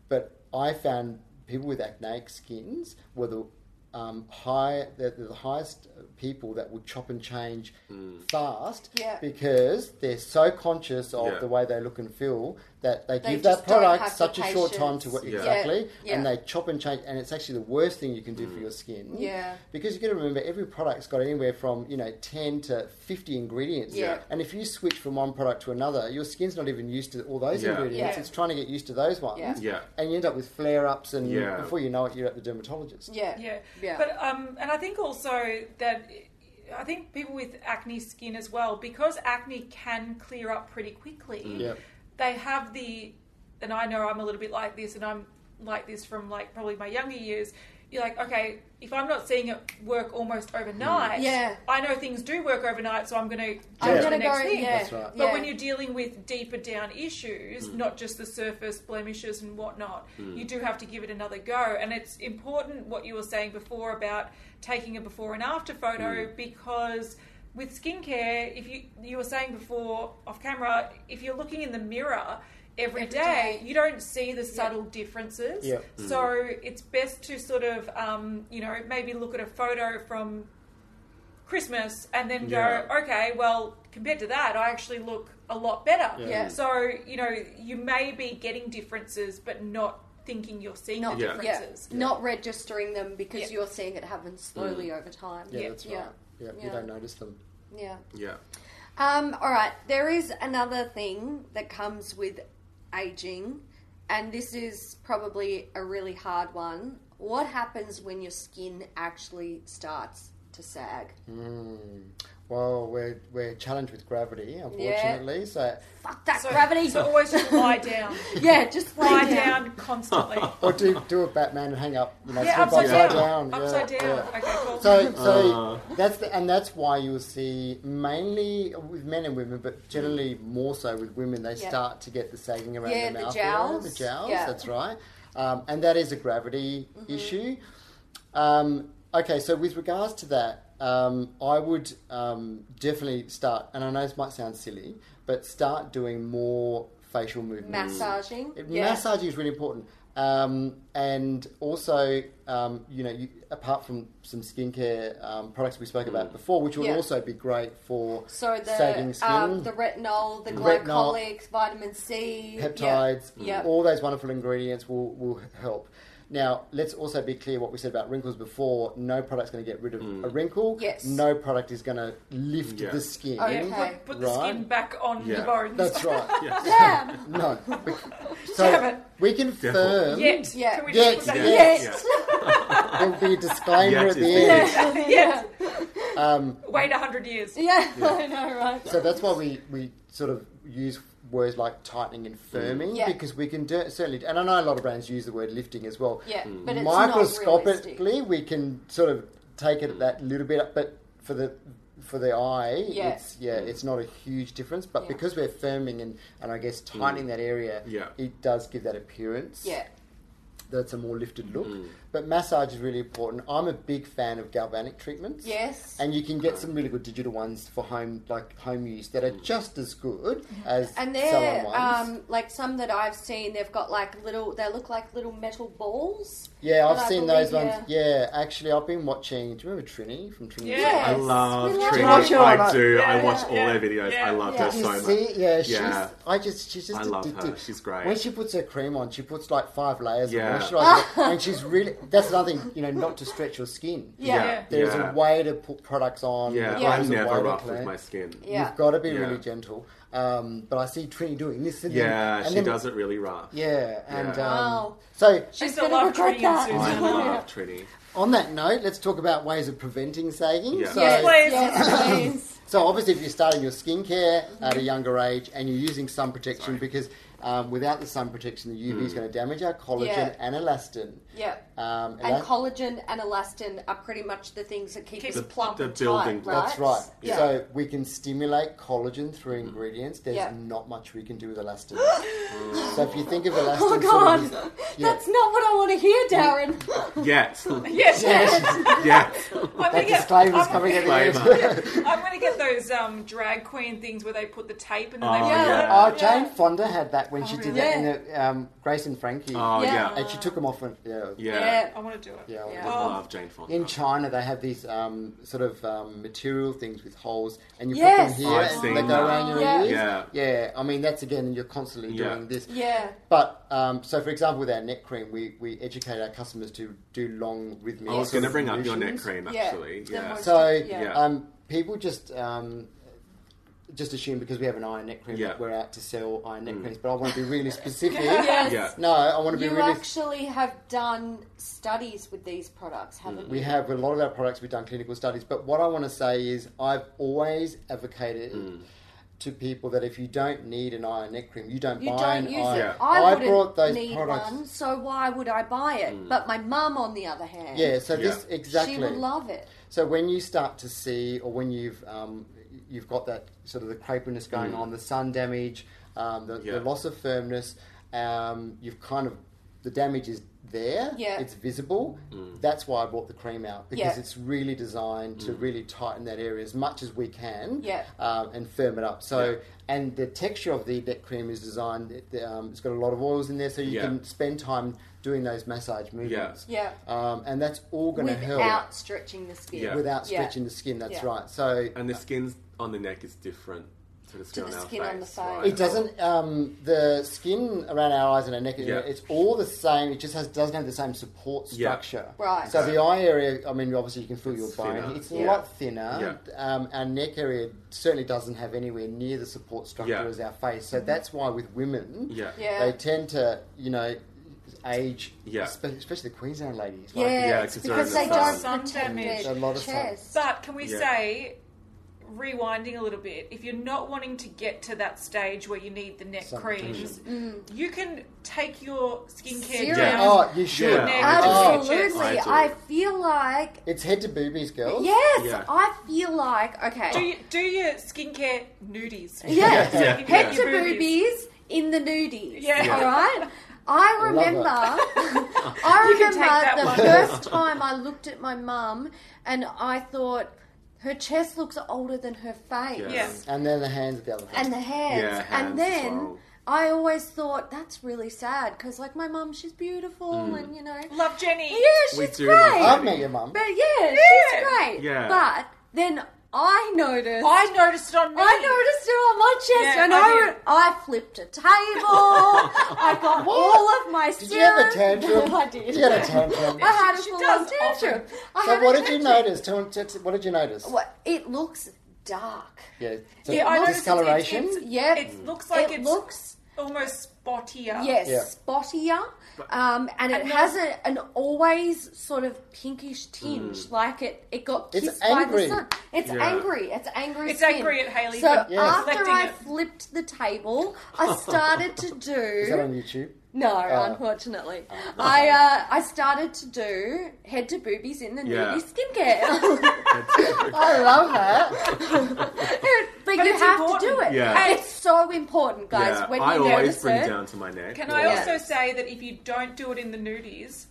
Speaker 3: but I found people with acneic skins were the um, high, the, the highest people that would chop and change
Speaker 4: Mm.
Speaker 3: fast
Speaker 1: Yeah.
Speaker 3: because they're so conscious of
Speaker 4: Yeah.
Speaker 3: the way they look and feel that they,
Speaker 1: They
Speaker 3: give
Speaker 1: just
Speaker 3: that
Speaker 1: don't
Speaker 3: product
Speaker 1: have the
Speaker 3: such a short time to
Speaker 1: patience.
Speaker 3: work
Speaker 4: Yeah.
Speaker 3: exactly,
Speaker 1: Yeah.
Speaker 3: and
Speaker 1: Yeah.
Speaker 3: they chop and change, and it's actually the worst thing you can
Speaker 4: Mm.
Speaker 3: do for your skin.
Speaker 1: Yeah.
Speaker 3: because you've got to remember every product's got anywhere from you know ten to fifty ingredients.
Speaker 1: Yeah.
Speaker 3: And if you switch from one product to another, your skin's not even used to all those
Speaker 4: Yeah.
Speaker 3: ingredients.
Speaker 1: Yeah.
Speaker 3: It's trying to get used to those ones.
Speaker 1: Yeah.
Speaker 4: Yeah.
Speaker 3: And you end up with flare ups, and
Speaker 4: Yeah.
Speaker 3: before you know it, you're at the dermatologist.
Speaker 1: Yeah.
Speaker 2: yeah,
Speaker 1: Yeah.
Speaker 2: But um, and I think also that I think people with acne skin as well, because acne can clear up pretty quickly.
Speaker 1: Mm.
Speaker 3: Yeah.
Speaker 2: They have the, and I know I'm a little bit like this, and I'm like this from like probably my younger years. You're like, okay, if I'm not seeing it work almost overnight,
Speaker 1: Mm. Yeah.
Speaker 2: I know things do work overnight, so I'm going to
Speaker 1: I'm
Speaker 3: Yeah.
Speaker 1: gonna
Speaker 2: the next
Speaker 1: go.
Speaker 2: thing.
Speaker 1: Yeah,
Speaker 3: That's right.
Speaker 2: But
Speaker 1: yeah.
Speaker 2: when you're dealing with deeper down issues, not just the surface blemishes and whatnot, you do have to give it another go. And it's important what you were saying before about taking a before and after photo because with skincare, if you you were saying before off camera, if you're looking in the mirror every
Speaker 1: Every
Speaker 2: day,
Speaker 1: day. Mm.
Speaker 2: you don't see the subtle differences.
Speaker 3: Yeah.
Speaker 2: So it's best to sort of um, you know maybe look at a photo from Christmas and then
Speaker 4: Yeah.
Speaker 2: go, okay, well, compared to that, I actually look a lot better.
Speaker 3: Yeah.
Speaker 1: Yeah.
Speaker 2: So, you know, you may be getting differences, but not thinking you're seeing
Speaker 1: Not,
Speaker 2: the
Speaker 4: Yeah.
Speaker 1: yeah,
Speaker 2: differences.
Speaker 1: not registering them because
Speaker 2: Yeah.
Speaker 1: you're seeing it happen slowly
Speaker 2: Mm.
Speaker 1: over time.
Speaker 3: Yeah,
Speaker 2: Yeah.
Speaker 3: that's right.
Speaker 1: Yeah.
Speaker 3: Yeah.
Speaker 1: Yeah.
Speaker 3: you don't notice them.
Speaker 1: Yeah. (laughs)
Speaker 4: Yeah.
Speaker 1: Um, all right. There is another thing that comes with aging, and this is probably a really hard one. What happens when your skin actually starts to sag?
Speaker 3: Well, we're we're challenged with gravity, unfortunately. So,
Speaker 1: Fuck that
Speaker 2: So,
Speaker 1: gravity!
Speaker 2: so always just lie down.
Speaker 1: (laughs) yeah,
Speaker 2: (laughs)
Speaker 1: just lay
Speaker 2: lie
Speaker 1: down.
Speaker 2: down
Speaker 3: (laughs)
Speaker 2: constantly.
Speaker 3: or do do a Batman and hang up, you know,
Speaker 2: yeah, upside
Speaker 3: slip upside
Speaker 2: down.
Speaker 3: down. Yeah,
Speaker 2: Upside down.
Speaker 3: yeah.
Speaker 2: Okay, cool.
Speaker 3: So,
Speaker 1: (laughs)
Speaker 3: so
Speaker 1: uh.
Speaker 3: that's the, and that's why you'll see mainly with men and women, but generally more so with women. They
Speaker 1: Yeah.
Speaker 3: start to get the sagging around
Speaker 1: Yeah,
Speaker 3: the
Speaker 1: the
Speaker 3: mouth,
Speaker 1: jowls.
Speaker 3: area, the jowls.
Speaker 1: Yeah. Mm-hmm.
Speaker 3: That's right, um, and that is a gravity issue. Um, okay, so with regards to that, um, I would um, definitely start, and I know this might sound silly, but start doing more facial movements.
Speaker 1: Massaging.
Speaker 3: It-
Speaker 2: Yeah.
Speaker 3: Massaging is really important. Um, and also, um, you know, you, apart from some skincare um, products we spoke about before, which would
Speaker 1: Mm. Yeah.
Speaker 3: also be great for
Speaker 1: So
Speaker 3: sagging
Speaker 1: the
Speaker 3: skin,
Speaker 1: um, the retinol, the
Speaker 3: Retinol.
Speaker 1: glycolics, vitamin C, yeah.
Speaker 3: peptides,
Speaker 1: Yeah.
Speaker 3: all those wonderful ingredients will, will help. Now, let's also be clear what we said about wrinkles before. No product's going to get rid of a wrinkle.
Speaker 1: Yes.
Speaker 3: No product is going to lift
Speaker 4: Yeah.
Speaker 3: the skin.
Speaker 1: Okay.
Speaker 2: Mm. Yeah, put, put the
Speaker 3: Right.
Speaker 2: skin back on the
Speaker 4: Yeah.
Speaker 2: bones. (laughs)
Speaker 3: That's right. (laughs)
Speaker 1: Yeah. (laughs)
Speaker 3: No. We-
Speaker 2: Damn
Speaker 3: So
Speaker 2: it.
Speaker 3: we confirm
Speaker 2: Yet,
Speaker 1: Yeah.
Speaker 2: can we
Speaker 3: Yet.
Speaker 2: just put that?
Speaker 3: Yes.
Speaker 4: Yeah.
Speaker 3: there will be a disclaimer
Speaker 4: Yet
Speaker 3: at the Um,
Speaker 4: is the
Speaker 3: end.
Speaker 1: (laughs)
Speaker 2: Yes. Yes. Wait a hundred (laughs) years.
Speaker 1: Yeah, I know, right?
Speaker 3: So that's why we, we sort of use words like tightening and firming
Speaker 1: Yeah.
Speaker 3: because we can do, certainly, and I know a lot of brands use the word lifting as well.
Speaker 1: Yeah,
Speaker 4: Mm.
Speaker 1: but it's not realistic.
Speaker 3: microscopically we can sort of take
Speaker 4: Mm.
Speaker 3: it that little bit up, but for the for the eye
Speaker 1: Yeah.
Speaker 3: it's yeah
Speaker 4: Mm.
Speaker 3: it's not a huge difference but
Speaker 1: Yeah.
Speaker 3: because we're firming and, and i guess tightening that area
Speaker 4: Mm. Yeah. Mm.
Speaker 3: it does give that appearance
Speaker 1: Yeah.
Speaker 3: that's a more lifted look but massage is really important i'm a big fan of galvanic treatments
Speaker 1: Yes.
Speaker 3: and you can get some really good digital ones for home like home use that are
Speaker 4: Mm.
Speaker 3: just as good as
Speaker 1: And
Speaker 3: salon
Speaker 1: they're
Speaker 3: ones
Speaker 1: um, like some that I've seen. They've got like little. They look like little metal balls.
Speaker 3: Yeah,
Speaker 1: And
Speaker 3: I've
Speaker 1: I
Speaker 3: seen
Speaker 1: believe,
Speaker 3: those ones. Yeah, actually, I've been watching. Do you remember Trini from Trini?
Speaker 2: Yeah.
Speaker 1: Yes,
Speaker 4: I love
Speaker 1: we love
Speaker 4: Trini.
Speaker 1: Trini.
Speaker 3: Trini.
Speaker 4: I do.
Speaker 2: Yeah,
Speaker 4: I watch all
Speaker 2: yeah,
Speaker 4: their videos.
Speaker 2: yeah.
Speaker 4: I love
Speaker 1: Yeah.
Speaker 4: her
Speaker 3: You
Speaker 4: so much.
Speaker 3: see, yeah, she's.
Speaker 4: Yeah.
Speaker 3: I just, she's just.
Speaker 4: I love
Speaker 3: addicted.
Speaker 4: her. She's great.
Speaker 3: When she puts her cream on, she puts like five layers
Speaker 4: Yeah.
Speaker 1: (laughs)
Speaker 3: of moisturizer, and she's really. That's another thing, you know, not to stretch your skin.
Speaker 1: Yeah.
Speaker 2: Yeah.
Speaker 3: There is
Speaker 4: yeah.
Speaker 3: a way to put products on.
Speaker 1: Yeah.
Speaker 4: Yeah, I'm
Speaker 3: there's a way
Speaker 4: never
Speaker 3: to
Speaker 4: rough with
Speaker 3: clean.
Speaker 4: my skin.
Speaker 1: Yeah.
Speaker 3: You've got to be
Speaker 4: Yeah.
Speaker 3: really gentle. Um, but I see Trini doing this and then-
Speaker 4: Yeah,
Speaker 3: and
Speaker 4: she
Speaker 3: then-
Speaker 4: does it really rough.
Speaker 3: Yeah, and
Speaker 4: Yeah.
Speaker 3: Um,
Speaker 1: Wow.
Speaker 3: so
Speaker 1: She's
Speaker 2: She's a
Speaker 1: gonna
Speaker 2: love
Speaker 1: regret
Speaker 2: tree
Speaker 1: that.
Speaker 2: in
Speaker 4: I
Speaker 1: (laughs)
Speaker 2: Susan.
Speaker 4: love Trini.
Speaker 3: on that note, let's talk about ways of preventing sagging.
Speaker 4: Yeah.
Speaker 3: So,
Speaker 2: Yes, please.
Speaker 1: Yes,
Speaker 3: (laughs)
Speaker 1: please.
Speaker 3: So obviously, if you're starting your skincare at a younger age and you're using sun protection,
Speaker 4: Sorry. Mm.
Speaker 3: because um, without the sun protection, the UV is going to damage our collagen
Speaker 1: Yeah.
Speaker 3: and elastin.
Speaker 1: yeah.
Speaker 3: Um,
Speaker 1: And
Speaker 3: elas-
Speaker 1: collagen and elastin are pretty much the things that keep
Speaker 2: Keep
Speaker 1: us
Speaker 2: the-
Speaker 1: plump
Speaker 4: the
Speaker 1: and
Speaker 4: building
Speaker 1: tight,
Speaker 4: blocks.
Speaker 3: that's right.
Speaker 1: Yeah.
Speaker 3: So we can stimulate collagen through
Speaker 4: Mm.
Speaker 3: ingredients. There's
Speaker 1: Yeah.
Speaker 3: not much we can do with
Speaker 1: (gasps)
Speaker 3: elastin. so if you think of elastin,
Speaker 1: oh
Speaker 3: sort
Speaker 1: god,
Speaker 3: of as-
Speaker 1: (laughs)
Speaker 3: yeah.
Speaker 1: that's not what I want to hear, Darren. (laughs)
Speaker 4: Yes.
Speaker 2: Yes.
Speaker 4: yes.
Speaker 2: I'm
Speaker 3: that
Speaker 2: gonna get-
Speaker 3: disclaimer's
Speaker 2: I'm-
Speaker 3: coming at the (laughs)
Speaker 4: Disclaimer.
Speaker 3: end.
Speaker 2: (laughs) I'm gonna get those um, drag queen things where they put the tape and then
Speaker 4: Oh,
Speaker 2: they
Speaker 4: yeah.
Speaker 3: Oh,
Speaker 2: Yeah.
Speaker 3: Jane Fonda had that when she did that
Speaker 1: Oh, really?
Speaker 3: in the, um, Grace and Frankie,
Speaker 4: Oh,
Speaker 1: Yeah.
Speaker 4: yeah.
Speaker 3: and she took them off. And, yeah,
Speaker 4: Yeah.
Speaker 1: (laughs) yeah.
Speaker 2: I want to do it.
Speaker 3: Oh. yeah.
Speaker 1: Yeah.
Speaker 4: I love Jane Fonda.
Speaker 3: In China, they have these um, sort of um, material things with holes, and you
Speaker 1: Yes.
Speaker 3: put them here
Speaker 4: I've
Speaker 3: and they
Speaker 4: seen
Speaker 3: go
Speaker 4: that.
Speaker 3: around your
Speaker 1: Yeah.
Speaker 3: ears.
Speaker 4: Yeah.
Speaker 3: yeah. I mean, that's again, you're constantly
Speaker 4: Yeah.
Speaker 3: doing this.
Speaker 1: Yeah.
Speaker 3: But um, so, for example, with our neck cream, we, we educate our customers to do long rhythmic.
Speaker 4: I was going
Speaker 3: sort
Speaker 4: to
Speaker 3: of
Speaker 4: bring up your neck
Speaker 3: motions.
Speaker 4: cream,
Speaker 1: Yeah.
Speaker 4: actually.
Speaker 1: The
Speaker 4: Yeah.
Speaker 1: moist-
Speaker 3: So
Speaker 1: Yeah.
Speaker 4: Yeah.
Speaker 3: um, people just um, just assume because we have an iron neck cream
Speaker 4: Yeah. Mm.
Speaker 3: that we're out to sell iron neck creams. But I want to
Speaker 1: (laughs)
Speaker 3: be really specific.
Speaker 1: Yes.
Speaker 4: Yeah.
Speaker 3: No, I want to be
Speaker 1: You
Speaker 3: really.
Speaker 1: actually have done studies with these products, haven't
Speaker 3: Mm. We
Speaker 1: you?
Speaker 3: have with a lot of our products. We've done clinical studies, but what I want to say is I've always advocated
Speaker 4: Hmm.
Speaker 3: to people that if you don't need an iron neck cream, you don't
Speaker 1: You
Speaker 3: buy
Speaker 1: don't
Speaker 3: an
Speaker 1: use
Speaker 3: iron.
Speaker 1: it.
Speaker 4: Yeah.
Speaker 1: I, wouldn't
Speaker 3: brought those
Speaker 1: need
Speaker 3: products.
Speaker 1: one, so why would I buy it? But my mum, on the other hand,
Speaker 3: Yeah, so this
Speaker 4: Yeah.
Speaker 3: exactly.
Speaker 1: she would love it.
Speaker 3: So when you start to see, or when you've um, you've got that sort of the crepiness going on, the sun damage, um, the,
Speaker 4: Mm. Yeah.
Speaker 3: the loss of firmness, um, you've kind of the damage is there.
Speaker 1: Yeah.
Speaker 3: it's visible.
Speaker 4: Mm.
Speaker 3: That's why I brought the cream out because
Speaker 1: Yeah.
Speaker 3: it's really designed
Speaker 4: Mm.
Speaker 3: to really tighten that area as much as we can.
Speaker 1: Yeah.
Speaker 3: um, and firm it up. So.
Speaker 4: Yeah.
Speaker 3: And the texture of the neck cream is designed. it- Um, it's got a lot of oils in there, so you
Speaker 4: Yeah.
Speaker 3: can spend time doing those massage movements.
Speaker 1: Yeah.
Speaker 3: Um, and that's all going to help
Speaker 1: Without stretching the skin.
Speaker 4: Yeah.
Speaker 3: without
Speaker 1: Yeah.
Speaker 3: stretching the skin. That's
Speaker 1: Yeah.
Speaker 3: right. So
Speaker 4: And the skin's on the neck is different to the skin,
Speaker 1: the
Speaker 4: on,
Speaker 1: skin
Speaker 4: our
Speaker 1: on the
Speaker 4: face,
Speaker 1: face.
Speaker 4: right?
Speaker 3: it doesn't. Um, the skin around our eyes and our neck,
Speaker 4: Yeah.
Speaker 3: it's all the same. It just has doesn't have the same support
Speaker 4: Yeah.
Speaker 3: structure.
Speaker 1: Right.
Speaker 3: So the eye area. I mean, obviously you can feel
Speaker 4: It's
Speaker 3: your bone.
Speaker 4: thinner.
Speaker 3: It's a
Speaker 1: Yeah.
Speaker 3: lot thinner. Um, our neck area certainly doesn't have anywhere near the support structure
Speaker 4: Yeah.
Speaker 3: as our face. So that's why with women,
Speaker 4: Yeah.
Speaker 1: Yeah.
Speaker 3: they tend to, you know. Age,
Speaker 4: Yeah.
Speaker 3: spe- especially the Queensland ladies.
Speaker 1: Yeah,
Speaker 4: Yeah,
Speaker 1: it's
Speaker 4: 'cause they're
Speaker 1: because
Speaker 4: in the
Speaker 1: they
Speaker 4: sun.
Speaker 1: don't
Speaker 2: Sun
Speaker 1: protect
Speaker 2: damage.
Speaker 1: their
Speaker 3: A lot of sun.
Speaker 1: chest.
Speaker 2: But can we
Speaker 4: Yeah.
Speaker 2: say, rewinding a little bit, if you're not wanting to get to that stage where you need the neck
Speaker 3: Sun
Speaker 2: creams, you can take your skincare
Speaker 1: Serum.
Speaker 2: down.
Speaker 3: Oh, you should.
Speaker 4: Yeah.
Speaker 3: Oh,
Speaker 1: Absolutely,
Speaker 4: I do.
Speaker 1: I feel like
Speaker 3: It's head to boobies, girls.
Speaker 1: yes,
Speaker 4: Yeah.
Speaker 1: I feel like okay.
Speaker 2: Do, you, do your skincare nudies.
Speaker 1: (laughs) Yes.
Speaker 4: Yeah.
Speaker 1: Head to
Speaker 2: Your boobies.
Speaker 1: boobies in the nudies.
Speaker 2: Yeah.
Speaker 1: All right. I
Speaker 3: love
Speaker 1: remember,
Speaker 4: (laughs)
Speaker 1: I
Speaker 2: You can take that
Speaker 1: remember
Speaker 2: one.
Speaker 1: the first time I looked at my mum and I thought her chest looks older than her face
Speaker 2: Yes.
Speaker 3: And then the hands of the other
Speaker 1: and the hands.
Speaker 4: Yeah, hands as
Speaker 1: and then
Speaker 4: well.
Speaker 1: I always thought that's really sad because, like, my mum, she's beautiful
Speaker 4: Mm.
Speaker 1: and you know,
Speaker 2: Love Jenny.
Speaker 1: yeah, she's
Speaker 4: We do
Speaker 1: great.
Speaker 4: love her.
Speaker 3: I've met your mum.
Speaker 1: But yeah,
Speaker 2: Yeah.
Speaker 1: she's great.
Speaker 4: Yeah.
Speaker 1: But then I noticed.
Speaker 2: I noticed it on me.
Speaker 1: I noticed it on my chest,
Speaker 2: Yeah,
Speaker 1: and
Speaker 2: I
Speaker 1: I,
Speaker 2: did.
Speaker 1: went- I flipped a table. I got all of my
Speaker 3: Did you have a
Speaker 1: syrup.
Speaker 3: tantrum?
Speaker 1: (laughs) I did.
Speaker 3: You had a tantrum.
Speaker 1: I had a
Speaker 2: She
Speaker 1: full
Speaker 2: does
Speaker 1: on tantrum.
Speaker 2: often.
Speaker 1: I
Speaker 3: So
Speaker 1: had a
Speaker 3: what did you
Speaker 1: tantrum.
Speaker 3: notice? Tell, t- t- what did you notice?
Speaker 1: What- It looks dark.
Speaker 3: Yeah, so
Speaker 2: Yeah, I noticed it's-
Speaker 3: discoloration.
Speaker 2: it's-
Speaker 1: Yep.
Speaker 2: It looks like
Speaker 1: it
Speaker 2: it's
Speaker 1: looks
Speaker 2: almost spottier.
Speaker 1: yes
Speaker 3: Yeah.
Speaker 1: spottier, um, and it
Speaker 2: And
Speaker 1: has
Speaker 2: not-
Speaker 1: a, an always sort of pinkish tinge, like it it got
Speaker 3: Hmm. It's
Speaker 1: kissed by
Speaker 3: angry.
Speaker 1: the sun. It's
Speaker 4: Yeah.
Speaker 1: angry. It's angry.
Speaker 2: It's
Speaker 1: skin.
Speaker 2: angry at Hayley
Speaker 1: So
Speaker 2: for
Speaker 3: Yes.
Speaker 1: after
Speaker 2: neglecting
Speaker 1: I
Speaker 2: it.
Speaker 1: flipped the
Speaker 3: (laughs)
Speaker 1: table, I started to do.
Speaker 3: Is that on YouTube?
Speaker 1: No,
Speaker 3: Uh,
Speaker 1: unfortunately. I uh, I started to do head to boobies in the
Speaker 4: Yeah.
Speaker 1: nudie
Speaker 3: (laughs)
Speaker 1: skincare.
Speaker 3: I love (laughs) that.
Speaker 1: but, you
Speaker 2: it's
Speaker 1: have to
Speaker 2: important.
Speaker 1: do it.
Speaker 4: Yeah.
Speaker 1: And it's so important, guys.
Speaker 4: yeah,
Speaker 1: when you
Speaker 4: I always
Speaker 1: notice
Speaker 4: bring
Speaker 1: it,
Speaker 4: down to my neck.
Speaker 2: Can I
Speaker 4: Yeah.
Speaker 2: also say that if you don't do it in the nudies,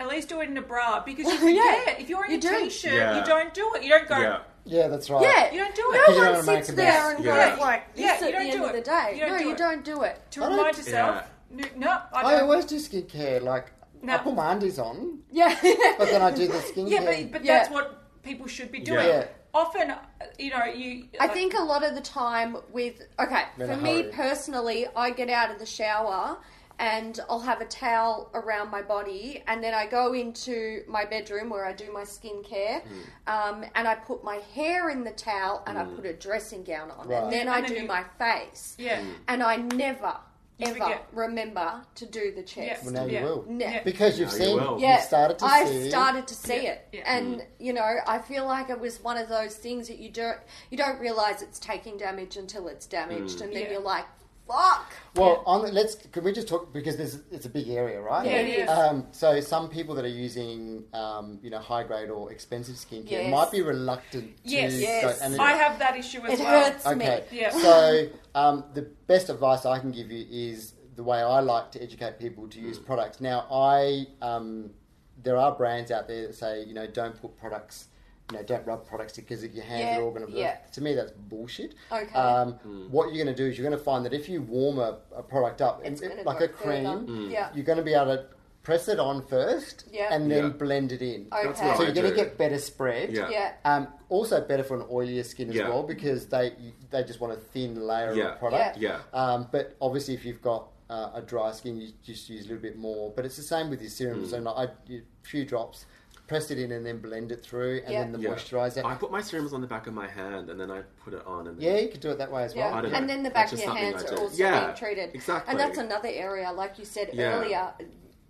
Speaker 2: at least do it in a bra because you
Speaker 1: (laughs) Yeah.
Speaker 2: forget. If you're in
Speaker 1: You
Speaker 2: a
Speaker 1: do.
Speaker 2: shirt
Speaker 4: Yeah.
Speaker 2: you don't do it. You don't go.
Speaker 4: Yeah.
Speaker 3: Yeah, that's right.
Speaker 1: yeah,
Speaker 2: You don't do
Speaker 1: no
Speaker 2: it.
Speaker 1: No
Speaker 3: You
Speaker 1: one
Speaker 3: don't make
Speaker 1: sits
Speaker 3: a
Speaker 1: there
Speaker 3: mess.
Speaker 1: and
Speaker 4: Yeah.
Speaker 1: goes like, this
Speaker 2: Yeah, you
Speaker 1: at the
Speaker 2: don't
Speaker 1: end
Speaker 2: do
Speaker 1: of the
Speaker 2: it.
Speaker 1: day.
Speaker 2: You don't
Speaker 1: no,
Speaker 2: do
Speaker 1: you
Speaker 2: it.
Speaker 1: don't do it.
Speaker 2: To
Speaker 3: I don't-
Speaker 2: remind yourself, no, no, I
Speaker 3: I
Speaker 2: don't.
Speaker 3: always do skincare. Like I
Speaker 2: No.
Speaker 3: put my undies on,
Speaker 1: (laughs) Yeah.
Speaker 3: but then I do the skincare.
Speaker 2: yeah, but, but
Speaker 1: Yeah.
Speaker 2: that's what people should be doing.
Speaker 3: Yeah.
Speaker 2: Often, uh, you know, you.
Speaker 1: I
Speaker 2: like-
Speaker 1: think a lot of the time with okay
Speaker 3: In
Speaker 1: for
Speaker 3: a
Speaker 1: me
Speaker 3: hurry.
Speaker 1: personally, I get out of the shower and I'll have a towel around my body, and then I go into my bedroom where I do my skincare,
Speaker 3: Hmm.
Speaker 1: um, and I put my hair in the towel and I put a dressing gown on,
Speaker 3: Right.
Speaker 1: and then I
Speaker 2: And then
Speaker 1: do
Speaker 2: you-
Speaker 1: my face,
Speaker 2: Yeah.
Speaker 4: Mm.
Speaker 1: and I never
Speaker 2: You
Speaker 1: ever
Speaker 2: forget.
Speaker 1: remember to do the chest.
Speaker 2: Yes.
Speaker 3: well, now
Speaker 2: Yeah.
Speaker 3: you will
Speaker 1: Ne-
Speaker 2: Yeah.
Speaker 3: because you've
Speaker 4: Now you
Speaker 3: seen.
Speaker 4: will.
Speaker 3: You've started to
Speaker 1: I
Speaker 3: see. Mm.
Speaker 1: started to see
Speaker 2: Yeah,
Speaker 1: it,
Speaker 2: yeah.
Speaker 1: and you know, I feel like it was one of those things that you don't you don't realize it's taking damage until it's
Speaker 3: Mm.
Speaker 1: damaged, and then
Speaker 2: Yeah.
Speaker 1: you're like, "Fuck!"
Speaker 3: Well, on the, let's can we just talk because this it's a big area, right?
Speaker 1: Yeah, it is.
Speaker 3: Um, so some people that are using um, you know high grade or expensive skincare
Speaker 1: Yes.
Speaker 3: might be reluctant.
Speaker 2: Yes,
Speaker 3: to
Speaker 1: Yes.
Speaker 3: Go, and it-
Speaker 2: I have that issue as
Speaker 1: It
Speaker 2: well.
Speaker 1: hurts
Speaker 3: Okay.
Speaker 1: me.
Speaker 2: Yeah.
Speaker 3: So um, the best advice I can give you is the way I like to educate people to
Speaker 1: Mm.
Speaker 3: use products. Now I um, there are brands out there that say you know don't put products. You know, don't rub products because if your hands
Speaker 1: Yeah,
Speaker 3: are all going to.
Speaker 1: yeah.
Speaker 3: To me, that's bullshit.
Speaker 1: Okay.
Speaker 3: Um,
Speaker 4: Mm.
Speaker 3: What you're going to do is you're going to find that if you warm a, a product up,
Speaker 1: It's
Speaker 3: it-
Speaker 1: gonna
Speaker 3: like
Speaker 1: go
Speaker 3: a cream,
Speaker 1: further.
Speaker 4: Mm.
Speaker 1: Yeah.
Speaker 3: you're going to be able to press it on first
Speaker 1: Yeah.
Speaker 3: and then
Speaker 4: Yeah.
Speaker 3: blend it in.
Speaker 4: That's
Speaker 1: Okay.
Speaker 4: what
Speaker 3: So
Speaker 4: I
Speaker 3: you're going
Speaker 4: do.
Speaker 3: to get better spread.
Speaker 4: Yeah.
Speaker 1: Yeah.
Speaker 3: Um, also better for an oilier skin as
Speaker 4: Yeah.
Speaker 3: well because they they just want a thin layer
Speaker 4: Yeah.
Speaker 3: of product.
Speaker 4: Yeah.
Speaker 3: Um, but obviously, if you've got uh, a dry skin, you just use a little bit more. But it's the same with your serum.
Speaker 4: Mm.
Speaker 3: So not, I, you, few drops, press it in, and then blend it through, and
Speaker 1: Yeah.
Speaker 3: then the
Speaker 4: Yeah. I
Speaker 3: moisturizer.
Speaker 4: put my serums on the back of my hand and then I put it on. And
Speaker 3: Yeah,
Speaker 4: then
Speaker 3: you could do it that way as
Speaker 1: Yeah.
Speaker 3: well.
Speaker 4: I don't know.
Speaker 1: And then the
Speaker 4: That's
Speaker 1: back of
Speaker 4: just
Speaker 1: your
Speaker 4: something
Speaker 1: hands
Speaker 4: I
Speaker 1: are
Speaker 4: do.
Speaker 1: also
Speaker 4: Yeah,
Speaker 1: being treated.
Speaker 4: exactly.
Speaker 1: And that's another area, like you said
Speaker 4: Yeah.
Speaker 1: earlier,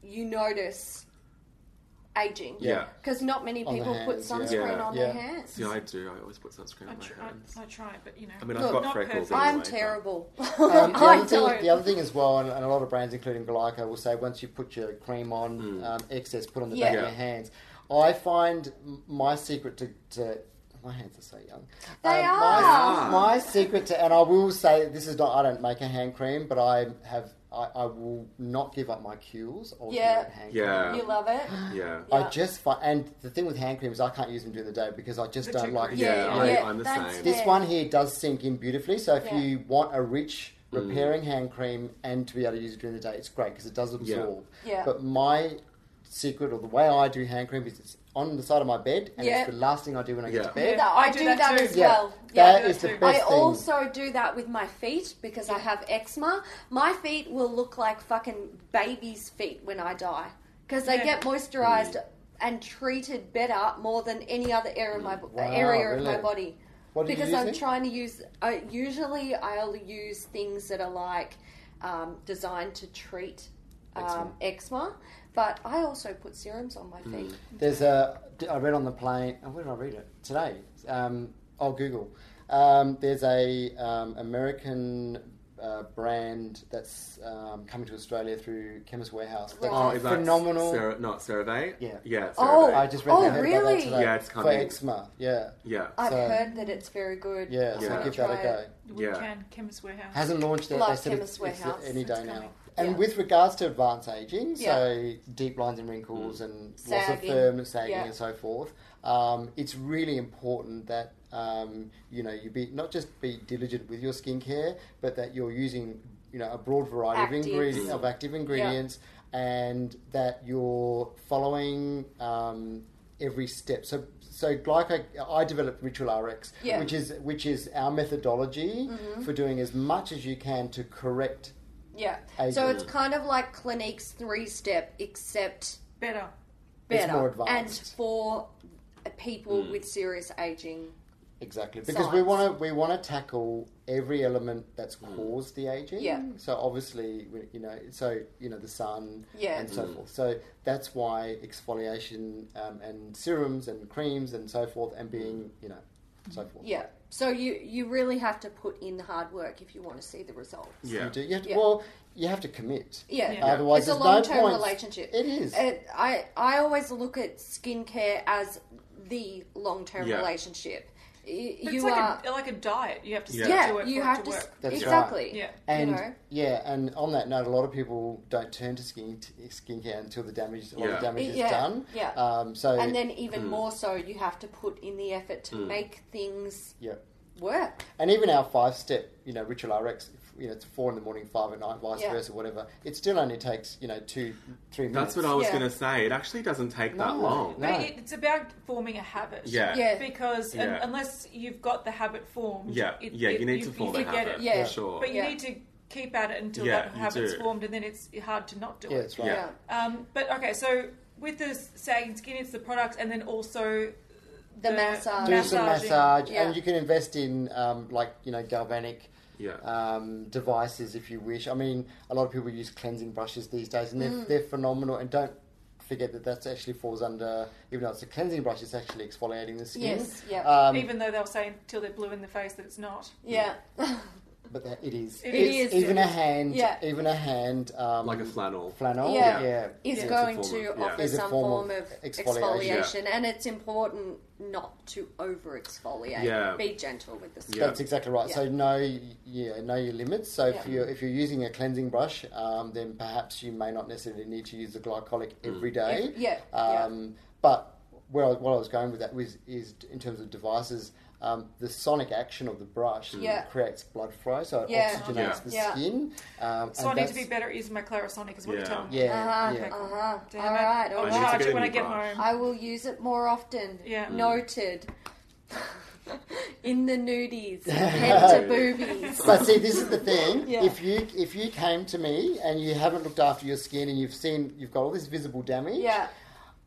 Speaker 1: you notice aging.
Speaker 4: Yeah.
Speaker 1: Because not many
Speaker 3: On the
Speaker 1: people put
Speaker 3: hands, yeah.
Speaker 1: sunscreen
Speaker 4: Yeah.
Speaker 1: on
Speaker 3: Yeah.
Speaker 1: their hands.
Speaker 4: See, I do. I always put sunscreen
Speaker 2: I
Speaker 4: on my
Speaker 2: try,
Speaker 4: hands.
Speaker 2: I, I try, but you know.
Speaker 4: I mean, I've
Speaker 1: Look,
Speaker 4: got
Speaker 2: not
Speaker 4: freckles.
Speaker 2: perfect.
Speaker 4: Anyway,
Speaker 1: I'm
Speaker 4: but-
Speaker 1: terrible.
Speaker 3: Um, the,
Speaker 1: (laughs) I
Speaker 3: other
Speaker 1: don't.
Speaker 3: thing, the other thing as well, and, and a lot of brands, including Glyco, will say once you put your cream on, um, excess put on the back
Speaker 1: Yeah.
Speaker 3: of your hands. I find m- my secret to, to my hands are so young. Um,
Speaker 1: They
Speaker 3: My,
Speaker 1: are.
Speaker 3: my secret to, and I will say this is not. I don't make a hand cream, but I have. I, I will not give up my cues or
Speaker 1: Yeah.
Speaker 3: hand
Speaker 4: Yeah.
Speaker 1: you love it.
Speaker 4: Yeah.
Speaker 3: cream.
Speaker 1: Yeah.
Speaker 3: I just find, and the thing with hand cream is I can't use them during the day because I just
Speaker 2: They're
Speaker 3: don't
Speaker 2: too
Speaker 3: like
Speaker 4: Yeah,
Speaker 2: greasy.
Speaker 4: I,
Speaker 1: Yeah,
Speaker 4: I'm the
Speaker 1: that's
Speaker 4: same.
Speaker 1: fair.
Speaker 3: this one here does sink in beautifully. So if
Speaker 1: Yeah.
Speaker 3: you want a rich
Speaker 4: Mm.
Speaker 3: repairing hand cream and to be able to use it during the day, it's great because it does absorb.
Speaker 1: Yeah.
Speaker 3: But my secret or the way I do hand cream is it's on the side of my bed and
Speaker 1: Yeah.
Speaker 3: it's the last thing I do when I get
Speaker 4: Yeah.
Speaker 3: to bed.
Speaker 1: No, I, do, that,
Speaker 2: too.
Speaker 1: as
Speaker 3: Yeah.
Speaker 1: well.
Speaker 2: Yeah, I
Speaker 3: that
Speaker 2: do
Speaker 3: is
Speaker 2: that
Speaker 3: the
Speaker 2: too.
Speaker 3: best
Speaker 1: I
Speaker 3: thing.
Speaker 1: also do that with my feet because I have eczema. My feet will look like fucking babies' feet when I die because they
Speaker 2: Yeah.
Speaker 1: get moisturized
Speaker 3: Mm.
Speaker 1: and treated better more than any other area of my bo-
Speaker 3: Wow,
Speaker 1: area of my
Speaker 3: really?
Speaker 1: body.
Speaker 3: What did you
Speaker 1: because
Speaker 3: use
Speaker 1: I'm
Speaker 3: then?
Speaker 1: trying to use. I usually, I'll use things that are like um, designed to treat um, eczema. but I also put serums on my feet.
Speaker 3: There's a. I read on the plane. Oh, where did I read it today? Um, oh, Google. Um, there's a um, American uh, brand that's um, coming to Australia through Chemist Warehouse. That's
Speaker 1: Oh,
Speaker 4: is that
Speaker 3: phenomenal.
Speaker 4: Sarah, not survey.
Speaker 3: Yeah.
Speaker 4: yeah.
Speaker 1: Oh,
Speaker 4: Cerave.
Speaker 3: I just read
Speaker 1: Oh,
Speaker 3: that heard about that
Speaker 1: really?
Speaker 3: today.
Speaker 4: Yeah, it's
Speaker 3: for
Speaker 4: coming.
Speaker 3: eczema. Yeah,
Speaker 4: yeah.
Speaker 1: I've
Speaker 3: So-
Speaker 1: heard that it's very good.
Speaker 3: yeah. So
Speaker 4: Yeah.
Speaker 3: give that
Speaker 1: Try
Speaker 3: a go.
Speaker 1: it.
Speaker 2: We
Speaker 4: Yeah.
Speaker 2: can Chemist Warehouse.
Speaker 3: Hasn't launched yet.
Speaker 1: Like
Speaker 3: they said
Speaker 1: Chemist
Speaker 3: it's, it's
Speaker 1: Warehouse,
Speaker 3: any
Speaker 2: it's
Speaker 3: day
Speaker 2: coming.
Speaker 3: now. And
Speaker 1: Yeah.
Speaker 3: with regards to advanced aging, so deep lines and wrinkles and loss of
Speaker 1: Sagging.
Speaker 3: firm sagging
Speaker 1: Yeah.
Speaker 3: and so forth, um, it's really important that um, you know you be not just be diligent with your skincare, but that you're using you know a broad variety
Speaker 1: Actives.
Speaker 3: of ingredients of active ingredients, and that you're following. Um, Every step. So, so like I, I developed Ritual RX,
Speaker 1: Yeah.
Speaker 3: which is which is our methodology
Speaker 1: Mm-hmm.
Speaker 3: for doing as much as you can to correct
Speaker 1: Yeah.
Speaker 3: I
Speaker 1: So
Speaker 3: agree.
Speaker 1: it's kind of like Clinique's three step, except
Speaker 2: Better.
Speaker 1: better.
Speaker 3: more advanced.
Speaker 1: And for people with serious aging.
Speaker 3: Exactly, because we
Speaker 1: Science.
Speaker 3: want to we want to tackle every element that's caused the aging.
Speaker 1: Yeah.
Speaker 3: So obviously, we- you know, so you know the sun.
Speaker 1: Yeah.
Speaker 3: And so forth. So that's why exfoliation um, and serums and creams and so forth and being you know so forth.
Speaker 1: Yeah. So you, you really have to put in the hard work if you want to see the results.
Speaker 4: Yeah.
Speaker 3: You do. You have to,
Speaker 1: Yeah.
Speaker 3: Well, you have to commit.
Speaker 1: Yeah.
Speaker 2: Yeah.
Speaker 3: Otherwise,
Speaker 1: it's a
Speaker 3: there's no
Speaker 1: long term
Speaker 3: point.
Speaker 1: relationship.
Speaker 3: It is.
Speaker 1: It, I, I always look at skincare as the long term
Speaker 4: Yeah.
Speaker 1: relationship. Y-
Speaker 2: It's
Speaker 1: you
Speaker 2: like,
Speaker 1: are.
Speaker 2: a, like a diet. You have to stick
Speaker 1: yeah,
Speaker 2: to it
Speaker 1: you
Speaker 2: for
Speaker 1: have
Speaker 2: it to
Speaker 1: to. s-
Speaker 2: work.
Speaker 3: That's
Speaker 1: exactly.
Speaker 2: right. Yeah.
Speaker 3: And
Speaker 1: you know?
Speaker 3: yeah, and on that note, a lot of people don't turn to skin skincare until the damage, a lot
Speaker 4: Yeah.
Speaker 3: of damage is
Speaker 1: Yeah,
Speaker 3: done.
Speaker 1: yeah.
Speaker 3: Um, so
Speaker 1: And then even more so, you have to put in the effort to make things
Speaker 3: yeah,
Speaker 1: work.
Speaker 3: and even our five step, you know, ritual RX, if, you know, it's four in the morning, five at night, vice
Speaker 1: Yeah.
Speaker 3: versa, whatever. It still only takes you know two, three minutes.
Speaker 4: That's what I was
Speaker 1: Yeah.
Speaker 4: going to say. It actually doesn't take that
Speaker 3: No,
Speaker 4: long.
Speaker 3: no.
Speaker 2: But it, it's about forming a habit.
Speaker 4: Yeah.
Speaker 1: Yeah.
Speaker 2: Because
Speaker 4: Yeah.
Speaker 2: un- unless you've got the habit formed,
Speaker 4: Yeah,
Speaker 2: it-
Speaker 4: yeah,
Speaker 2: it-
Speaker 4: you need to form the
Speaker 2: can get
Speaker 4: habit.
Speaker 1: Yeah.
Speaker 4: for sure.
Speaker 2: But you
Speaker 1: Yeah.
Speaker 2: need to keep at it until
Speaker 4: Yeah,
Speaker 2: that
Speaker 4: you
Speaker 2: habit's
Speaker 4: do.
Speaker 2: formed, and then it's hard to not do
Speaker 3: Yeah,
Speaker 2: it.
Speaker 3: that's right.
Speaker 4: Yeah.
Speaker 2: Um, but okay, so with the sagging skin, it's the products, and then also
Speaker 1: The massage.
Speaker 3: Do some
Speaker 2: massaging.
Speaker 3: massage,
Speaker 1: Yeah.
Speaker 3: and you can invest in um, like you know galvanic.
Speaker 4: Yeah.
Speaker 3: Um, devices, if you wish. I mean, a lot of people use cleansing brushes these days, and they're,
Speaker 1: Mm.
Speaker 3: they're phenomenal. And don't forget that that actually falls under, even though it's a cleansing brush, it's actually exfoliating the skin.
Speaker 1: Yes, yeah.
Speaker 3: Um,
Speaker 2: Even though they'll say until they're blue in the face that it's not.
Speaker 1: Yeah.
Speaker 3: but that, it is.
Speaker 2: It
Speaker 3: It's
Speaker 1: is.
Speaker 3: Even a hand.
Speaker 1: Yeah.
Speaker 3: Even a hand. Um,
Speaker 4: like a flannel.
Speaker 3: flannel.
Speaker 1: Yeah.
Speaker 3: yeah.
Speaker 1: Is
Speaker 4: Yeah.
Speaker 1: going
Speaker 4: It's a
Speaker 1: to
Speaker 4: form of- yeah.
Speaker 1: offer
Speaker 3: Is a
Speaker 1: some
Speaker 3: form
Speaker 1: form,
Speaker 3: of
Speaker 1: of
Speaker 3: exfoliation.
Speaker 1: exfoliation, and it's important not to over exfoliate.
Speaker 4: Yeah.
Speaker 1: Be gentle with the skin.
Speaker 4: Yeah.
Speaker 3: That's exactly right. So
Speaker 1: Yeah.
Speaker 3: know, yeah, know your limits. So if
Speaker 1: Yeah.
Speaker 3: you're if you're using a cleansing brush, um, then perhaps you may not necessarily need to use the glycolic
Speaker 4: Mm.
Speaker 3: every day.
Speaker 1: Ev- yeah,
Speaker 3: Um, But where I, what I was going with that was is in terms of devices, um, the sonic action of the brush
Speaker 1: Mm. Yeah.
Speaker 3: creates blood flow, so it
Speaker 1: Yeah.
Speaker 3: oxygenates
Speaker 4: Yeah.
Speaker 3: the
Speaker 1: Yeah.
Speaker 3: skin. Um,
Speaker 2: So I need to
Speaker 3: that's-
Speaker 2: be better at using my Clarisonic, is what
Speaker 4: Yeah.
Speaker 2: you're telling me.
Speaker 3: Yeah,
Speaker 1: Uh-huh,
Speaker 3: yeah.
Speaker 1: uh-huh.
Speaker 2: Damn
Speaker 1: All
Speaker 2: it.
Speaker 1: right, all
Speaker 2: I'll
Speaker 4: I
Speaker 1: right.
Speaker 4: need to
Speaker 2: charge
Speaker 4: get
Speaker 2: it
Speaker 4: a
Speaker 2: when
Speaker 4: new
Speaker 2: I get
Speaker 4: brush.
Speaker 2: home.
Speaker 1: I will use it more often.
Speaker 2: Yeah. Mm.
Speaker 1: Noted. (laughs) In the
Speaker 3: (laughs)
Speaker 1: nudies, head to boobies.
Speaker 3: (laughs) But see, this is the
Speaker 1: (laughs)
Speaker 3: thing.
Speaker 1: Yeah.
Speaker 3: If you if you came to me and you haven't looked after your skin and you've seen you've got all this visible damage,
Speaker 1: Yeah.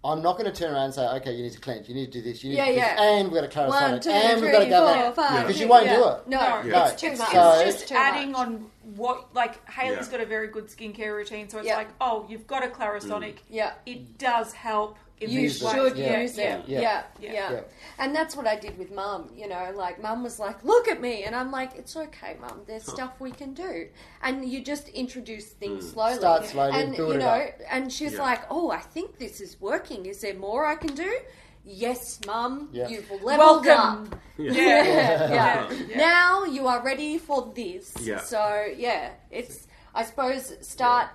Speaker 3: I'm not going to turn around and say, okay, you need to cleanse, you need to do this, you need
Speaker 1: Yeah,
Speaker 3: to do this,
Speaker 1: yeah.
Speaker 3: and we've got to clarify
Speaker 1: One,
Speaker 3: it,
Speaker 1: two,
Speaker 3: and
Speaker 1: three,
Speaker 3: we've got to go
Speaker 1: four,
Speaker 3: back.
Speaker 1: five.
Speaker 3: Because
Speaker 1: two-
Speaker 3: you won't
Speaker 1: yeah.
Speaker 3: do it.
Speaker 1: No,
Speaker 2: No.
Speaker 1: it's too
Speaker 3: It's
Speaker 1: much.
Speaker 3: so-
Speaker 2: It's just
Speaker 1: too
Speaker 2: adding
Speaker 1: much.
Speaker 2: on what, like, Haley's
Speaker 4: Yeah.
Speaker 2: got a very good skincare routine, so it's
Speaker 1: Yeah.
Speaker 2: like, oh, you've got a Clarisonic.
Speaker 4: Mm.
Speaker 1: Yeah.
Speaker 2: It does help in
Speaker 1: You
Speaker 2: these ways.
Speaker 1: should
Speaker 3: Yeah.
Speaker 1: use
Speaker 2: yeah.
Speaker 1: it.
Speaker 3: Yeah.
Speaker 1: Yeah. Yeah.
Speaker 2: Yeah.
Speaker 3: Yeah.
Speaker 1: And that's what I did with mum. You know, like mum was like, look at me. And I'm like, it's okay, mum. There's stuff we can do. And you just introduce things slowly.
Speaker 3: Hmm. Start slowly,
Speaker 1: And,
Speaker 3: build
Speaker 1: you
Speaker 3: it
Speaker 1: know,
Speaker 3: up.
Speaker 1: and she's
Speaker 4: Yeah.
Speaker 1: like, oh, I think this is working. Is there more I can do? Yes, mum.
Speaker 3: Yeah.
Speaker 1: You've leveled
Speaker 2: Welcome.
Speaker 1: up.
Speaker 3: (laughs)
Speaker 4: Yeah.
Speaker 1: (laughs) Yeah.
Speaker 2: Yeah.
Speaker 1: Yeah.
Speaker 2: Yeah.
Speaker 1: Now you are ready for this.
Speaker 4: Yeah.
Speaker 1: So yeah, it's I suppose start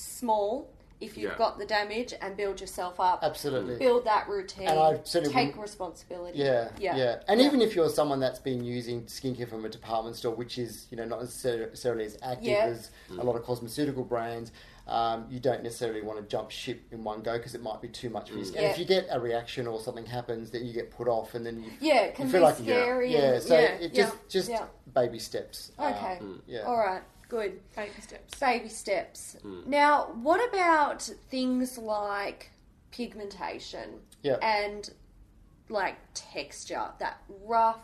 Speaker 1: small if you've
Speaker 4: Yeah.
Speaker 1: got the damage and build yourself up.
Speaker 3: Absolutely.
Speaker 1: Build that routine.
Speaker 3: And I certainly
Speaker 1: take
Speaker 3: wouldn't-
Speaker 1: responsibility.
Speaker 3: Yeah, yeah,
Speaker 1: Yeah.
Speaker 3: And
Speaker 1: Yeah.
Speaker 3: even if you're someone that's been using skincare from a department store, which is you know not necessar- necessarily as active
Speaker 1: Yeah.
Speaker 3: as a lot of cosmeceutical brands, um, you don't necessarily want to jump ship in one go because it might be too much for your skin. And if
Speaker 1: Yeah.
Speaker 3: you get a reaction or something happens, then you get put off, and then you
Speaker 1: Yeah, it can
Speaker 3: You
Speaker 1: be
Speaker 3: feel like-
Speaker 1: scary.
Speaker 3: yeah.
Speaker 1: and,
Speaker 3: So
Speaker 1: yeah,
Speaker 3: it
Speaker 1: yeah,
Speaker 3: just just
Speaker 1: yeah.
Speaker 3: baby steps. um,
Speaker 1: Okay.
Speaker 3: yeah.
Speaker 1: All right. Good.
Speaker 2: Baby steps.
Speaker 1: Baby steps.
Speaker 3: Mm.
Speaker 1: Now, what about things like pigmentation
Speaker 3: Yeah.
Speaker 1: and like texture, that rough,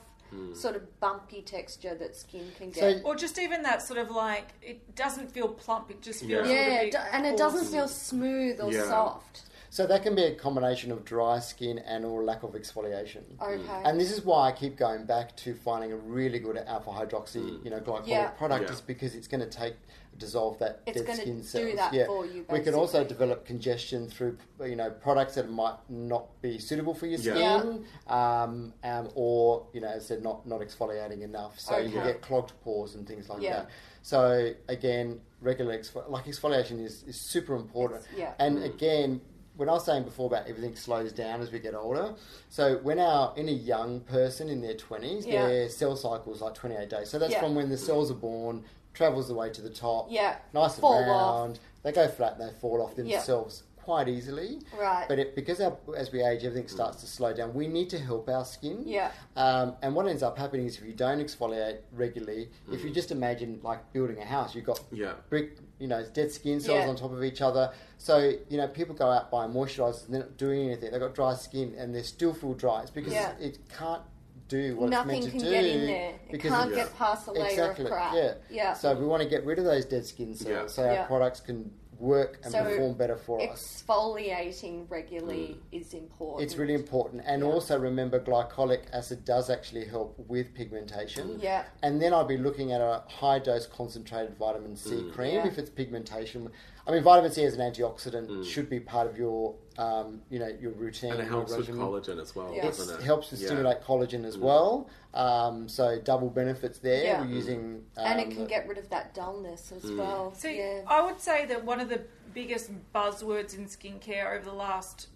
Speaker 1: sort of bumpy texture that skin can
Speaker 3: Mm. So-
Speaker 1: get?
Speaker 2: Or just even that sort of like, it doesn't feel plump, it just
Speaker 4: Yeah.
Speaker 2: feels.
Speaker 1: yeah,
Speaker 2: sort of
Speaker 1: it do- and it doesn't feel smooth or
Speaker 4: Yeah.
Speaker 1: soft.
Speaker 3: So that can be a combination of dry skin and or lack of exfoliation.
Speaker 1: Okay.
Speaker 3: Mm. And this is why I keep going back to finding a really good alpha hydroxy, you know, glycolic
Speaker 1: Yeah.
Speaker 3: product,
Speaker 4: Mm. Yeah.
Speaker 3: is because it's going to take dissolve that
Speaker 1: It's
Speaker 3: dead
Speaker 1: gonna
Speaker 3: skin
Speaker 1: do
Speaker 3: cells.
Speaker 1: that
Speaker 3: yeah.
Speaker 1: for you,
Speaker 3: we can also
Speaker 1: basically.
Speaker 3: develop congestion through, you know, products that might not be suitable for your
Speaker 4: Yeah.
Speaker 3: skin, um, um, or you know, as I said, not not exfoliating enough, so you
Speaker 1: Okay.
Speaker 3: get clogged pores and things like
Speaker 1: Yeah.
Speaker 3: that. So again, regular exfoli- like exfoliation is, is super important.
Speaker 1: It's- yeah.
Speaker 3: And again, when I was saying before about everything slows down as we get older, so when our in a young person in their twenties,
Speaker 1: Yeah.
Speaker 3: their cell cycle is like twenty eight days. So that's
Speaker 1: Yeah.
Speaker 3: from when the cells are born, travels the way to the top,
Speaker 1: Yeah.
Speaker 3: nice and
Speaker 1: Fall off.
Speaker 3: round. They go flat and they fall off
Speaker 1: Yeah.
Speaker 3: themselves quite easily.
Speaker 1: Right.
Speaker 3: But it, because our, as we age, everything starts to slow down. We need to help our skin.
Speaker 1: Yeah.
Speaker 3: Um, and what ends up happening is if you don't exfoliate regularly, if you just imagine like building a house, you've got
Speaker 4: Mm. Yeah.
Speaker 3: brick, you know, dead skin cells
Speaker 1: Yeah.
Speaker 3: on top of each other. So, you know, people go out buying moisturisers and they're not doing anything. They've got dry skin and they're still full dry. It's because
Speaker 1: Yeah.
Speaker 3: it can't do what
Speaker 1: Nothing
Speaker 3: it's meant
Speaker 1: can
Speaker 3: to
Speaker 1: get
Speaker 3: do.
Speaker 1: in there. It
Speaker 3: because
Speaker 1: can't
Speaker 4: it-
Speaker 1: get past a layer
Speaker 3: exactly,
Speaker 1: of crap.
Speaker 3: Yeah.
Speaker 1: Yeah.
Speaker 3: So we want to get rid of those dead skin cells
Speaker 4: Yeah.
Speaker 3: so our
Speaker 1: Yeah.
Speaker 3: products can work and
Speaker 1: So
Speaker 3: perform better for us. Mm.
Speaker 1: exfoliating regularly is important.
Speaker 3: It's really important. And
Speaker 1: Yeah.
Speaker 3: also remember, glycolic acid does actually help with pigmentation.
Speaker 1: Yeah.
Speaker 3: And then I'd be looking at a high dose concentrated vitamin C
Speaker 4: Mm.
Speaker 3: cream
Speaker 1: Yeah.
Speaker 3: if it's pigmentation. I mean, vitamin C as an antioxidant should be part of your, um, you know, your routine.
Speaker 4: Mm. And it
Speaker 3: your
Speaker 4: helps with
Speaker 3: regimen.
Speaker 4: collagen as well,
Speaker 1: Yeah.
Speaker 4: doesn't
Speaker 3: It
Speaker 4: it?
Speaker 3: helps to
Speaker 4: Yeah. Mm.
Speaker 3: stimulate collagen as well. Um, so double benefits there.
Speaker 1: Yeah.
Speaker 3: We're using um, mm.
Speaker 1: and it can get rid of that dullness as well.
Speaker 2: So
Speaker 1: yeah.
Speaker 2: I would say that one of the biggest buzzwords in skincare over the last,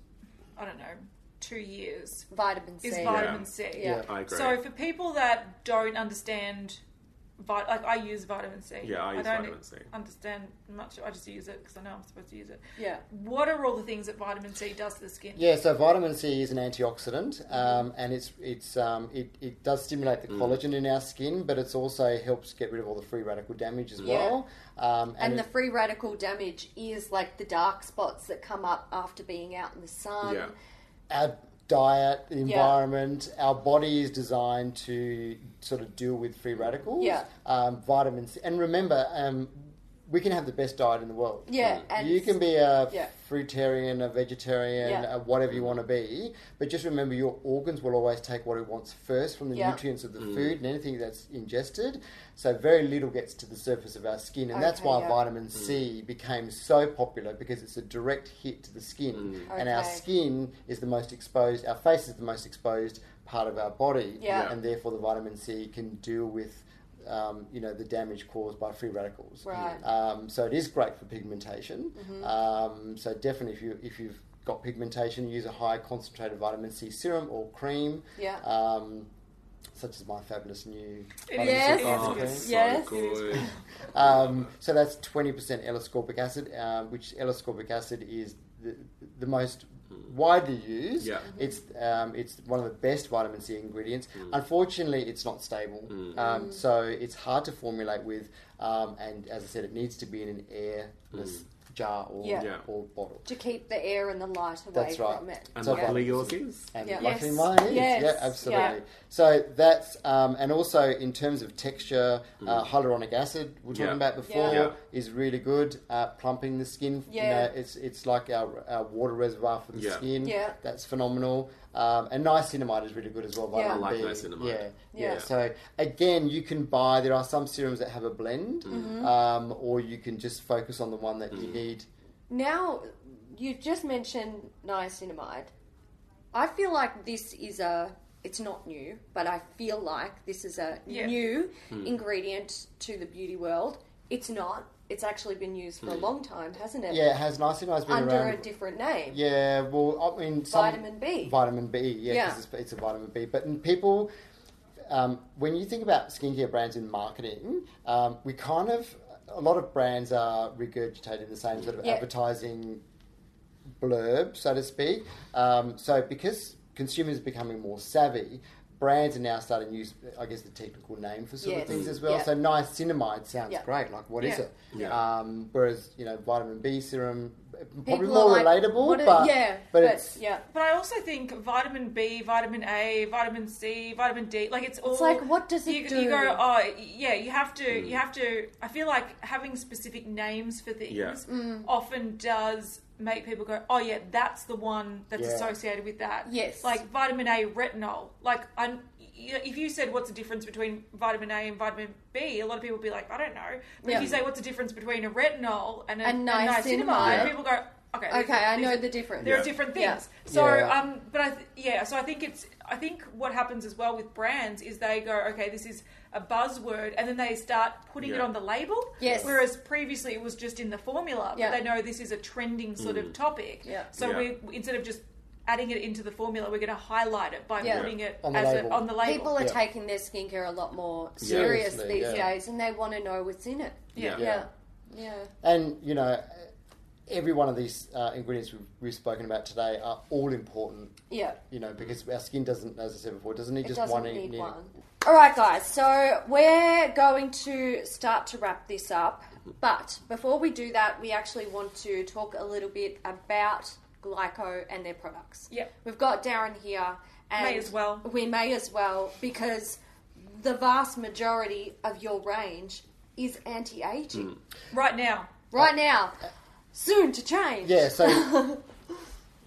Speaker 2: I don't know, two years
Speaker 1: vitamin C.
Speaker 2: is vitamin C.
Speaker 1: Yeah.
Speaker 4: I agree.
Speaker 2: So for people that don't understand, vit- like I use vitamin C.
Speaker 4: Yeah, I use
Speaker 2: don't
Speaker 4: vitamin C.
Speaker 2: Understand much? I just use it because I know I'm supposed to use it.
Speaker 1: Yeah.
Speaker 2: What are all the things that vitamin C does to the skin?
Speaker 3: Yeah, so vitamin C is an antioxidant, um, and it's it's um, it, it does stimulate the
Speaker 4: Mm.
Speaker 3: collagen in our skin, but it's also helps get rid of all the free radical damage as well. Um,
Speaker 1: And the
Speaker 3: it-
Speaker 1: free radical damage is like the dark spots that come up after being out in the sun.
Speaker 4: Yeah.
Speaker 3: our diet, the environment, our body is designed to sort of deal with free radicals.
Speaker 1: Yeah.
Speaker 3: Um, vitamin C, and remember, um, we can have the best diet in the world.
Speaker 1: Yeah, and
Speaker 3: you can be a
Speaker 1: Yeah.
Speaker 3: fruitarian, a vegetarian,
Speaker 1: Yeah.
Speaker 3: a whatever you want to be, but just remember your organs will always take what it wants first from the
Speaker 1: Yeah.
Speaker 3: nutrients of the food and anything that's ingested. So very little gets to the surface of our skin, and that's
Speaker 1: Okay,
Speaker 3: why
Speaker 1: yeah.
Speaker 3: vitamin C became so popular because it's a direct hit to the skin, and our
Speaker 1: Okay.
Speaker 3: skin is the most exposed. Our face is the most exposed part of our body,
Speaker 1: Yeah. Yeah.
Speaker 3: and therefore the vitamin C can deal with. Um, you know the damage caused by free radicals.
Speaker 1: Right. Mm-hmm.
Speaker 3: Um, so it is great for pigmentation. Um, so definitely, if you if you've got pigmentation, use a high concentrated vitamin C serum or cream.
Speaker 1: Yeah.
Speaker 3: Um, such as my fabulous new.
Speaker 2: It
Speaker 3: vitamin
Speaker 1: Yes.
Speaker 3: C
Speaker 4: Oh,
Speaker 3: vitamin
Speaker 1: Yes.
Speaker 4: it's
Speaker 3: cream.
Speaker 4: so
Speaker 1: Yes.
Speaker 4: good.
Speaker 3: Um, so that's 20% L-ascorbic acid, um, which L-ascorbic acid is the, the most widely used.
Speaker 4: Yeah.
Speaker 3: It's um, it's one of the best vitamin C ingredients. Unfortunately, it's not stable, um, so it's hard to formulate with. Um, and as I said, it needs to be in an airless jar or,
Speaker 1: Yeah.
Speaker 4: Yeah.
Speaker 3: or bottle.
Speaker 1: To keep the air and the light away
Speaker 3: That's right.
Speaker 1: from it.
Speaker 4: And
Speaker 3: So
Speaker 4: luckily
Speaker 3: vitamin
Speaker 4: yours
Speaker 3: C.
Speaker 4: is.
Speaker 3: And
Speaker 1: Yeah.
Speaker 3: luckily
Speaker 2: Yes.
Speaker 3: mine is.
Speaker 1: Yes.
Speaker 3: Yeah, absolutely.
Speaker 1: Yeah.
Speaker 3: So that's, um, and also in terms of texture, uh, hyaluronic acid, we were talking
Speaker 4: Mm. Yeah.
Speaker 3: about before,
Speaker 4: Yeah.
Speaker 3: is really good at plumping the skin.
Speaker 1: Yeah.
Speaker 3: You know, it's, it's like our, our water reservoir for the
Speaker 4: Yeah.
Speaker 3: skin.
Speaker 1: Yeah.
Speaker 3: That's phenomenal. Um, and niacinamide is really good as well.
Speaker 1: Yeah. I
Speaker 3: vitamin
Speaker 4: like
Speaker 3: B.
Speaker 4: niacinamide.
Speaker 3: Yeah.
Speaker 1: Yeah.
Speaker 3: yeah. So again, you can buy, there are some serums that have a blend,
Speaker 4: Mm-hmm.
Speaker 3: um, or you can just focus on the one that you need.
Speaker 1: Now, you just mentioned niacinamide. I feel like this is a. It's not new, but I feel like this is a
Speaker 2: Yeah.
Speaker 1: new ingredient to the beauty world. It's not. It's actually been used for a long time, hasn't it?
Speaker 3: Yeah, it has niacinide's been
Speaker 1: Under
Speaker 3: around
Speaker 1: a different name.
Speaker 3: Yeah, well, I mean, some,
Speaker 1: Vitamin B.
Speaker 3: Vitamin B, yeah,
Speaker 1: Yeah.
Speaker 3: 'cause it's, it's a vitamin B. But in people, um, when you think about skincare brands in marketing, um, we kind of a lot of brands are regurgitating the same sort of
Speaker 1: Yeah.
Speaker 3: advertising blurb, so to speak. Um, so because consumers are becoming more savvy. Brands are now starting to use, I guess, the technical name for sort
Speaker 1: Yes.
Speaker 3: of things as well.
Speaker 1: Yeah.
Speaker 3: So niacinamide sounds
Speaker 1: Yeah.
Speaker 3: great. Like, what is
Speaker 2: Yeah.
Speaker 3: it?
Speaker 4: Yeah.
Speaker 3: Um, whereas, you know, vitamin B serum, probably
Speaker 1: People
Speaker 3: more
Speaker 1: are like,
Speaker 3: relatable,
Speaker 1: what are-
Speaker 3: but
Speaker 1: yeah,
Speaker 3: but it's
Speaker 1: yeah.
Speaker 2: But I also think vitamin B, vitamin A, vitamin C, vitamin D, like it's all.
Speaker 1: like, what does it
Speaker 2: you,
Speaker 1: do?
Speaker 2: You go, oh yeah, you have to,
Speaker 1: Hmm.
Speaker 2: you have to. I feel like having specific names for things
Speaker 4: Yeah.
Speaker 2: often does make people go, oh yeah, that's the one that's
Speaker 3: Yeah.
Speaker 2: associated with that.
Speaker 1: Yes.
Speaker 2: like vitamin A, retinol. Like, I'm, you know, if you said what's the difference between vitamin A and vitamin B, a lot of people would be like, I don't know. But
Speaker 1: Yeah.
Speaker 2: if you say what's the difference between a retinol and a,
Speaker 1: And
Speaker 2: and niacinamide,
Speaker 1: niacinamide.
Speaker 3: Yeah.
Speaker 2: people go, okay,
Speaker 1: Okay,
Speaker 2: these-
Speaker 1: I
Speaker 2: these
Speaker 1: know
Speaker 2: are-
Speaker 1: the difference.
Speaker 2: there
Speaker 4: Yeah.
Speaker 2: are different
Speaker 1: Yeah.
Speaker 2: things. So,
Speaker 3: Yeah.
Speaker 2: um, but I th- yeah, so I think it's I think what happens as well with brands is they go, okay, this is a buzzword, and then they start putting it
Speaker 4: Yeah.
Speaker 2: on the label.
Speaker 1: Yes.
Speaker 2: Whereas previously it was just in the formula,
Speaker 1: Yeah.
Speaker 2: but they know this is a trending sort
Speaker 3: Mm.
Speaker 2: of topic.
Speaker 1: Yeah.
Speaker 2: So
Speaker 4: Yeah.
Speaker 2: we instead of just adding it into the formula, we're going to highlight it by
Speaker 1: Yeah.
Speaker 2: putting it
Speaker 3: On the
Speaker 2: as
Speaker 3: label.
Speaker 2: a, on the label.
Speaker 1: People are
Speaker 3: Yeah.
Speaker 1: taking their skincare a lot more serious
Speaker 3: Seriously,
Speaker 1: these
Speaker 3: yeah.
Speaker 1: days, and they want to know what's in it.
Speaker 2: yeah.
Speaker 3: Yeah.
Speaker 1: Yeah, yeah,
Speaker 3: And you know, every one of these uh, ingredients we've, we've spoken about today are all important.
Speaker 1: yeah.
Speaker 3: You know, because our skin doesn't, as I said before, doesn't need
Speaker 1: It
Speaker 3: just
Speaker 1: doesn't
Speaker 3: one.
Speaker 1: need
Speaker 3: ingredient.
Speaker 1: one. All right, guys. So we're going to start to wrap this up, but before we do that, we actually want to talk a little bit about Glyco and their products.
Speaker 2: Yep.
Speaker 1: we've got Darren here, and
Speaker 2: May as well.
Speaker 1: We may as well because the vast majority of your range is
Speaker 3: Mm.
Speaker 1: anti-aging
Speaker 2: Right now,
Speaker 1: right now. Soon to change.
Speaker 3: Yeah, so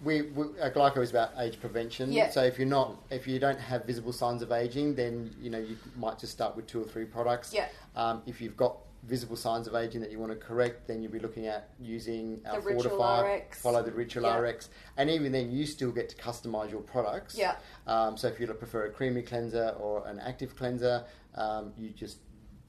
Speaker 3: we, we uh, glyco is about age prevention.
Speaker 1: Yeah.
Speaker 3: So if you're not, if you don't have visible signs of aging, then you know you might just start with two or three products.
Speaker 1: Yeah.
Speaker 3: Um, if you've got visible signs of aging that you want to correct, then you'll be looking at using our
Speaker 1: The
Speaker 3: four to
Speaker 1: Ritual
Speaker 3: five,
Speaker 1: RX.
Speaker 3: follow the ritual
Speaker 1: Yeah.
Speaker 3: RX, and even then you still get to customize your products.
Speaker 1: Yeah.
Speaker 3: Um, so if you prefer a creamy cleanser or an active cleanser, um, you just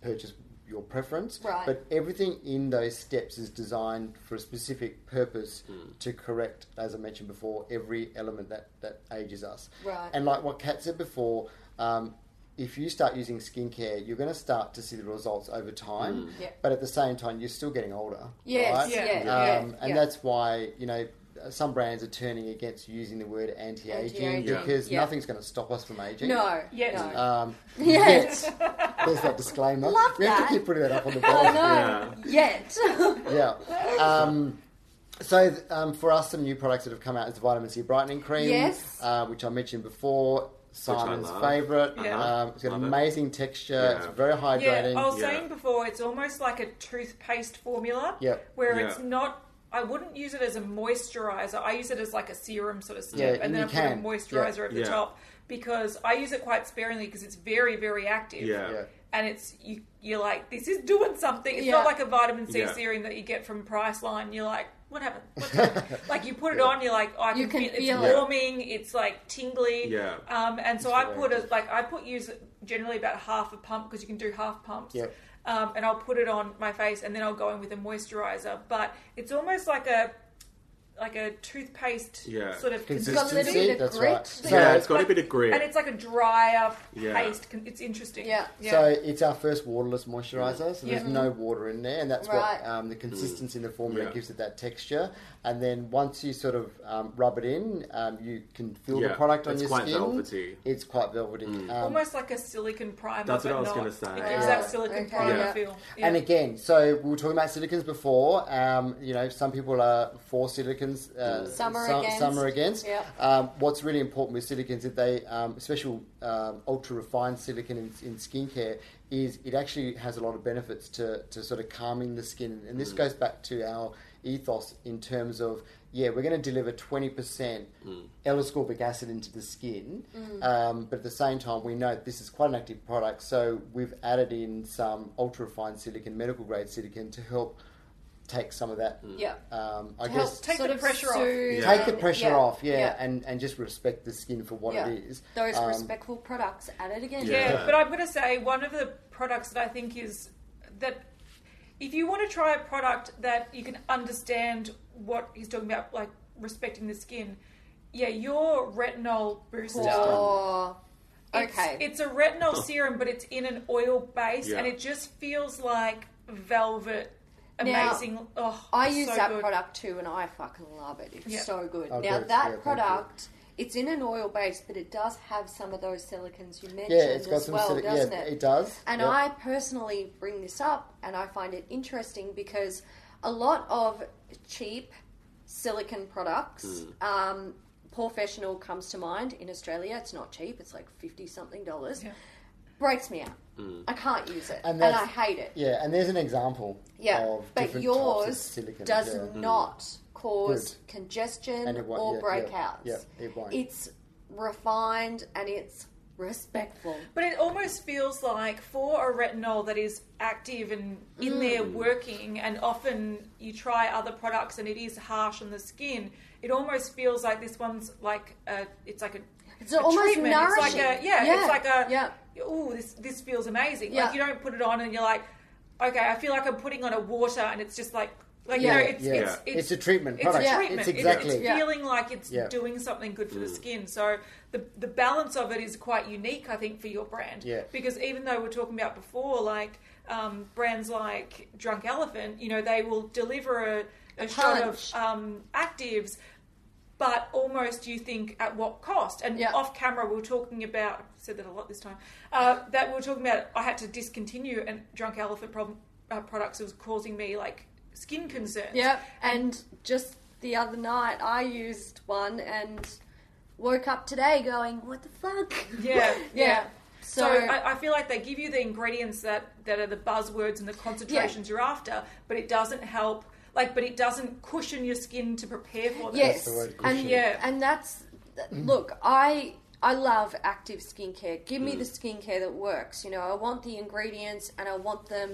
Speaker 3: purchase your preference.
Speaker 1: Right.
Speaker 3: But everything in those steps is designed for a specific purpose to correct, as I mentioned before, every element that, that ages us.
Speaker 1: Right.
Speaker 3: And like what Kat said before, um, if you start using skincare, you're going to start to see the results over time.
Speaker 1: Yeah.
Speaker 3: But at the same time, you're still getting older.
Speaker 1: Yes,
Speaker 3: right?
Speaker 1: yeah,
Speaker 2: Yeah.
Speaker 3: Um,
Speaker 1: yeah,
Speaker 3: and
Speaker 1: yeah.
Speaker 3: that's why, you know, some brands are turning against using the word anti aging
Speaker 1: Anti-aging,
Speaker 3: because
Speaker 1: yeah.
Speaker 3: nothing's going to stop us from
Speaker 1: (laughs)
Speaker 3: aging.
Speaker 1: No.
Speaker 2: Yes.
Speaker 1: (laughs) No.
Speaker 3: Um,
Speaker 1: (laughs)
Speaker 2: (laughs)
Speaker 1: Yes.
Speaker 3: yet. (laughs) There's that disclaimer.
Speaker 1: Love
Speaker 3: we have
Speaker 1: that.
Speaker 3: to keep putting that up on
Speaker 1: (laughs)
Speaker 3: the
Speaker 1: I
Speaker 3: board.
Speaker 1: know. Yet. (laughs)
Speaker 3: yeah. Um, so th- um, for us, some new products that have come out is the vitamin C brightening cream,
Speaker 1: Yes.
Speaker 3: uh, which I mentioned before.
Speaker 4: I
Speaker 3: Simon's
Speaker 4: love.
Speaker 3: favourite.
Speaker 2: Yeah.
Speaker 3: Um, it's got
Speaker 4: Love it.
Speaker 3: amazing texture.
Speaker 4: Yeah.
Speaker 3: It's very
Speaker 2: Yeah,
Speaker 3: hydrating.
Speaker 1: oh.
Speaker 2: I was
Speaker 4: Yeah.
Speaker 2: saying before, it's almost like a toothpaste formula.
Speaker 3: Yep.
Speaker 2: Where
Speaker 4: Yeah.
Speaker 2: it's not. I wouldn't use it as a moisturizer. I use it as like a serum sort of step,
Speaker 3: Yeah,
Speaker 2: and then I
Speaker 3: you
Speaker 2: put
Speaker 3: can.
Speaker 2: a moisturizer at the
Speaker 4: Yeah.
Speaker 2: top because I use it quite sparingly because it's very, very active.
Speaker 4: Yeah.
Speaker 3: Yeah.
Speaker 2: And it's you. You're like, this is doing something. It's
Speaker 1: Yeah.
Speaker 2: not like a vitamin C
Speaker 4: Yeah.
Speaker 2: serum that you get from Priceline. You're like, what happened?
Speaker 1: (laughs)
Speaker 2: What happened? like you put it on, you're like, oh, I can,
Speaker 1: You can
Speaker 2: feel,
Speaker 1: feel
Speaker 2: it's
Speaker 1: it.
Speaker 2: warming. It's like tingly.
Speaker 4: Yeah.
Speaker 2: Um, and so
Speaker 3: It's
Speaker 2: I
Speaker 3: very
Speaker 2: put a
Speaker 3: active.
Speaker 2: like I put use generally about half a pump because you can do half pumps.
Speaker 3: Yep.
Speaker 2: Um, and I'll put it on my face, and then I'll go in with a moisturizer. But it's almost like a like a toothpaste
Speaker 4: Yeah.
Speaker 2: sort of
Speaker 1: It's got a little
Speaker 3: Consistency,
Speaker 1: bit of
Speaker 3: that's
Speaker 1: grit.
Speaker 3: right.
Speaker 1: So-
Speaker 4: Yeah,
Speaker 3: So-
Speaker 4: it's got a bit of grit.
Speaker 2: and it's like a dry up
Speaker 4: Yeah.
Speaker 2: paste. Con- It's interesting.
Speaker 1: Yeah.
Speaker 3: So it's our first waterless moisturizer, so
Speaker 2: Yeah.
Speaker 3: there's no water in there, and that's
Speaker 1: Right.
Speaker 3: what um, the consistency in the formula
Speaker 4: Yeah.
Speaker 3: gives it that texture. And then once you sort of um, rub it in, um, you can feel the
Speaker 4: Yeah,
Speaker 3: product on
Speaker 4: it's
Speaker 3: your
Speaker 4: quite
Speaker 3: skin.
Speaker 4: velvety. Mm.
Speaker 3: It's quite velvety. Um,
Speaker 2: almost like a silicon primer.
Speaker 4: That's what
Speaker 2: but
Speaker 4: I was
Speaker 2: not.
Speaker 4: gonna say.
Speaker 2: It gives
Speaker 1: Yeah.
Speaker 2: that silicon
Speaker 1: Okay.
Speaker 2: primer
Speaker 4: Yeah.
Speaker 2: feel.
Speaker 3: And
Speaker 2: Yeah.
Speaker 3: again, so we were talking about silicons before. Um, you know, some people are for silicons. Uh,
Speaker 1: Some are
Speaker 3: so-
Speaker 1: against.
Speaker 3: Some are against.
Speaker 1: Yep.
Speaker 3: Um, what's really important with silicons is they, um, special um, ultra refined silicon in, in skincare, is it actually has a lot of benefits to, to sort of calming the skin. And this goes back to our ethos in terms of yeah, we're going to deliver twenty percent L-ascorbic acid into the skin,
Speaker 1: Mm.
Speaker 3: um, but at the same time we know this is quite an active product, so we've added in some ultra refined silicon, medical grade silicon, to help take some of that.
Speaker 1: Yeah.
Speaker 3: Um, I
Speaker 1: To
Speaker 3: guess
Speaker 1: help
Speaker 2: Take
Speaker 1: sort
Speaker 2: the
Speaker 1: of
Speaker 2: pressure off.
Speaker 1: soothe
Speaker 4: Yeah.
Speaker 3: take the
Speaker 1: and-
Speaker 3: pressure
Speaker 1: yeah,
Speaker 3: off, yeah,
Speaker 1: yeah.
Speaker 3: And, and just respect the skin for what
Speaker 1: Yeah.
Speaker 3: it is.
Speaker 1: Those
Speaker 3: Um,
Speaker 1: respectful products added again.
Speaker 2: Yeah,
Speaker 4: Yeah.
Speaker 2: but I'm going to say one of the products that I think is that if you want to try a product that you can understand what he's talking about, like respecting the skin, yeah, your retinol booster.
Speaker 1: Oh,
Speaker 2: It's-
Speaker 1: okay.
Speaker 2: It's, a
Speaker 4: (laughs)
Speaker 2: retinol serum, but it's in an oil base,
Speaker 4: Yeah.
Speaker 2: and it just feels like velvet.
Speaker 1: Now,
Speaker 2: Amazing. oh,
Speaker 1: I
Speaker 2: it's
Speaker 1: use
Speaker 2: so
Speaker 1: that
Speaker 2: good.
Speaker 1: product too, and I fucking love it. It's
Speaker 2: Yeah.
Speaker 1: so good. now
Speaker 3: Oh, great. Yeah,
Speaker 1: that
Speaker 3: thank you.
Speaker 1: product, it's in an oil base, but it does have some of those silicons you mentioned
Speaker 3: yeah, it's got
Speaker 1: as
Speaker 3: some.
Speaker 1: well,
Speaker 3: silic-
Speaker 1: doesn't
Speaker 3: yeah,
Speaker 1: it?
Speaker 3: it? does.
Speaker 1: And
Speaker 3: Yep.
Speaker 1: I personally bring this up and I find it interesting because a lot of cheap silicon products, um, professional comes to mind in Australia. It's not cheap, it's like 50 something dollars.
Speaker 2: Yeah.
Speaker 1: Breaks me out. I can't use it
Speaker 3: And
Speaker 1: and,
Speaker 3: that's-
Speaker 1: I hate it.
Speaker 3: yeah, and there's an example.
Speaker 1: Yeah,
Speaker 3: of
Speaker 1: but
Speaker 3: different types of
Speaker 1: yours
Speaker 3: silicon,
Speaker 1: does
Speaker 3: yeah.
Speaker 1: not cause
Speaker 3: Good. And
Speaker 1: congestion
Speaker 3: it won't-
Speaker 1: or
Speaker 3: yeah, yeah,
Speaker 1: breakouts.
Speaker 3: yeah, it won't.
Speaker 1: It's refined and it's respectful.
Speaker 2: But it almost feels like for a retinol that is active and in
Speaker 1: Mm.
Speaker 2: there working, and often you try other products and it is harsh on the skin. It almost feels like this one's like a, it's like a,
Speaker 1: It's
Speaker 2: a
Speaker 1: almost
Speaker 2: treatment. It's like a,
Speaker 1: nourishing.
Speaker 2: yeah,
Speaker 1: Yeah,
Speaker 2: it's like a,
Speaker 1: yeah.
Speaker 2: ooh, this this feels amazing.
Speaker 1: Yeah.
Speaker 2: Like you don't put it on and you're like, okay, I feel like I'm putting on a water, and it's just like. Like
Speaker 1: Yeah.
Speaker 2: you know, it's,
Speaker 3: Yeah.
Speaker 2: it's,
Speaker 4: Yeah.
Speaker 2: it's
Speaker 3: It's a treatment
Speaker 2: It's
Speaker 3: product.
Speaker 2: a
Speaker 1: Yeah.
Speaker 2: treatment.
Speaker 3: It's
Speaker 2: It's,
Speaker 3: exactly-
Speaker 2: it's
Speaker 1: Yeah.
Speaker 2: feeling like it's
Speaker 3: Yeah.
Speaker 2: doing something good for the skin. So the the balance of it is quite unique, I think, for your brand.
Speaker 3: Yeah.
Speaker 2: Because even though we're talking about before, like um, brands like Drunk Elephant, you know, they will deliver a, a, shot
Speaker 1: punch.
Speaker 2: of um, actives. But almost, you think at what cost? And
Speaker 1: Yeah.
Speaker 2: off camera, we were talking about I said that a lot this time. Uh, that we were talking about, I had to discontinue and drunk elephant problem, uh, products. It was causing me like skin concerns.
Speaker 1: Yep. And just the other night, I used one and woke up today going, "What the fuck?"
Speaker 2: Yeah,
Speaker 1: (laughs) yeah.
Speaker 2: yeah.
Speaker 1: So,
Speaker 2: So I, I feel like they give you the ingredients that, that are the buzzwords and the concentrations you're after, but it doesn't help. Like, but it doesn't cushion your skin to prepare for them.
Speaker 1: yes,
Speaker 3: the Mm-hmm. word,
Speaker 1: and
Speaker 3: cushion.
Speaker 2: Yeah.
Speaker 1: and that's th- look, I I love active skincare. Give
Speaker 3: Mm.
Speaker 1: me the skincare that works. You know, I want the ingredients and I want them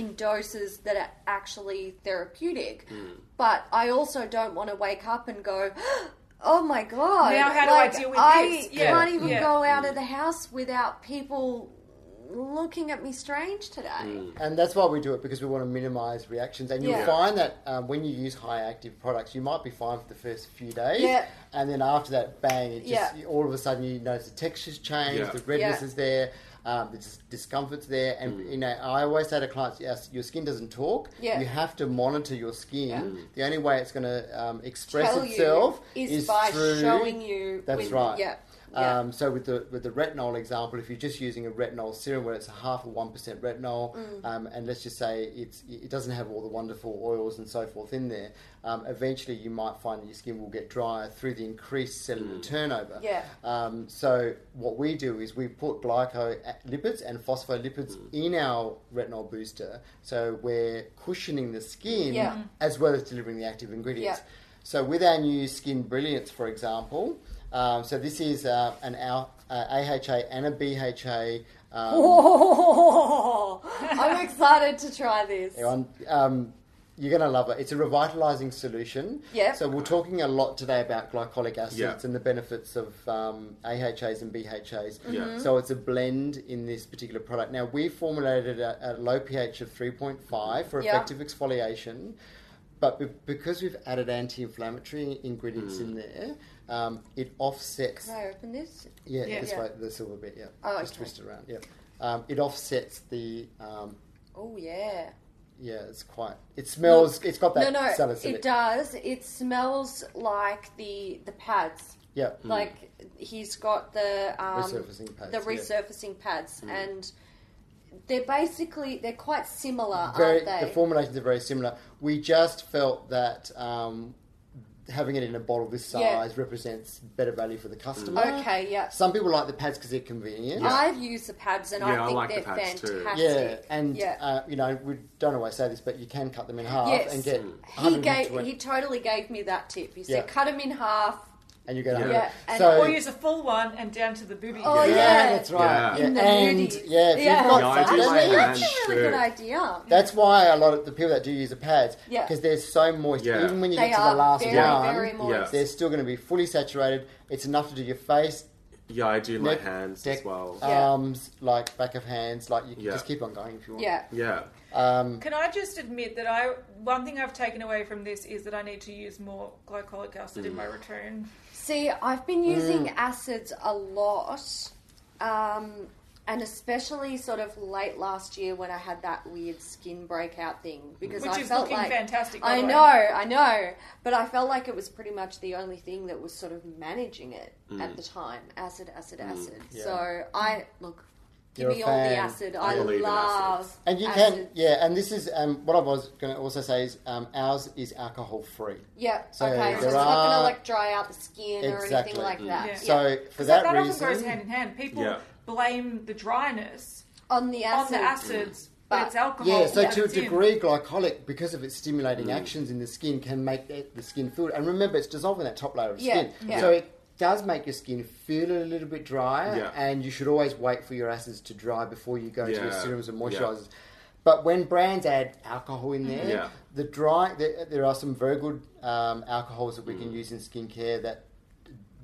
Speaker 1: in doses that are actually therapeutic.
Speaker 3: Mm.
Speaker 1: But I also don't want to wake up and go. (gasps) Oh my god!
Speaker 2: Now how do I
Speaker 1: Like,
Speaker 2: deal with
Speaker 1: I
Speaker 2: this?" Yeah.
Speaker 1: can't even
Speaker 2: Yeah.
Speaker 1: go out
Speaker 3: Mm.
Speaker 1: of the house without people looking at me strange today.
Speaker 3: And that's why we do it because we want to minimise reactions. And you'll
Speaker 1: Mm. Yeah.
Speaker 3: find that um, when you use high active products, you might be fine for the first few days,
Speaker 1: Yeah.
Speaker 3: and then after that, bang! It just
Speaker 1: Yeah.
Speaker 3: you- all of a sudden you notice the textures change,
Speaker 4: Yeah.
Speaker 3: the redness
Speaker 1: Yeah. Mm.
Speaker 3: is there, um, the dis- discomfort's there, and you know I always say to clients, yes, your skin doesn't talk.
Speaker 1: Yeah.
Speaker 3: You have to monitor your skin. The only way it's going to um, express
Speaker 1: Tell you
Speaker 3: itself
Speaker 1: is by
Speaker 3: through-
Speaker 1: showing you
Speaker 3: That's
Speaker 1: with-
Speaker 3: right.
Speaker 1: yeah, yeah.
Speaker 3: Um, so with the with the retinol example, if you're just using a retinol serum where it's a half or one percent retinol,
Speaker 1: Mm.
Speaker 3: um, and let's just say it's it doesn't have all the wonderful oils and so forth in there, um, eventually you might find that your skin will get drier through the increased cellular turnover.
Speaker 1: Mm. Yeah.
Speaker 3: Um, so what we do is we put glycolipids and phospholipids in our retinol booster, so we're cushioning the skin
Speaker 1: Yeah. Mm.
Speaker 3: as well as delivering the active ingredients.
Speaker 1: Yeah.
Speaker 3: So with our new Skin Brilliance, for example, um, so this is uh, an al- uh, AHA and a BHA. Um,
Speaker 1: Oh, I'm excited to try this.
Speaker 3: on- um, you're going to love it. It's a revitalizing solution.
Speaker 1: Yep.
Speaker 3: So we're talking a lot today about glycolic acids
Speaker 4: Yeah.
Speaker 3: and the benefits of um, AHAs and BHAs.
Speaker 4: Yeah. Mm-hmm.
Speaker 3: So it's a blend in this particular product. Now we formulated it at a low pH of 3.5 for
Speaker 1: Yeah.
Speaker 3: effective exfoliation. But be- because we've added anti-inflammatory ingredients
Speaker 4: Mm.
Speaker 3: in there, um, it offsets.
Speaker 1: Can I open this?
Speaker 3: Yeah,
Speaker 2: Yeah.
Speaker 3: this
Speaker 1: Yeah.
Speaker 3: way, the silver bit. Yeah,
Speaker 1: Oh,
Speaker 3: just
Speaker 1: okay.
Speaker 3: twist it around. Yeah, um, it offsets the. Um,
Speaker 1: Oh yeah.
Speaker 3: yeah, it's quite. It smells. it's got
Speaker 1: No,
Speaker 3: that
Speaker 1: no,
Speaker 3: salicylic.
Speaker 1: it does. It smells like the the pads.
Speaker 3: Yeah, mm,
Speaker 1: Like he's got the um,
Speaker 3: Hmm. Resurfacing pads,
Speaker 1: The
Speaker 3: yeah. Hmm.
Speaker 1: resurfacing pads, and they're basically they're quite similar,
Speaker 3: very.
Speaker 1: aren't they?
Speaker 3: The formulations are very similar. We just felt that um, having it in a bottle this
Speaker 1: Yeah. Mm.
Speaker 3: size represents better value for the customer.
Speaker 1: okay, yeah.
Speaker 3: Some people like the pads because they're convenient.
Speaker 1: I've used the pads, and
Speaker 4: Yeah,
Speaker 1: I
Speaker 4: I
Speaker 1: think
Speaker 4: like the
Speaker 1: they're
Speaker 4: pads too.
Speaker 1: fantastic.
Speaker 3: Yeah, and
Speaker 1: Yeah.
Speaker 3: Uh, you know we don't always say this, but you can cut them in half
Speaker 1: Yes.
Speaker 3: and get
Speaker 1: he gave
Speaker 3: 120
Speaker 1: he totally gave me that tip. He
Speaker 3: Yeah.
Speaker 1: said, "Cut them in half."
Speaker 3: and you get
Speaker 4: Yeah.
Speaker 3: 100.
Speaker 1: Yeah, and-
Speaker 3: so
Speaker 2: Or use a full one and down to the booby.
Speaker 1: Oh,
Speaker 3: yeah,
Speaker 1: yeah.
Speaker 3: that's right.
Speaker 4: Yeah.
Speaker 3: Yeah.
Speaker 1: In the
Speaker 3: And
Speaker 1: nudies.
Speaker 3: yeah, if
Speaker 1: Yeah.
Speaker 3: you've got
Speaker 4: Yeah, I do
Speaker 3: something-
Speaker 4: like that.
Speaker 1: That's a really
Speaker 4: Sure.
Speaker 1: good idea.
Speaker 3: That's why a lot of the people that do use the pads,
Speaker 1: Yeah.
Speaker 3: because they're so moist.
Speaker 4: Yeah.
Speaker 3: Even when you
Speaker 1: They
Speaker 3: get to
Speaker 1: are
Speaker 3: the last
Speaker 1: very,
Speaker 3: one,
Speaker 1: very moist.
Speaker 3: they're still going to be fully saturated. It's enough to do your face,
Speaker 4: Yeah, I do my
Speaker 3: neck,
Speaker 4: hands
Speaker 3: deck,
Speaker 4: as well.
Speaker 1: Yeah.
Speaker 3: arms, like back of hands. Like you can
Speaker 4: Yeah.
Speaker 3: just keep on going if you want.
Speaker 1: Yeah.
Speaker 4: yeah.
Speaker 3: Um,
Speaker 2: Can I just admit that I one thing I've taken away from this is that I need to use more glycolic acid in my
Speaker 3: Mm.
Speaker 2: return.
Speaker 1: See, I've been using acids a lot, um, and especially sort of late last year when I had that weird skin breakout thing because
Speaker 2: Which
Speaker 1: I
Speaker 2: is
Speaker 1: felt
Speaker 2: looking
Speaker 1: like
Speaker 2: fantastic, by
Speaker 1: I
Speaker 2: the way.
Speaker 1: know, I know, but I felt like it was pretty much the only thing that was sort of managing it
Speaker 4: Mm.
Speaker 1: at the time. Acid, acid, acid.
Speaker 3: Yeah.
Speaker 1: So I look. Give
Speaker 3: You're a
Speaker 1: me all the
Speaker 3: fan.
Speaker 1: acid. I,
Speaker 4: believe in
Speaker 1: love
Speaker 4: acids.
Speaker 3: and you can,
Speaker 1: acids.
Speaker 3: yeah. And this is um, what I was going to also say is um, ours is alcohol free.
Speaker 1: Yeah.
Speaker 3: So
Speaker 1: okay. So
Speaker 3: there
Speaker 1: it's not going
Speaker 3: are-
Speaker 1: to like dry out the skin or anything
Speaker 3: Exactly.
Speaker 1: like that.
Speaker 2: Yeah.
Speaker 3: So for
Speaker 2: 'Cause
Speaker 3: that,
Speaker 2: often
Speaker 3: reason,
Speaker 2: goes hand in hand. People
Speaker 4: Yeah.
Speaker 2: blame the dryness
Speaker 1: on the acid.
Speaker 2: on the acids, But it's alcohol.
Speaker 3: Yeah, so to a
Speaker 2: that's in.
Speaker 3: degree, glycolic, because of its stimulating actions in the skin, can make the, the skin feel. And remember, it's dissolving that top layer of
Speaker 1: Yeah,
Speaker 3: skin.
Speaker 1: yeah.
Speaker 3: So it does make your skin feel a little bit drier,
Speaker 4: Yeah.
Speaker 3: and you should always wait for your acids to dry before you go to your
Speaker 4: Yeah,
Speaker 3: serums and
Speaker 4: yeah.
Speaker 3: moisturizers. But when brands add alcohol in there,
Speaker 4: Yeah.
Speaker 3: the dry there, there are some very good um, alcohols that we
Speaker 4: Mm.
Speaker 3: can use in skincare that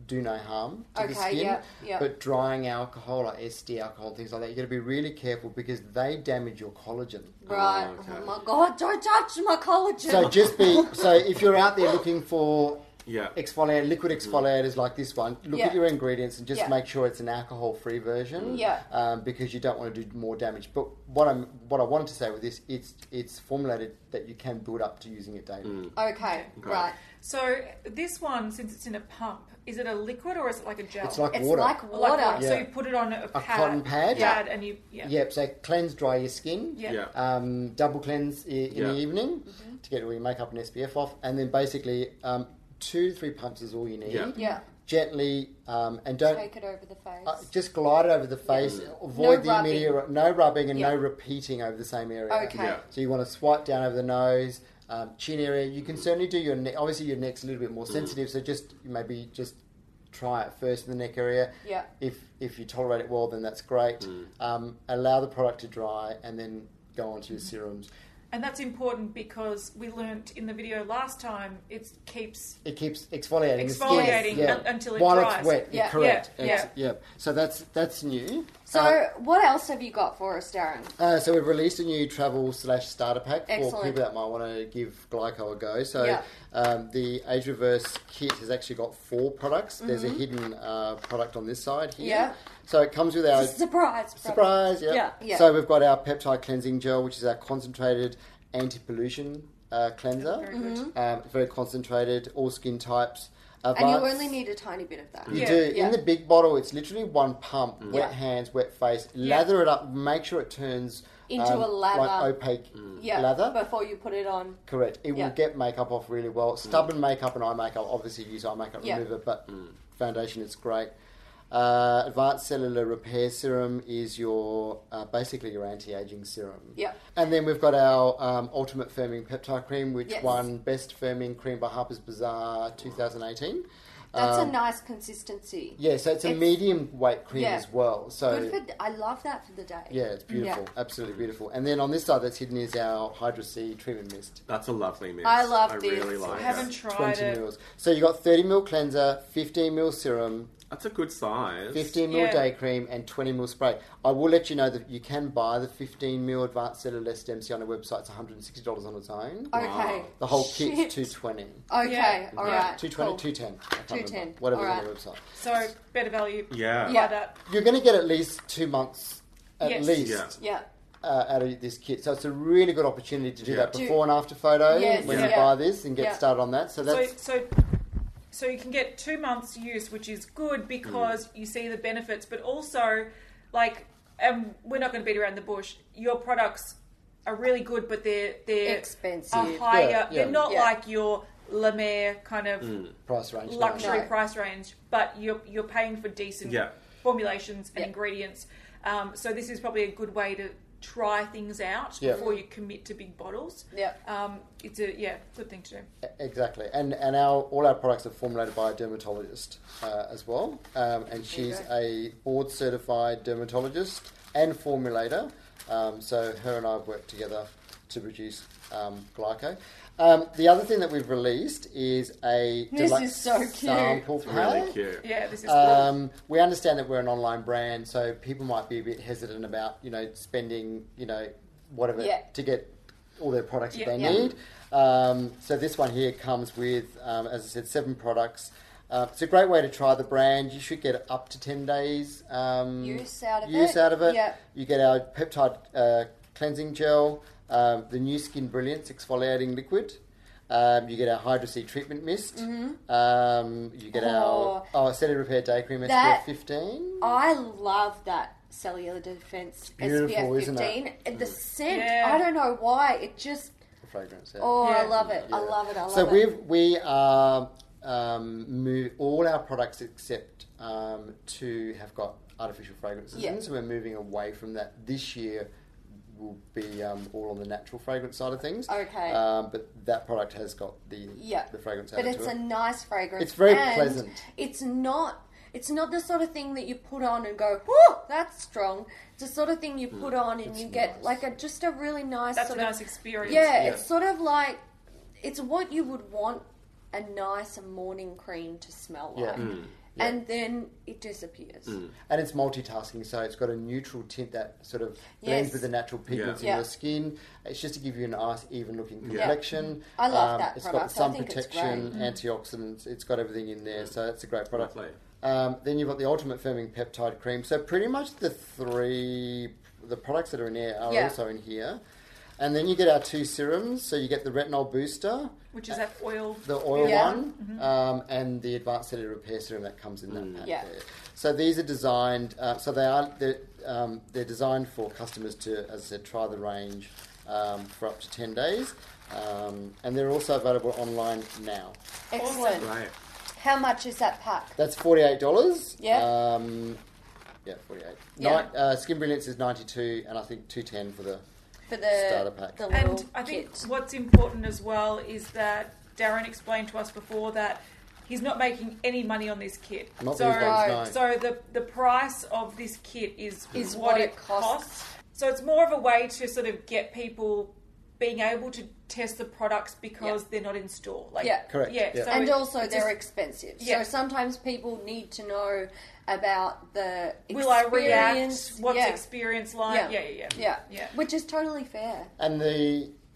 Speaker 3: do no harm to the
Speaker 1: Okay,
Speaker 3: skin.
Speaker 1: yeah, yeah.
Speaker 3: But drying alcohol, like SD alcohol, things like that, you got to be really careful because they damage your collagen.
Speaker 1: Right.
Speaker 4: Oh, okay.
Speaker 1: Oh my god, don't touch my collagen.
Speaker 3: So just be so if you're out there looking for
Speaker 4: Yeah.
Speaker 3: exfoliate liquid exfoliators like this one, look at
Speaker 1: Yeah.
Speaker 3: your ingredients and just
Speaker 1: Yeah.
Speaker 3: make sure it's an alcohol-free version.
Speaker 1: (laughs) Yeah.
Speaker 3: Um, because you don't want to do more damage. But what I'm what I wanted to say with this, it's it's formulated that you can build up to using it daily.
Speaker 4: Mm.
Speaker 1: okay, right.
Speaker 2: So this one, since it's in a pump, is it a liquid or is it like a gel?
Speaker 3: It's like
Speaker 1: It's
Speaker 3: water.
Speaker 1: like
Speaker 2: Or like
Speaker 1: water.
Speaker 2: water. So
Speaker 3: Yeah.
Speaker 2: you put it on a, pad,
Speaker 3: cotton pad?
Speaker 2: pad, and you yeah.
Speaker 3: Yep. So cleanse, dry your skin.
Speaker 2: Yeah.
Speaker 4: Yeah.
Speaker 3: um, double cleanse i- in
Speaker 4: Yeah.
Speaker 3: the evening to get all your makeup and SPF off, and then basically um, two three pumps is all you need.
Speaker 4: Yeah.
Speaker 1: Yeah.
Speaker 3: Gently um, and don't
Speaker 1: Take it over the face.
Speaker 3: uh, just glide it over the face. Avoid
Speaker 1: No
Speaker 3: the immediate ru- no rubbing and no
Speaker 1: Yeah.
Speaker 3: repeating over the same area.
Speaker 1: Okay. Yeah.
Speaker 3: So you want to swipe down over the nose. Um, chin area. You can certainly do your neck. Obviously, your neck's a little bit more
Speaker 1: Mm-hmm.
Speaker 3: sensitive, so just maybe just try it first in the neck area.
Speaker 1: Yeah.
Speaker 3: If if you tolerate it well, then that's great.
Speaker 1: Mm.
Speaker 3: Um, allow the product to dry, and then go on to
Speaker 1: Mm-hmm.
Speaker 3: your serums.
Speaker 2: And that's important because we learnt in the video last time it keeps
Speaker 3: It keeps exfoliating. the skin.
Speaker 2: Exfoliating
Speaker 3: yeah.
Speaker 2: un- until it
Speaker 3: While
Speaker 2: dries.
Speaker 3: it's wet.
Speaker 1: Yeah.
Speaker 3: Correct.
Speaker 2: Yeah.
Speaker 3: Ex- yeah. So that's that's new.
Speaker 1: so,
Speaker 3: Uh,
Speaker 1: what else have you got for us, Darren?
Speaker 3: Uh, so we've released a new travel slash starter pack for
Speaker 1: Excellent.
Speaker 3: people that might want to give glyco a go. So
Speaker 1: Yeah.
Speaker 3: um, the Age Reverse kit has actually got four products. There's a hidden uh, product on this side here.
Speaker 1: Mm-hmm. Yeah.
Speaker 3: So it comes with our
Speaker 1: Surprise. brother.
Speaker 3: surprise. Yeah.
Speaker 1: Yeah, yeah.
Speaker 3: So we've got our peptide cleansing gel, which is our concentrated anti-pollution uh, cleanser.
Speaker 2: very
Speaker 1: Mm-hmm.
Speaker 2: good.
Speaker 3: Um, very concentrated, all skin types. Uh,
Speaker 1: And you
Speaker 3: Advanced-
Speaker 1: only need a tiny bit of that.
Speaker 3: you
Speaker 2: Yeah,
Speaker 3: do.
Speaker 1: yeah.
Speaker 3: In the big bottle, it's literally one pump, wet
Speaker 1: Yeah.
Speaker 3: hands, wet face. Lather it up, make sure it turns um,
Speaker 1: Into a lather.
Speaker 3: Like opaque
Speaker 1: Yeah.
Speaker 3: lather.
Speaker 1: Before you put it on.
Speaker 3: Correct. It
Speaker 1: Yeah.
Speaker 3: will get makeup off really well. Stubborn makeup and eye makeup, obviously use eye makeup
Speaker 1: Yeah.
Speaker 3: remover, but foundation is great. Uh, advanced cellular repair serum is your uh, basically your anti-aging serum.
Speaker 1: Yeah.
Speaker 3: And then we've got our um, ultimate firming peptide cream, which
Speaker 1: Yes.
Speaker 3: won best firming cream by Harper's Bazaar 2018.
Speaker 1: That's
Speaker 3: Um,
Speaker 1: a nice consistency.
Speaker 3: yeah, so it's a
Speaker 1: It's-
Speaker 3: medium weight cream
Speaker 1: yeah.
Speaker 3: as well. So
Speaker 1: Good for. I love that for the day.
Speaker 3: yeah, it's beautiful,
Speaker 1: Yeah.
Speaker 3: absolutely beautiful. And then on this side that's hidden is our Hydra C treatment mist,
Speaker 4: That's a lovely mix.
Speaker 1: I love
Speaker 4: I
Speaker 1: this.
Speaker 4: really
Speaker 1: I
Speaker 4: like
Speaker 2: I haven't
Speaker 4: it.
Speaker 2: tried
Speaker 3: twenty
Speaker 2: it.
Speaker 3: mils. So you got thirty mil cleanser, fifteen mil serum,
Speaker 4: That's a good size.
Speaker 3: fifteen mil
Speaker 2: Yeah.
Speaker 3: day cream, and twenty mil spray. I will let you know that you can buy the fifteen mil advanced cellular stem C on our website. It's one hundred and sixty dollars on its own.
Speaker 1: Okay.
Speaker 3: The whole
Speaker 1: Oh, Shit.
Speaker 3: kit's two twenty.
Speaker 1: Okay.
Speaker 2: Yeah.
Speaker 1: All right.
Speaker 3: Two twenty,
Speaker 1: cool.
Speaker 3: two ten.
Speaker 1: $2.10,
Speaker 3: Whatever's
Speaker 1: all
Speaker 3: on the
Speaker 1: right.
Speaker 3: website.
Speaker 2: So better value.
Speaker 4: Yeah.
Speaker 2: Buy
Speaker 1: Yeah.
Speaker 2: that.
Speaker 3: You're going to get at least two months, at
Speaker 2: Yes.
Speaker 3: least.
Speaker 4: Yeah.
Speaker 1: Yeah.
Speaker 3: uh, out of this kit. So it's a really good opportunity to do
Speaker 4: Yeah.
Speaker 3: that
Speaker 1: Do-
Speaker 3: before and after photo
Speaker 1: Yes,
Speaker 3: when you
Speaker 1: yeah.
Speaker 3: buy this and get
Speaker 1: Yeah.
Speaker 3: started on that. So
Speaker 2: So
Speaker 3: that's
Speaker 2: so so you can get two months use, which is good because you see the benefits, but also like and we're not going to beat around the bush. Your products are really good, but they're they're
Speaker 1: Expensive.
Speaker 2: are higher.
Speaker 3: Yeah, yeah. Mm.
Speaker 2: They're not
Speaker 1: Yeah.
Speaker 2: like your La Mer kind of
Speaker 3: price range.
Speaker 2: luxury
Speaker 1: No.
Speaker 2: price range, but you're you're paying for decent
Speaker 4: Yeah.
Speaker 2: formulations and
Speaker 1: Yeah.
Speaker 2: ingredients. Um, so this is probably a good way to try things out
Speaker 3: Yeah.
Speaker 2: before you commit to big bottles.
Speaker 1: Yeah.
Speaker 2: Um, it's a yeah good thing to do.
Speaker 3: E-, Exactly. And and our all our products are formulated by a dermatologist uh, as well, um, and she's a board certified dermatologist and formulator. Um, so her and I have worked together to produce um, glyco. Um, the other thing that we've released is a
Speaker 1: This
Speaker 3: deluxe
Speaker 1: is so cute.
Speaker 3: sample
Speaker 4: It's really
Speaker 3: pack.
Speaker 4: cute.
Speaker 2: Yeah, this is cool.
Speaker 3: Um, we understand that we're an online brand, so people might be a bit hesitant about you know spending you know whatever
Speaker 1: Yeah.
Speaker 3: to get all their products
Speaker 2: Yeah.
Speaker 3: that they
Speaker 1: Yeah.
Speaker 3: need. Um, so this one here comes with, um, as I said, seven products. Uh, it's a great way to try the brand. You should get up to ten days um,
Speaker 1: Use out of
Speaker 3: use
Speaker 1: it.
Speaker 3: out of it.
Speaker 1: Yeah.
Speaker 3: You get our peptide uh, cleansing gel, um, the New Skin Brilliance exfoliating liquid. Um, you get our Hydra C treatment mist.
Speaker 1: Mm-hmm.
Speaker 3: Um, you get our oh, cellular repair day cream SPF
Speaker 1: That-
Speaker 3: 15.
Speaker 1: I love that cellular defense
Speaker 3: beautiful,
Speaker 1: SPF
Speaker 3: isn't it?
Speaker 1: 15. And the scent,
Speaker 2: Mm. Yeah.
Speaker 1: I don't know why. It just.
Speaker 3: The fragrance. yeah.
Speaker 1: Oh, I
Speaker 2: Yeah.
Speaker 1: love it. I
Speaker 3: Yeah.
Speaker 1: love it. I love
Speaker 3: so
Speaker 1: it.
Speaker 3: we've we are um, move all our products except um, to have got artificial fragrances
Speaker 1: Yeah.
Speaker 3: in. So we're moving away from that this year will be um, all on the natural fragrance side of things.
Speaker 1: Okay.
Speaker 3: Um, but that product has got the
Speaker 1: Yeah,
Speaker 3: the fragrance
Speaker 1: but
Speaker 3: added
Speaker 1: it's
Speaker 3: to
Speaker 1: a
Speaker 3: it.
Speaker 1: nice fragrance.
Speaker 3: It's very
Speaker 1: and
Speaker 3: pleasant.
Speaker 1: It's not. It's not the sort of thing that you put on and go, "Whoa, that's strong." It's the sort of thing you put on and
Speaker 3: Mm. It's
Speaker 1: you get
Speaker 3: nice.
Speaker 1: like a just a really nice.
Speaker 2: That's a
Speaker 1: sort
Speaker 2: nice
Speaker 1: of,
Speaker 2: experience.
Speaker 1: Yeah,
Speaker 3: Yeah.
Speaker 1: it's sort of like it's what you would want a nice morning cream to smell
Speaker 3: Yeah. Mm,
Speaker 1: like,
Speaker 3: yeah. Mm.
Speaker 1: and then it disappears.
Speaker 3: and it's multitasking, so it's got a neutral tint that sort of blends
Speaker 1: Yes.
Speaker 3: with the natural pigments
Speaker 1: Yeah.
Speaker 3: in your skin. It's just to give you an nice, even-looking
Speaker 4: Yeah.
Speaker 3: complexion. Um,
Speaker 1: I love that
Speaker 3: It's
Speaker 1: product.
Speaker 3: got sun
Speaker 1: I think it's
Speaker 3: protection, antioxidants. It's got everything in there, so it's a great product.
Speaker 4: Mm. Lovely.
Speaker 3: Um, then you've got the Ultimate Firming Peptide Cream. So pretty much the three the products that are in here are
Speaker 1: Yeah.
Speaker 3: also in here. And then you get our two serums. So you get the Retinol Booster,
Speaker 2: Which is that oil.
Speaker 3: the oil
Speaker 1: Yeah. Mm-hmm.
Speaker 3: one, um, and the Advanced Cellular Repair Serum that comes in that pack
Speaker 1: Yeah.
Speaker 3: there. So these are designed. Uh, so they are they're, um, they're designed for customers to, as I said, try the range um, for up to ten days, um, and they're also available online now.
Speaker 1: Excellent.
Speaker 4: Right.
Speaker 1: How much is that pack?
Speaker 3: That's forty eight dollars.
Speaker 1: Yeah.
Speaker 3: Um, yeah, forty eight.
Speaker 1: Yeah.
Speaker 3: Night, uh, Skin Brilliance is ninety two, and I think two ten for the.
Speaker 1: for the
Speaker 3: Starter pack.
Speaker 1: The little
Speaker 2: And I think
Speaker 1: kit.
Speaker 2: what's important as well is that Darren explained to us before that he's not making any money on this kit.
Speaker 3: Not
Speaker 2: so,
Speaker 3: these days,
Speaker 2: so the the price of this kit is
Speaker 1: Is
Speaker 2: what,
Speaker 1: what
Speaker 2: it
Speaker 1: it costs.
Speaker 2: So it's more of a way to sort of get people being able to test the products because
Speaker 1: Yeah.
Speaker 2: they're not in store. Like,
Speaker 1: Yeah.
Speaker 3: Correct,
Speaker 2: Yeah.
Speaker 3: yeah.
Speaker 2: So
Speaker 1: and
Speaker 2: it-
Speaker 1: also
Speaker 2: it's
Speaker 1: they're
Speaker 2: just-
Speaker 1: expensive.
Speaker 2: Yeah.
Speaker 1: So sometimes people need to know about the
Speaker 2: Will I react?
Speaker 1: experience.
Speaker 2: What's
Speaker 1: yeah.
Speaker 2: experience like? Yeah. Yeah. Yeah.
Speaker 1: yeah,
Speaker 2: Yeah.
Speaker 1: which is totally fair.
Speaker 3: And the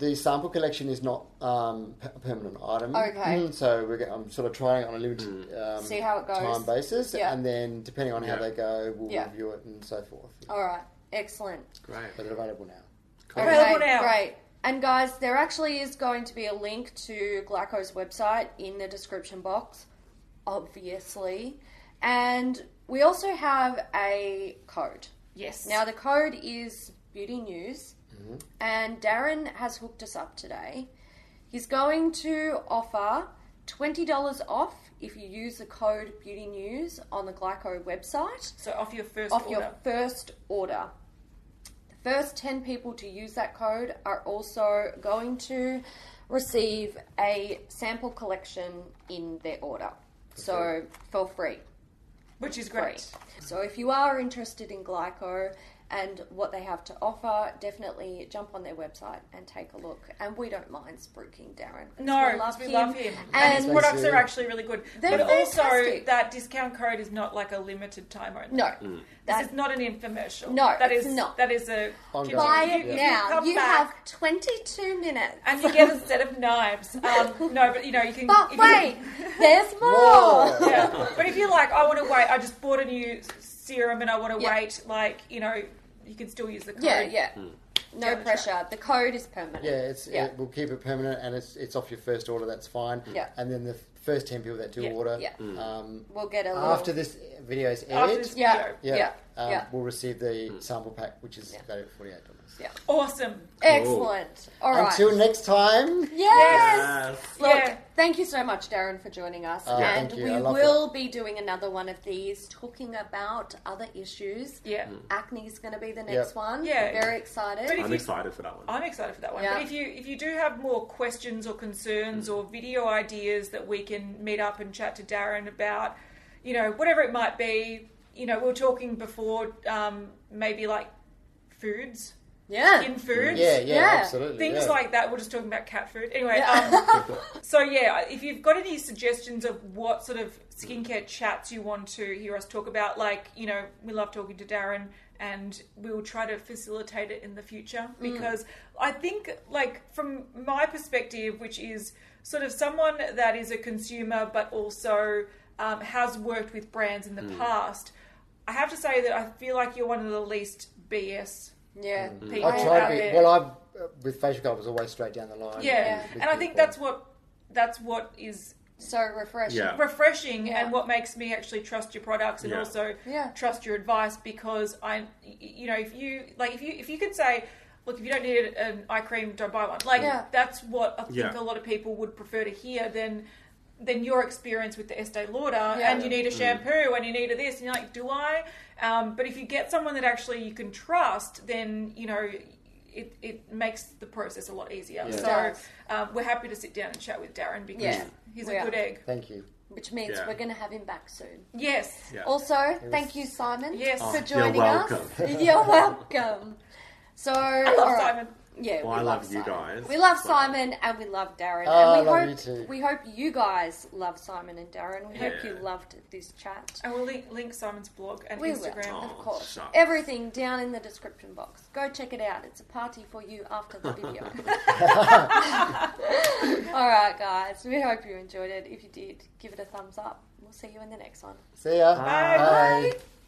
Speaker 3: the sample collection is not um, p- a permanent item.
Speaker 1: Okay.
Speaker 3: Mm, so we're, go- I'm sort of trying it on a limited
Speaker 2: Mm.
Speaker 3: um,
Speaker 1: See how it goes.
Speaker 3: time basis,
Speaker 1: Yeah.
Speaker 3: and then depending on how
Speaker 4: Yeah.
Speaker 3: they go, we'll
Speaker 1: Yeah. Oh.
Speaker 3: review it and so forth.
Speaker 1: All right, excellent.
Speaker 4: Great.
Speaker 3: But they're available now.
Speaker 4: Cool.
Speaker 2: Okay. Available
Speaker 1: Okay,
Speaker 2: now.
Speaker 1: Great. And guys, there actually is going to be a link to Glaco's website in the description box, obviously. And we also have a code.
Speaker 2: Yes.
Speaker 1: Now the code is Beauty News, and Darren has hooked us up today. He's going to offer twenty dollars off if you use the code Beauty News on the Glyco website
Speaker 2: so off your first
Speaker 1: off
Speaker 2: order.
Speaker 1: your first order. The first ten people to use that code are also going to receive a sample collection in their order. So for free
Speaker 2: which is
Speaker 1: free.
Speaker 2: great.
Speaker 1: So if you are interested in Glyco and what they have to offer, definitely jump on their website and take a look. And we don't mind spruiking Darren. 'cause
Speaker 2: No, 'cause we love him. And, his
Speaker 1: And
Speaker 2: products
Speaker 3: Thanks,
Speaker 2: are
Speaker 3: Julie.
Speaker 2: actually really good.
Speaker 1: They're
Speaker 2: but also,
Speaker 1: fantastic.
Speaker 2: that discount code is not like a limited time only.
Speaker 1: no,
Speaker 2: Mm. This
Speaker 1: that,
Speaker 2: is not an infomercial.
Speaker 1: No,
Speaker 2: that
Speaker 1: it's
Speaker 2: is
Speaker 1: not.
Speaker 2: That is a
Speaker 3: Ongoing.
Speaker 1: buy
Speaker 3: Yeah.
Speaker 1: it now.
Speaker 2: come
Speaker 1: You
Speaker 2: back
Speaker 1: have 22 minutes.
Speaker 2: and you get a set
Speaker 1: (laughs)
Speaker 2: of knives. Um, no, but you know you can.
Speaker 1: But
Speaker 3: (laughs)
Speaker 2: if you-
Speaker 1: wait, there's more.
Speaker 3: Whoa.
Speaker 2: yeah. But if you're like, I want to wait. I just bought a new s- serum and I want to
Speaker 1: Yeah.
Speaker 2: wait. Like you know, you can still use the code.
Speaker 1: Yeah, yeah. No
Speaker 2: Down the
Speaker 1: pressure. The code is permanent.
Speaker 3: Yeah, it's
Speaker 1: Yeah.
Speaker 3: It, we'll keep it permanent, and it's it's off your first order. That's fine.
Speaker 1: Yeah.
Speaker 3: And then the first ten people that do
Speaker 2: Yeah,
Speaker 3: order,
Speaker 1: yeah.
Speaker 3: um,
Speaker 1: We'll get a little.
Speaker 3: after this video is aired,
Speaker 2: After this
Speaker 1: Yeah.
Speaker 2: video.
Speaker 3: yeah,
Speaker 1: Yeah,
Speaker 3: Um,
Speaker 1: yeah.
Speaker 3: we'll receive the
Speaker 2: Mm.
Speaker 3: sample pack, which is
Speaker 1: Yeah.
Speaker 3: valued at forty eight dollars.
Speaker 2: Awesome.
Speaker 1: Excellent. All right.
Speaker 3: Until next time.
Speaker 1: yes.
Speaker 4: Yes.
Speaker 1: Look,
Speaker 2: Yeah.
Speaker 1: thank you so much, Darren, for joining us.
Speaker 3: Oh,
Speaker 1: and
Speaker 3: thank you.
Speaker 1: we
Speaker 3: I love
Speaker 1: will be doing another one of these, talking about other issues.
Speaker 2: Yeah.
Speaker 1: Acne is going to be the next
Speaker 3: Yep.
Speaker 1: one.
Speaker 2: Yeah.
Speaker 1: Very excited.
Speaker 2: But if
Speaker 4: I'm
Speaker 2: you-
Speaker 4: excited for that one.
Speaker 2: I'm excited for that one.
Speaker 1: Yeah.
Speaker 2: But if you if you do have more questions or concerns or video ideas that we can meet up and chat to Darren about, you know, whatever it might be, you know, we were talking before, um, maybe like foods
Speaker 1: yeah.
Speaker 2: in foods.
Speaker 3: Yeah, yeah,
Speaker 1: Yeah.
Speaker 3: absolutely.
Speaker 2: Things
Speaker 3: yeah.
Speaker 2: like that. We're just talking about cat food. Anyway,
Speaker 1: Yeah.
Speaker 2: um, so yeah, if you've got any suggestions of what sort of skincare chats you want to hear us talk about, like, you know, we love talking to Darren and we will try to facilitate it in the future because I think, like, from my perspective, which is sort of someone that is a consumer but also um, has worked with brands in the past, I have to say that I feel like you're one of the least BS
Speaker 1: yeah.
Speaker 2: people
Speaker 3: I
Speaker 2: out
Speaker 3: tried Mm-hmm. to
Speaker 2: there.
Speaker 3: be, well, I uh, with facial gold was always straight down the line.
Speaker 2: yeah
Speaker 3: with
Speaker 2: and i think
Speaker 3: people.
Speaker 2: that's what that's what is
Speaker 1: So refreshing.
Speaker 4: Yeah.
Speaker 2: refreshing
Speaker 1: Yeah.
Speaker 2: and what makes me actually trust your products and
Speaker 4: Yeah.
Speaker 2: also
Speaker 1: Yeah.
Speaker 2: trust your advice because i y- you know if you like if you if you could say look if you don't need an eye cream don't buy one like
Speaker 1: Yeah.
Speaker 2: that's what i think
Speaker 4: Yeah.
Speaker 2: a lot of people would prefer to hear than than your experience with the Estee Lauder,
Speaker 1: Yeah.
Speaker 2: and you need a shampoo, and you need a this, and you're like, do I? Um, but if you get someone that actually you can trust, then you know it, it makes the process a lot easier.
Speaker 3: Yeah.
Speaker 1: It does.
Speaker 2: So um, we're happy to sit down and chat with Darren because
Speaker 1: Yeah.
Speaker 2: he's
Speaker 1: We
Speaker 2: a
Speaker 1: are.
Speaker 2: good egg.
Speaker 3: Thank you.
Speaker 1: which means
Speaker 4: Yeah.
Speaker 1: we're going to have him back soon.
Speaker 2: Yes.
Speaker 4: Yeah.
Speaker 1: Also, thank you, Simon,
Speaker 2: Yes. Oh,
Speaker 1: for
Speaker 2: you're
Speaker 1: joining
Speaker 4: welcome.
Speaker 1: us. (laughs) You're welcome. So,
Speaker 2: I love
Speaker 1: all right.
Speaker 2: Simon.
Speaker 1: Yeah,
Speaker 4: Well,
Speaker 1: we
Speaker 4: I
Speaker 1: love,
Speaker 4: love you
Speaker 1: Simon.
Speaker 4: guys.
Speaker 1: We love
Speaker 4: So-
Speaker 1: Simon and we love Darren.
Speaker 3: Oh,
Speaker 1: and we
Speaker 3: I love
Speaker 1: hope
Speaker 3: you too.
Speaker 1: we hope you guys love Simon and Darren. We hope
Speaker 4: Yeah.
Speaker 1: you loved this chat.
Speaker 2: And we'll link, link Simon's blog and
Speaker 1: We will,
Speaker 2: Instagram.
Speaker 4: Oh,
Speaker 1: of course.
Speaker 4: shucks.
Speaker 1: Everything down in the description box. Go check it out. It's a party for you after the
Speaker 4: (laughs)
Speaker 1: video. (laughs) All right, guys. We hope you enjoyed it. If you did, give it a thumbs up. We'll see you in the next one.
Speaker 3: See ya.
Speaker 2: Bye.
Speaker 3: Bye.
Speaker 2: Bye.